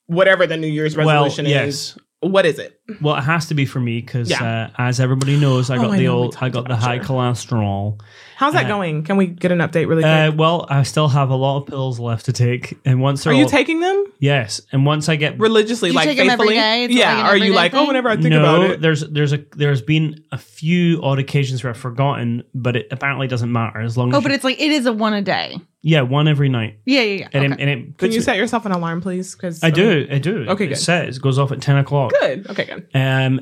[SPEAKER 1] whatever the New Year's resolution
[SPEAKER 3] well,
[SPEAKER 1] is.
[SPEAKER 3] yes.
[SPEAKER 1] What is it?
[SPEAKER 3] Well, it has to be for me because,
[SPEAKER 1] Yeah.
[SPEAKER 3] uh, as everybody knows, I
[SPEAKER 1] Oh,
[SPEAKER 3] got
[SPEAKER 1] I
[SPEAKER 3] the
[SPEAKER 1] know, we
[SPEAKER 3] old, I
[SPEAKER 1] talked
[SPEAKER 3] got the
[SPEAKER 1] about
[SPEAKER 3] high
[SPEAKER 1] sugar.
[SPEAKER 3] cholesterol.
[SPEAKER 1] How's that
[SPEAKER 3] Uh,
[SPEAKER 1] going? Can we get an update really quick?
[SPEAKER 3] Uh, well, I still have a lot of pills left to take, and once they're
[SPEAKER 1] are Oh, you
[SPEAKER 3] all-
[SPEAKER 1] taking them
[SPEAKER 3] yes, and once I get
[SPEAKER 1] religiously,
[SPEAKER 2] You
[SPEAKER 1] like
[SPEAKER 2] take 'em every
[SPEAKER 1] faithfully?
[SPEAKER 2] day? It's
[SPEAKER 1] yeah.
[SPEAKER 2] like an
[SPEAKER 1] are you
[SPEAKER 2] everyday
[SPEAKER 1] like, oh,
[SPEAKER 2] thing?
[SPEAKER 1] whenever I think
[SPEAKER 3] no,
[SPEAKER 1] about it,
[SPEAKER 3] there's there's a there's been a few odd occasions where I've forgotten, but it apparently doesn't matter as long
[SPEAKER 2] Oh,
[SPEAKER 3] as
[SPEAKER 2] but
[SPEAKER 3] you-
[SPEAKER 2] it's like it is a one a day.
[SPEAKER 3] yeah, one every night,
[SPEAKER 2] Yeah, yeah, yeah.
[SPEAKER 3] and
[SPEAKER 2] Okay.
[SPEAKER 3] it, and it
[SPEAKER 1] can
[SPEAKER 3] puts
[SPEAKER 1] you
[SPEAKER 3] me-
[SPEAKER 1] set yourself an alarm, please? Because
[SPEAKER 3] I do, I do.
[SPEAKER 1] Okay,
[SPEAKER 3] it
[SPEAKER 1] good.
[SPEAKER 3] says it goes off at ten o'clock.
[SPEAKER 1] Good. Okay, good.
[SPEAKER 3] Um,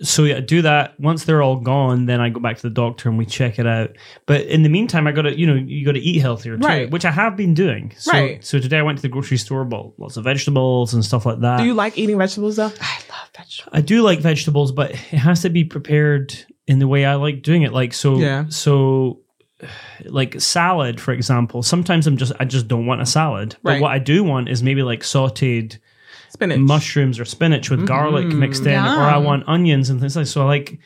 [SPEAKER 3] so yeah, I do that. Once they're all gone, then I go back to the doctor and we check it out. But in the meantime, I got to you know you got to eat healthier too,
[SPEAKER 1] Right.
[SPEAKER 3] which I have been doing. So,
[SPEAKER 1] Right.
[SPEAKER 3] So today I went to the grocery store, bought lots of vegetables and stuff like that.
[SPEAKER 1] Do you like eating vegetables though? I love vegetables.
[SPEAKER 3] I do like vegetables, but it has to be prepared in the way I like doing it. Like so,
[SPEAKER 1] Yeah.
[SPEAKER 3] so like salad, for example. Sometimes I'm just I just don't want a salad, but
[SPEAKER 1] Right.
[SPEAKER 3] what I do want is maybe like sautéed
[SPEAKER 1] Spinach.
[SPEAKER 3] mushrooms or spinach with garlic
[SPEAKER 1] Mm,
[SPEAKER 3] mixed in, or I
[SPEAKER 2] yum.
[SPEAKER 3] want onions and things like. So I like,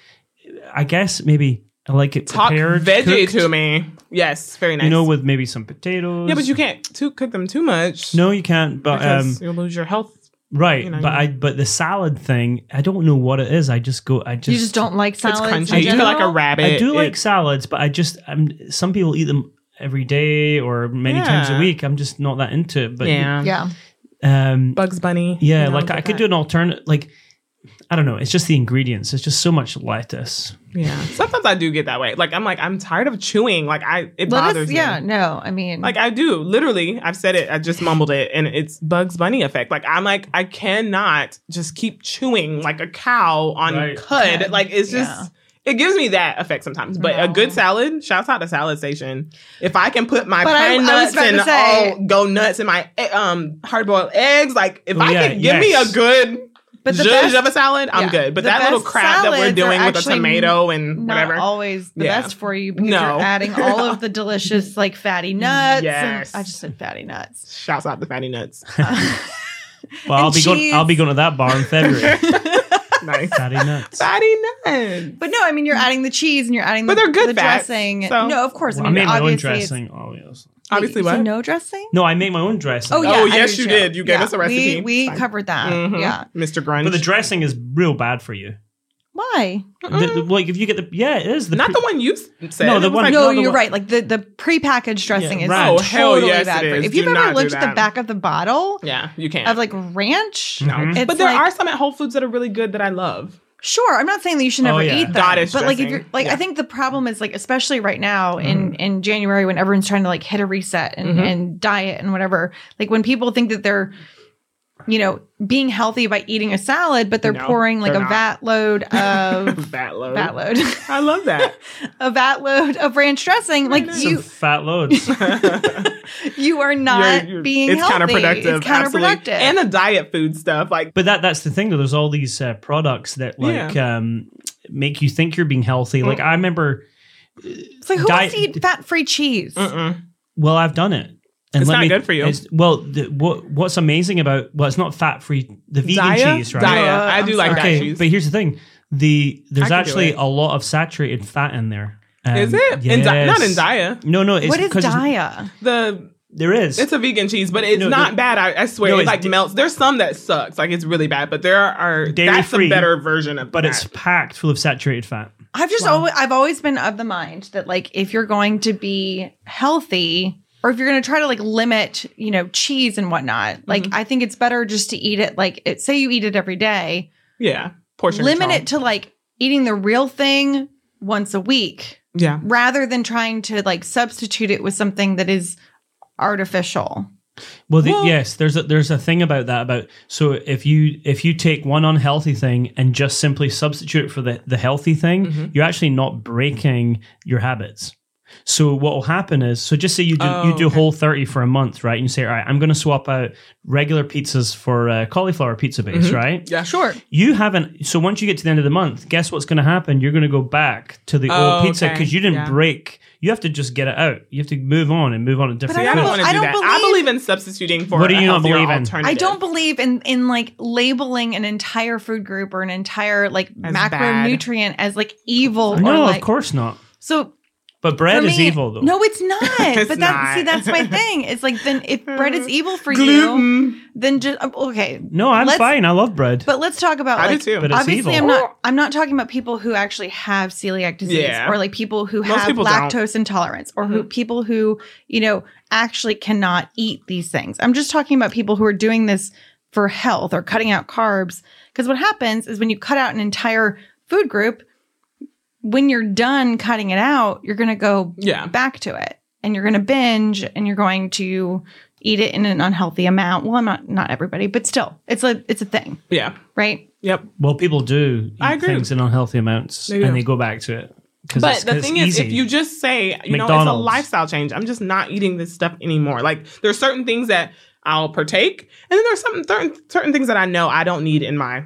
[SPEAKER 3] I guess maybe I like it
[SPEAKER 1] Talk
[SPEAKER 3] prepared,
[SPEAKER 1] veggie
[SPEAKER 3] cooked,
[SPEAKER 1] to me. Yes, very nice.
[SPEAKER 3] You know, with maybe some potatoes.
[SPEAKER 1] yeah, but you can't too cook them too much.
[SPEAKER 3] No, you can't. But um,
[SPEAKER 1] because you'll lose your health.
[SPEAKER 3] right,
[SPEAKER 1] you know,
[SPEAKER 3] but
[SPEAKER 1] you-
[SPEAKER 3] I but the salad thing, I don't know what it is. I just go, I just
[SPEAKER 2] you just don't like
[SPEAKER 1] It's
[SPEAKER 2] salads.
[SPEAKER 1] crunchy.
[SPEAKER 2] in
[SPEAKER 1] You feel like a
[SPEAKER 2] general?
[SPEAKER 1] rabbit.
[SPEAKER 3] I do
[SPEAKER 1] It-
[SPEAKER 3] like salads, but I just I'm some people eat them every day or many times a
[SPEAKER 1] Yeah.
[SPEAKER 3] week. I'm just not that into it. But
[SPEAKER 1] yeah.
[SPEAKER 2] Yeah.
[SPEAKER 3] um
[SPEAKER 1] Bugs Bunny.
[SPEAKER 3] yeah,
[SPEAKER 2] you know,
[SPEAKER 3] like I
[SPEAKER 2] like
[SPEAKER 3] could
[SPEAKER 2] that.
[SPEAKER 3] do an alternate like I don't know, it's just the ingredients. It's just so much lettuce.
[SPEAKER 1] Yeah. Sometimes I do get that way. Like I'm like I'm tired of chewing. Like I it
[SPEAKER 2] Let
[SPEAKER 1] bothers
[SPEAKER 2] us,
[SPEAKER 1] me.
[SPEAKER 2] yeah, no, I mean,
[SPEAKER 1] Like I do, literally. I've said it. I just mumbled it, and it's Bugs Bunny effect. Like I'm like I cannot just keep chewing like a cow on
[SPEAKER 3] Right.
[SPEAKER 1] cud.
[SPEAKER 2] Cud,
[SPEAKER 1] Like it's just.
[SPEAKER 2] yeah.
[SPEAKER 1] It gives me that effect sometimes, but a
[SPEAKER 2] No.
[SPEAKER 1] good salad. Shouts out to Salad Station. If I can put my
[SPEAKER 2] But I-
[SPEAKER 1] pine
[SPEAKER 2] I was
[SPEAKER 1] nuts
[SPEAKER 2] about to
[SPEAKER 1] and
[SPEAKER 2] say-
[SPEAKER 1] all go nuts in my eh, um hard boiled eggs, like if
[SPEAKER 3] Oh,
[SPEAKER 1] I
[SPEAKER 3] yeah,
[SPEAKER 1] can give me
[SPEAKER 3] yes.
[SPEAKER 1] a good
[SPEAKER 2] but the
[SPEAKER 1] judge
[SPEAKER 2] best,
[SPEAKER 1] of a salad, I'm
[SPEAKER 2] yeah,
[SPEAKER 1] good. But
[SPEAKER 2] the
[SPEAKER 1] that little
[SPEAKER 2] best
[SPEAKER 1] crap that we're
[SPEAKER 2] salads are
[SPEAKER 1] doing with a
[SPEAKER 2] actually
[SPEAKER 1] tomato and
[SPEAKER 2] not
[SPEAKER 1] whatever,
[SPEAKER 2] always the
[SPEAKER 1] Yeah.
[SPEAKER 2] best for you because
[SPEAKER 1] No.
[SPEAKER 2] you're adding all of the delicious like fatty nuts. and-
[SPEAKER 1] Yes.
[SPEAKER 2] I just said fatty nuts.
[SPEAKER 1] shouts out to fatty nuts.
[SPEAKER 3] Well, I'll be going.
[SPEAKER 2] cheese.
[SPEAKER 3] I'll be going to that bar in February.
[SPEAKER 1] nice.
[SPEAKER 3] Daddy nuts.
[SPEAKER 1] Fatty nuts.
[SPEAKER 2] But no, I mean you're adding the cheese and you're adding
[SPEAKER 1] Mm. But
[SPEAKER 2] the,
[SPEAKER 1] they're good
[SPEAKER 2] the
[SPEAKER 1] fats,
[SPEAKER 2] dressing.
[SPEAKER 1] so-
[SPEAKER 2] No, of course.
[SPEAKER 3] Well, I
[SPEAKER 2] I mean
[SPEAKER 3] made my own
[SPEAKER 2] obviously it's-
[SPEAKER 3] dressing. Oh yes.
[SPEAKER 1] Obviously,
[SPEAKER 2] Wait,
[SPEAKER 1] what?
[SPEAKER 2] so no dressing?
[SPEAKER 3] No, I made my own dressing.
[SPEAKER 2] Oh yeah.
[SPEAKER 1] Oh,
[SPEAKER 2] I
[SPEAKER 1] yes, you
[SPEAKER 2] too.
[SPEAKER 1] did. You gave
[SPEAKER 2] Yeah,
[SPEAKER 1] us a recipe.
[SPEAKER 2] We, we
[SPEAKER 1] Fine.
[SPEAKER 2] covered that.
[SPEAKER 1] Mhm.
[SPEAKER 2] Yeah.
[SPEAKER 1] Mr. Grunge.
[SPEAKER 3] But the dressing is real bad for you.
[SPEAKER 2] Why?
[SPEAKER 3] The- the- like if you get the yeah, it is the
[SPEAKER 1] Not
[SPEAKER 3] pre-
[SPEAKER 1] the one you s- said.
[SPEAKER 3] No,
[SPEAKER 1] It
[SPEAKER 3] the
[SPEAKER 1] was
[SPEAKER 3] one-
[SPEAKER 1] like-
[SPEAKER 2] no,
[SPEAKER 3] the
[SPEAKER 2] you're
[SPEAKER 3] one-
[SPEAKER 2] right. Like the the prepackaged dressing is
[SPEAKER 3] right.
[SPEAKER 1] Oh, hell
[SPEAKER 2] totally
[SPEAKER 1] yes,
[SPEAKER 2] bad
[SPEAKER 1] it
[SPEAKER 2] for you.
[SPEAKER 1] is.
[SPEAKER 2] If you've
[SPEAKER 1] Do
[SPEAKER 2] ever
[SPEAKER 1] not do
[SPEAKER 2] looked at the
[SPEAKER 1] that.
[SPEAKER 2] back of the bottle
[SPEAKER 1] yeah, you can't.
[SPEAKER 2] of like ranch,
[SPEAKER 1] no.
[SPEAKER 3] Mhm.
[SPEAKER 2] it's
[SPEAKER 1] But there
[SPEAKER 2] like-
[SPEAKER 1] are some at Whole Foods that are really good that I love.
[SPEAKER 2] Sure, I'm not saying that you should
[SPEAKER 3] Oh,
[SPEAKER 2] never
[SPEAKER 3] yeah.
[SPEAKER 2] eat them,
[SPEAKER 1] Goddess
[SPEAKER 2] but like if
[SPEAKER 1] dressing.
[SPEAKER 2] you're like,
[SPEAKER 1] Yeah.
[SPEAKER 2] I think the problem is like, especially right now
[SPEAKER 3] Mm-hmm.
[SPEAKER 2] in in January when everyone's trying to like hit a reset and,
[SPEAKER 1] Mhm.
[SPEAKER 2] and diet and whatever. Like when people think that they're, you know, being healthy by eating a salad, but they're
[SPEAKER 1] No,
[SPEAKER 2] pouring like
[SPEAKER 1] they're
[SPEAKER 2] a
[SPEAKER 1] not.
[SPEAKER 2] vat load of
[SPEAKER 1] Fat load.
[SPEAKER 2] vat load,
[SPEAKER 1] I love that.
[SPEAKER 2] a vat load of ranch dressing. Like
[SPEAKER 1] know.
[SPEAKER 3] some
[SPEAKER 2] you,
[SPEAKER 3] fat loads.
[SPEAKER 2] you are not
[SPEAKER 1] You're- you're-
[SPEAKER 2] being
[SPEAKER 1] it's
[SPEAKER 2] healthy.
[SPEAKER 1] counterproductive.
[SPEAKER 2] It's
[SPEAKER 1] absolutely.
[SPEAKER 2] counterproductive.
[SPEAKER 1] And the diet food stuff. Like,
[SPEAKER 3] But that that's the thing though. There's all these uh, products that like um, make you think you're being healthy. Like
[SPEAKER 1] Mm.
[SPEAKER 3] I remember.
[SPEAKER 2] it's like who
[SPEAKER 3] diet-
[SPEAKER 2] wants to eat fat free cheese?
[SPEAKER 1] mm-mm.
[SPEAKER 3] Well, I've done it. And
[SPEAKER 1] It's not good for you.
[SPEAKER 3] it's- well, the, what what's amazing about well, it's not fat free. The vegan
[SPEAKER 1] Daya?
[SPEAKER 3] cheese, right?
[SPEAKER 1] Daya.
[SPEAKER 2] Uh,
[SPEAKER 1] I do
[SPEAKER 2] I'm
[SPEAKER 1] like
[SPEAKER 3] Okay,
[SPEAKER 1] that cheese.
[SPEAKER 3] but here's the thing: the
[SPEAKER 1] I
[SPEAKER 3] there's
[SPEAKER 1] could do
[SPEAKER 3] actually
[SPEAKER 1] it.
[SPEAKER 3] a lot of saturated fat in there. Um,
[SPEAKER 1] Is it? In di- not in
[SPEAKER 3] yes.
[SPEAKER 1] Daya.
[SPEAKER 3] No, no. It's
[SPEAKER 2] what is
[SPEAKER 3] 'cause it's-
[SPEAKER 2] Daya?
[SPEAKER 1] The
[SPEAKER 3] There is.
[SPEAKER 1] It's a vegan cheese, but it's
[SPEAKER 3] No,
[SPEAKER 1] not
[SPEAKER 3] no.
[SPEAKER 1] bad. I, I swear,
[SPEAKER 3] No,
[SPEAKER 1] it
[SPEAKER 3] it's
[SPEAKER 1] like
[SPEAKER 3] di-
[SPEAKER 1] melts. There's some that sucks, like it's really bad. But there are that's
[SPEAKER 3] Dairy-free,
[SPEAKER 1] a better version of.
[SPEAKER 3] but
[SPEAKER 1] that.
[SPEAKER 3] it's packed full of saturated fat.
[SPEAKER 2] I've just always I've always been of the mind that like if you're going to be healthy or if you're going to try to like limit, you know, cheese and whatnot, like I think it's better just to eat it like it, say you eat it every day,
[SPEAKER 1] yeah portion
[SPEAKER 2] limit
[SPEAKER 1] control.
[SPEAKER 2] it to like eating the real thing once a week
[SPEAKER 1] Yeah,
[SPEAKER 2] rather than trying to like substitute it with something that is artificial.
[SPEAKER 3] Well, the,
[SPEAKER 1] Well-
[SPEAKER 3] yes, there's a, there's a thing about that about so if you if you take one unhealthy thing and just simply substitute it for the the healthy thing,
[SPEAKER 1] Mm-hmm.
[SPEAKER 3] you're actually not breaking your habits. So what will happen is so just say you do
[SPEAKER 1] Oh,
[SPEAKER 3] you do
[SPEAKER 1] okay.
[SPEAKER 3] whole thirty for a month, right? And you say, all right, I'm going to swap out regular pizzas for uh, cauliflower pizza base,
[SPEAKER 1] Mm-hmm.
[SPEAKER 3] right?
[SPEAKER 1] yeah,
[SPEAKER 2] Sure.
[SPEAKER 3] You haven't. So once you get to the end of the month, guess what's going to happen? You're going to go back to the
[SPEAKER 1] Oh,
[SPEAKER 3] old pizza
[SPEAKER 1] okay.
[SPEAKER 3] because you didn't
[SPEAKER 1] Yeah.
[SPEAKER 3] break. You have to just get it out. You have to move on and move on to different.
[SPEAKER 1] See,
[SPEAKER 2] I
[SPEAKER 1] I
[SPEAKER 2] don't
[SPEAKER 1] don't
[SPEAKER 3] foods.
[SPEAKER 1] want
[SPEAKER 2] be-
[SPEAKER 1] to
[SPEAKER 2] I
[SPEAKER 1] do
[SPEAKER 2] don't
[SPEAKER 1] that. I
[SPEAKER 2] believe-
[SPEAKER 1] believe in substituting for.
[SPEAKER 3] What do
[SPEAKER 1] a
[SPEAKER 3] you not
[SPEAKER 1] healthier
[SPEAKER 3] believe in?
[SPEAKER 1] alternative.
[SPEAKER 2] I don't believe in in like labeling an entire food group or an entire like
[SPEAKER 1] As bad.
[SPEAKER 2] macronutrient as like evil or
[SPEAKER 3] No,
[SPEAKER 2] like
[SPEAKER 3] of course not.
[SPEAKER 2] so
[SPEAKER 3] But bread
[SPEAKER 2] For
[SPEAKER 3] is
[SPEAKER 2] me-
[SPEAKER 3] evil, though.
[SPEAKER 2] No, it's not.
[SPEAKER 1] It's
[SPEAKER 2] but that
[SPEAKER 1] not.
[SPEAKER 2] see, that's my thing. It's like then if bread is evil for you,
[SPEAKER 1] gluten.
[SPEAKER 2] then just okay.
[SPEAKER 3] no, I'm
[SPEAKER 2] Let's-
[SPEAKER 3] fine. I love bread.
[SPEAKER 2] But let's talk about
[SPEAKER 1] I do
[SPEAKER 2] like
[SPEAKER 1] too.
[SPEAKER 3] But it's
[SPEAKER 2] obviously
[SPEAKER 3] evil.
[SPEAKER 2] I'm not I'm not talking about people who actually have celiac disease
[SPEAKER 1] Yeah.
[SPEAKER 2] or like people who
[SPEAKER 1] Most
[SPEAKER 2] have
[SPEAKER 1] people don't. Mm-hmm.
[SPEAKER 2] lactose intolerance or who people who, you know, actually cannot eat these things. I'm just talking about people who are doing this for health or cutting out carbs because what happens is when you cut out an entire food group when you're done cutting it out, you're going to go
[SPEAKER 1] yeah,
[SPEAKER 2] back to it and you're going to binge and you're going to eat it in an unhealthy amount. Well, I'm not not everybody, but still, it's a it's a thing,
[SPEAKER 1] Yeah.
[SPEAKER 2] right?
[SPEAKER 1] Yep.
[SPEAKER 3] Well, people do eat
[SPEAKER 1] I agree.
[SPEAKER 3] things in unhealthy amounts
[SPEAKER 1] They do.
[SPEAKER 3] and they go back to it. 'Cause
[SPEAKER 1] But
[SPEAKER 3] it's-
[SPEAKER 1] the
[SPEAKER 3] 'cause
[SPEAKER 1] thing
[SPEAKER 3] it's
[SPEAKER 1] is, if
[SPEAKER 3] easy.
[SPEAKER 1] you just say, you know, it's a
[SPEAKER 3] McDonald's.
[SPEAKER 1] lifestyle change, I'm just not eating this stuff anymore. Like there's certain things that I'll partake, and then there's some certain certain things that I know I don't need in my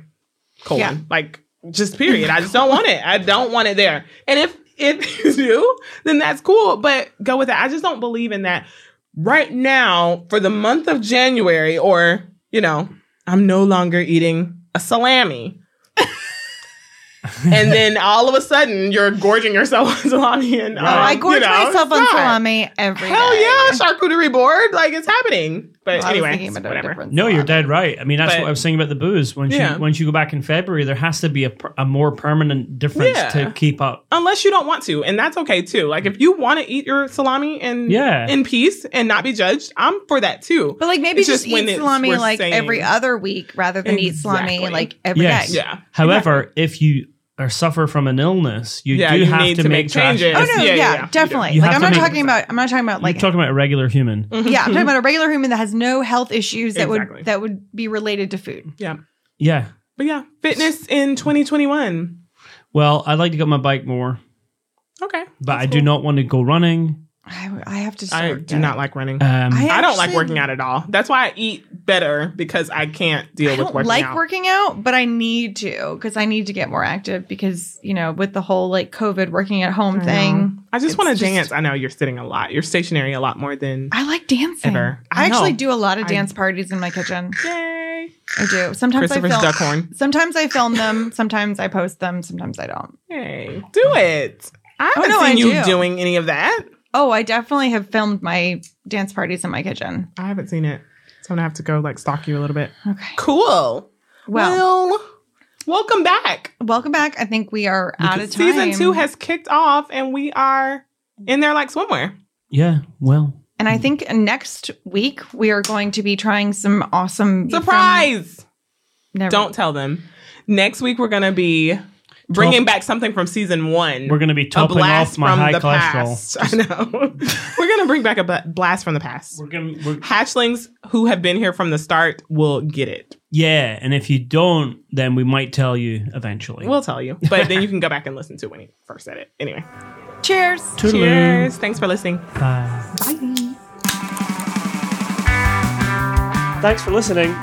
[SPEAKER 1] colon.
[SPEAKER 2] Yeah.
[SPEAKER 1] Like just period. I just don't want it. I don't want it there. And if if you do, then that's cool. But go with it. I just don't believe in that right now for the month of January, or you know, I'm no longer eating a salami. and then all of a sudden you're gorging yourself on salami and um,
[SPEAKER 3] Right.
[SPEAKER 2] oh, I
[SPEAKER 1] you
[SPEAKER 2] gorge
[SPEAKER 1] know,
[SPEAKER 2] myself on
[SPEAKER 1] it's not.
[SPEAKER 2] salami every
[SPEAKER 1] Hell
[SPEAKER 2] day.
[SPEAKER 1] yeah, charcuterie board. Like it's happening. But
[SPEAKER 2] I was
[SPEAKER 1] anyway,
[SPEAKER 2] thinking about a
[SPEAKER 1] whatever.
[SPEAKER 2] different
[SPEAKER 3] No, you're
[SPEAKER 2] salami.
[SPEAKER 3] dead right. I mean, that's
[SPEAKER 1] But-
[SPEAKER 3] what I was saying about the booze. Once
[SPEAKER 1] Yeah.
[SPEAKER 3] you once you go back in February, there has to be a, per- a more permanent difference
[SPEAKER 1] Yeah.
[SPEAKER 3] to keep up.
[SPEAKER 1] unless you don't want to and that's okay too like if you want to eat your salami and
[SPEAKER 3] Yeah.
[SPEAKER 1] in peace and not be judged i'm for that too
[SPEAKER 2] But like maybe
[SPEAKER 1] It's
[SPEAKER 2] just,
[SPEAKER 1] just when
[SPEAKER 2] eat
[SPEAKER 1] it's-
[SPEAKER 2] salami
[SPEAKER 1] we're
[SPEAKER 2] like
[SPEAKER 1] saying-
[SPEAKER 2] every other week rather than eat salami
[SPEAKER 1] Exactly.
[SPEAKER 2] like every day.
[SPEAKER 3] Yes.
[SPEAKER 1] yeah
[SPEAKER 3] However, if you are suffer from an illness, you
[SPEAKER 1] Yeah,
[SPEAKER 3] do
[SPEAKER 1] you
[SPEAKER 3] have
[SPEAKER 1] need
[SPEAKER 3] to,
[SPEAKER 1] to
[SPEAKER 3] make,
[SPEAKER 1] make
[SPEAKER 3] trash-
[SPEAKER 1] changes.
[SPEAKER 2] Oh
[SPEAKER 1] Yes.
[SPEAKER 2] no,
[SPEAKER 1] Yeah,
[SPEAKER 2] yeah,
[SPEAKER 1] yeah, yeah. You
[SPEAKER 2] definitely.
[SPEAKER 3] You
[SPEAKER 2] like
[SPEAKER 3] have
[SPEAKER 2] I'm
[SPEAKER 3] to
[SPEAKER 2] not
[SPEAKER 3] make-
[SPEAKER 2] talking about I'm not talking about
[SPEAKER 3] You're
[SPEAKER 2] like
[SPEAKER 3] talking about a regular human.
[SPEAKER 2] yeah, I'm talking about a regular human that has no health issues that
[SPEAKER 1] Exactly.
[SPEAKER 2] would that would be related to food.
[SPEAKER 3] Yeah.
[SPEAKER 1] but yeah fitness in 2021
[SPEAKER 3] Well, I'd like to get my bike more,
[SPEAKER 1] okay
[SPEAKER 3] but
[SPEAKER 1] That's
[SPEAKER 3] I do
[SPEAKER 1] cool.
[SPEAKER 3] not want to go running.
[SPEAKER 2] I, I have to start
[SPEAKER 1] i do
[SPEAKER 2] getting-
[SPEAKER 1] not like running
[SPEAKER 3] Um,
[SPEAKER 2] I-
[SPEAKER 1] i don't like
[SPEAKER 2] actually-
[SPEAKER 1] working out at all that's why i eat better because i can't deal
[SPEAKER 2] I
[SPEAKER 1] with
[SPEAKER 2] don't
[SPEAKER 1] working
[SPEAKER 2] like
[SPEAKER 1] out
[SPEAKER 2] working out, but I need to because I need to get more active because you know with the whole like COVID working at home
[SPEAKER 1] I know.
[SPEAKER 2] thing,
[SPEAKER 1] i just
[SPEAKER 2] It's
[SPEAKER 1] want to
[SPEAKER 2] just-
[SPEAKER 1] dance i know you're sitting a lot you're stationary a lot more than
[SPEAKER 2] I like dancing.
[SPEAKER 1] Ever. I
[SPEAKER 2] I, actually
[SPEAKER 1] know.
[SPEAKER 2] do a lot of
[SPEAKER 1] I-
[SPEAKER 2] dance parties in my kitchen.
[SPEAKER 1] yay
[SPEAKER 2] I do. Sometimes I
[SPEAKER 1] christopher's
[SPEAKER 2] film.
[SPEAKER 1] duckhorn
[SPEAKER 2] Sometimes I film them. Sometimes I post them. Sometimes I don't.
[SPEAKER 1] yay do it i
[SPEAKER 2] Oh,
[SPEAKER 1] haven't
[SPEAKER 2] no,
[SPEAKER 1] seen
[SPEAKER 2] I
[SPEAKER 1] you
[SPEAKER 2] do.
[SPEAKER 1] doing any of that
[SPEAKER 2] Oh, I definitely have filmed my dance parties in my kitchen.
[SPEAKER 1] i haven't seen it so i'm gonna have to go like stalk you a little bit
[SPEAKER 2] Okay.
[SPEAKER 1] cool
[SPEAKER 2] Well,
[SPEAKER 1] Well, welcome back.
[SPEAKER 2] welcome back. I think we are out of time.
[SPEAKER 1] Season two has kicked off, and we are in there like swimwear.
[SPEAKER 3] yeah. Well,
[SPEAKER 2] and I think next week we are going to be trying some awesome
[SPEAKER 1] Surprise!
[SPEAKER 2] from- never-
[SPEAKER 1] Don't tell them. Next week we're gonna be bringing
[SPEAKER 3] Top-
[SPEAKER 1] back something from season one.
[SPEAKER 3] we're going to be
[SPEAKER 1] a
[SPEAKER 3] topping
[SPEAKER 1] blast
[SPEAKER 3] off my
[SPEAKER 1] from
[SPEAKER 3] high
[SPEAKER 1] the
[SPEAKER 3] cholesterol.
[SPEAKER 1] past. I know. we're gonna bring back a bla- blast from the past.
[SPEAKER 3] We're going to. We're,
[SPEAKER 1] Hatchlings who have been here from the start will get it.
[SPEAKER 3] yeah, and if you don't, then we might tell you eventually.
[SPEAKER 1] We'll tell you, but then you can go back and listen to when he first said it. Anyway,
[SPEAKER 2] Cheers.
[SPEAKER 3] Toodaloo.
[SPEAKER 1] cheers! Thanks for listening.
[SPEAKER 3] Bye. Thanks for listening.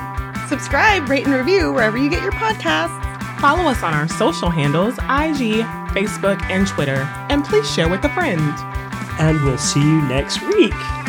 [SPEAKER 2] Subscribe, rate, and review wherever you get your podcasts.
[SPEAKER 1] Follow us on our social handles IG, Facebook, and Twitter, and please share with a friend.
[SPEAKER 3] And we'll see you next week.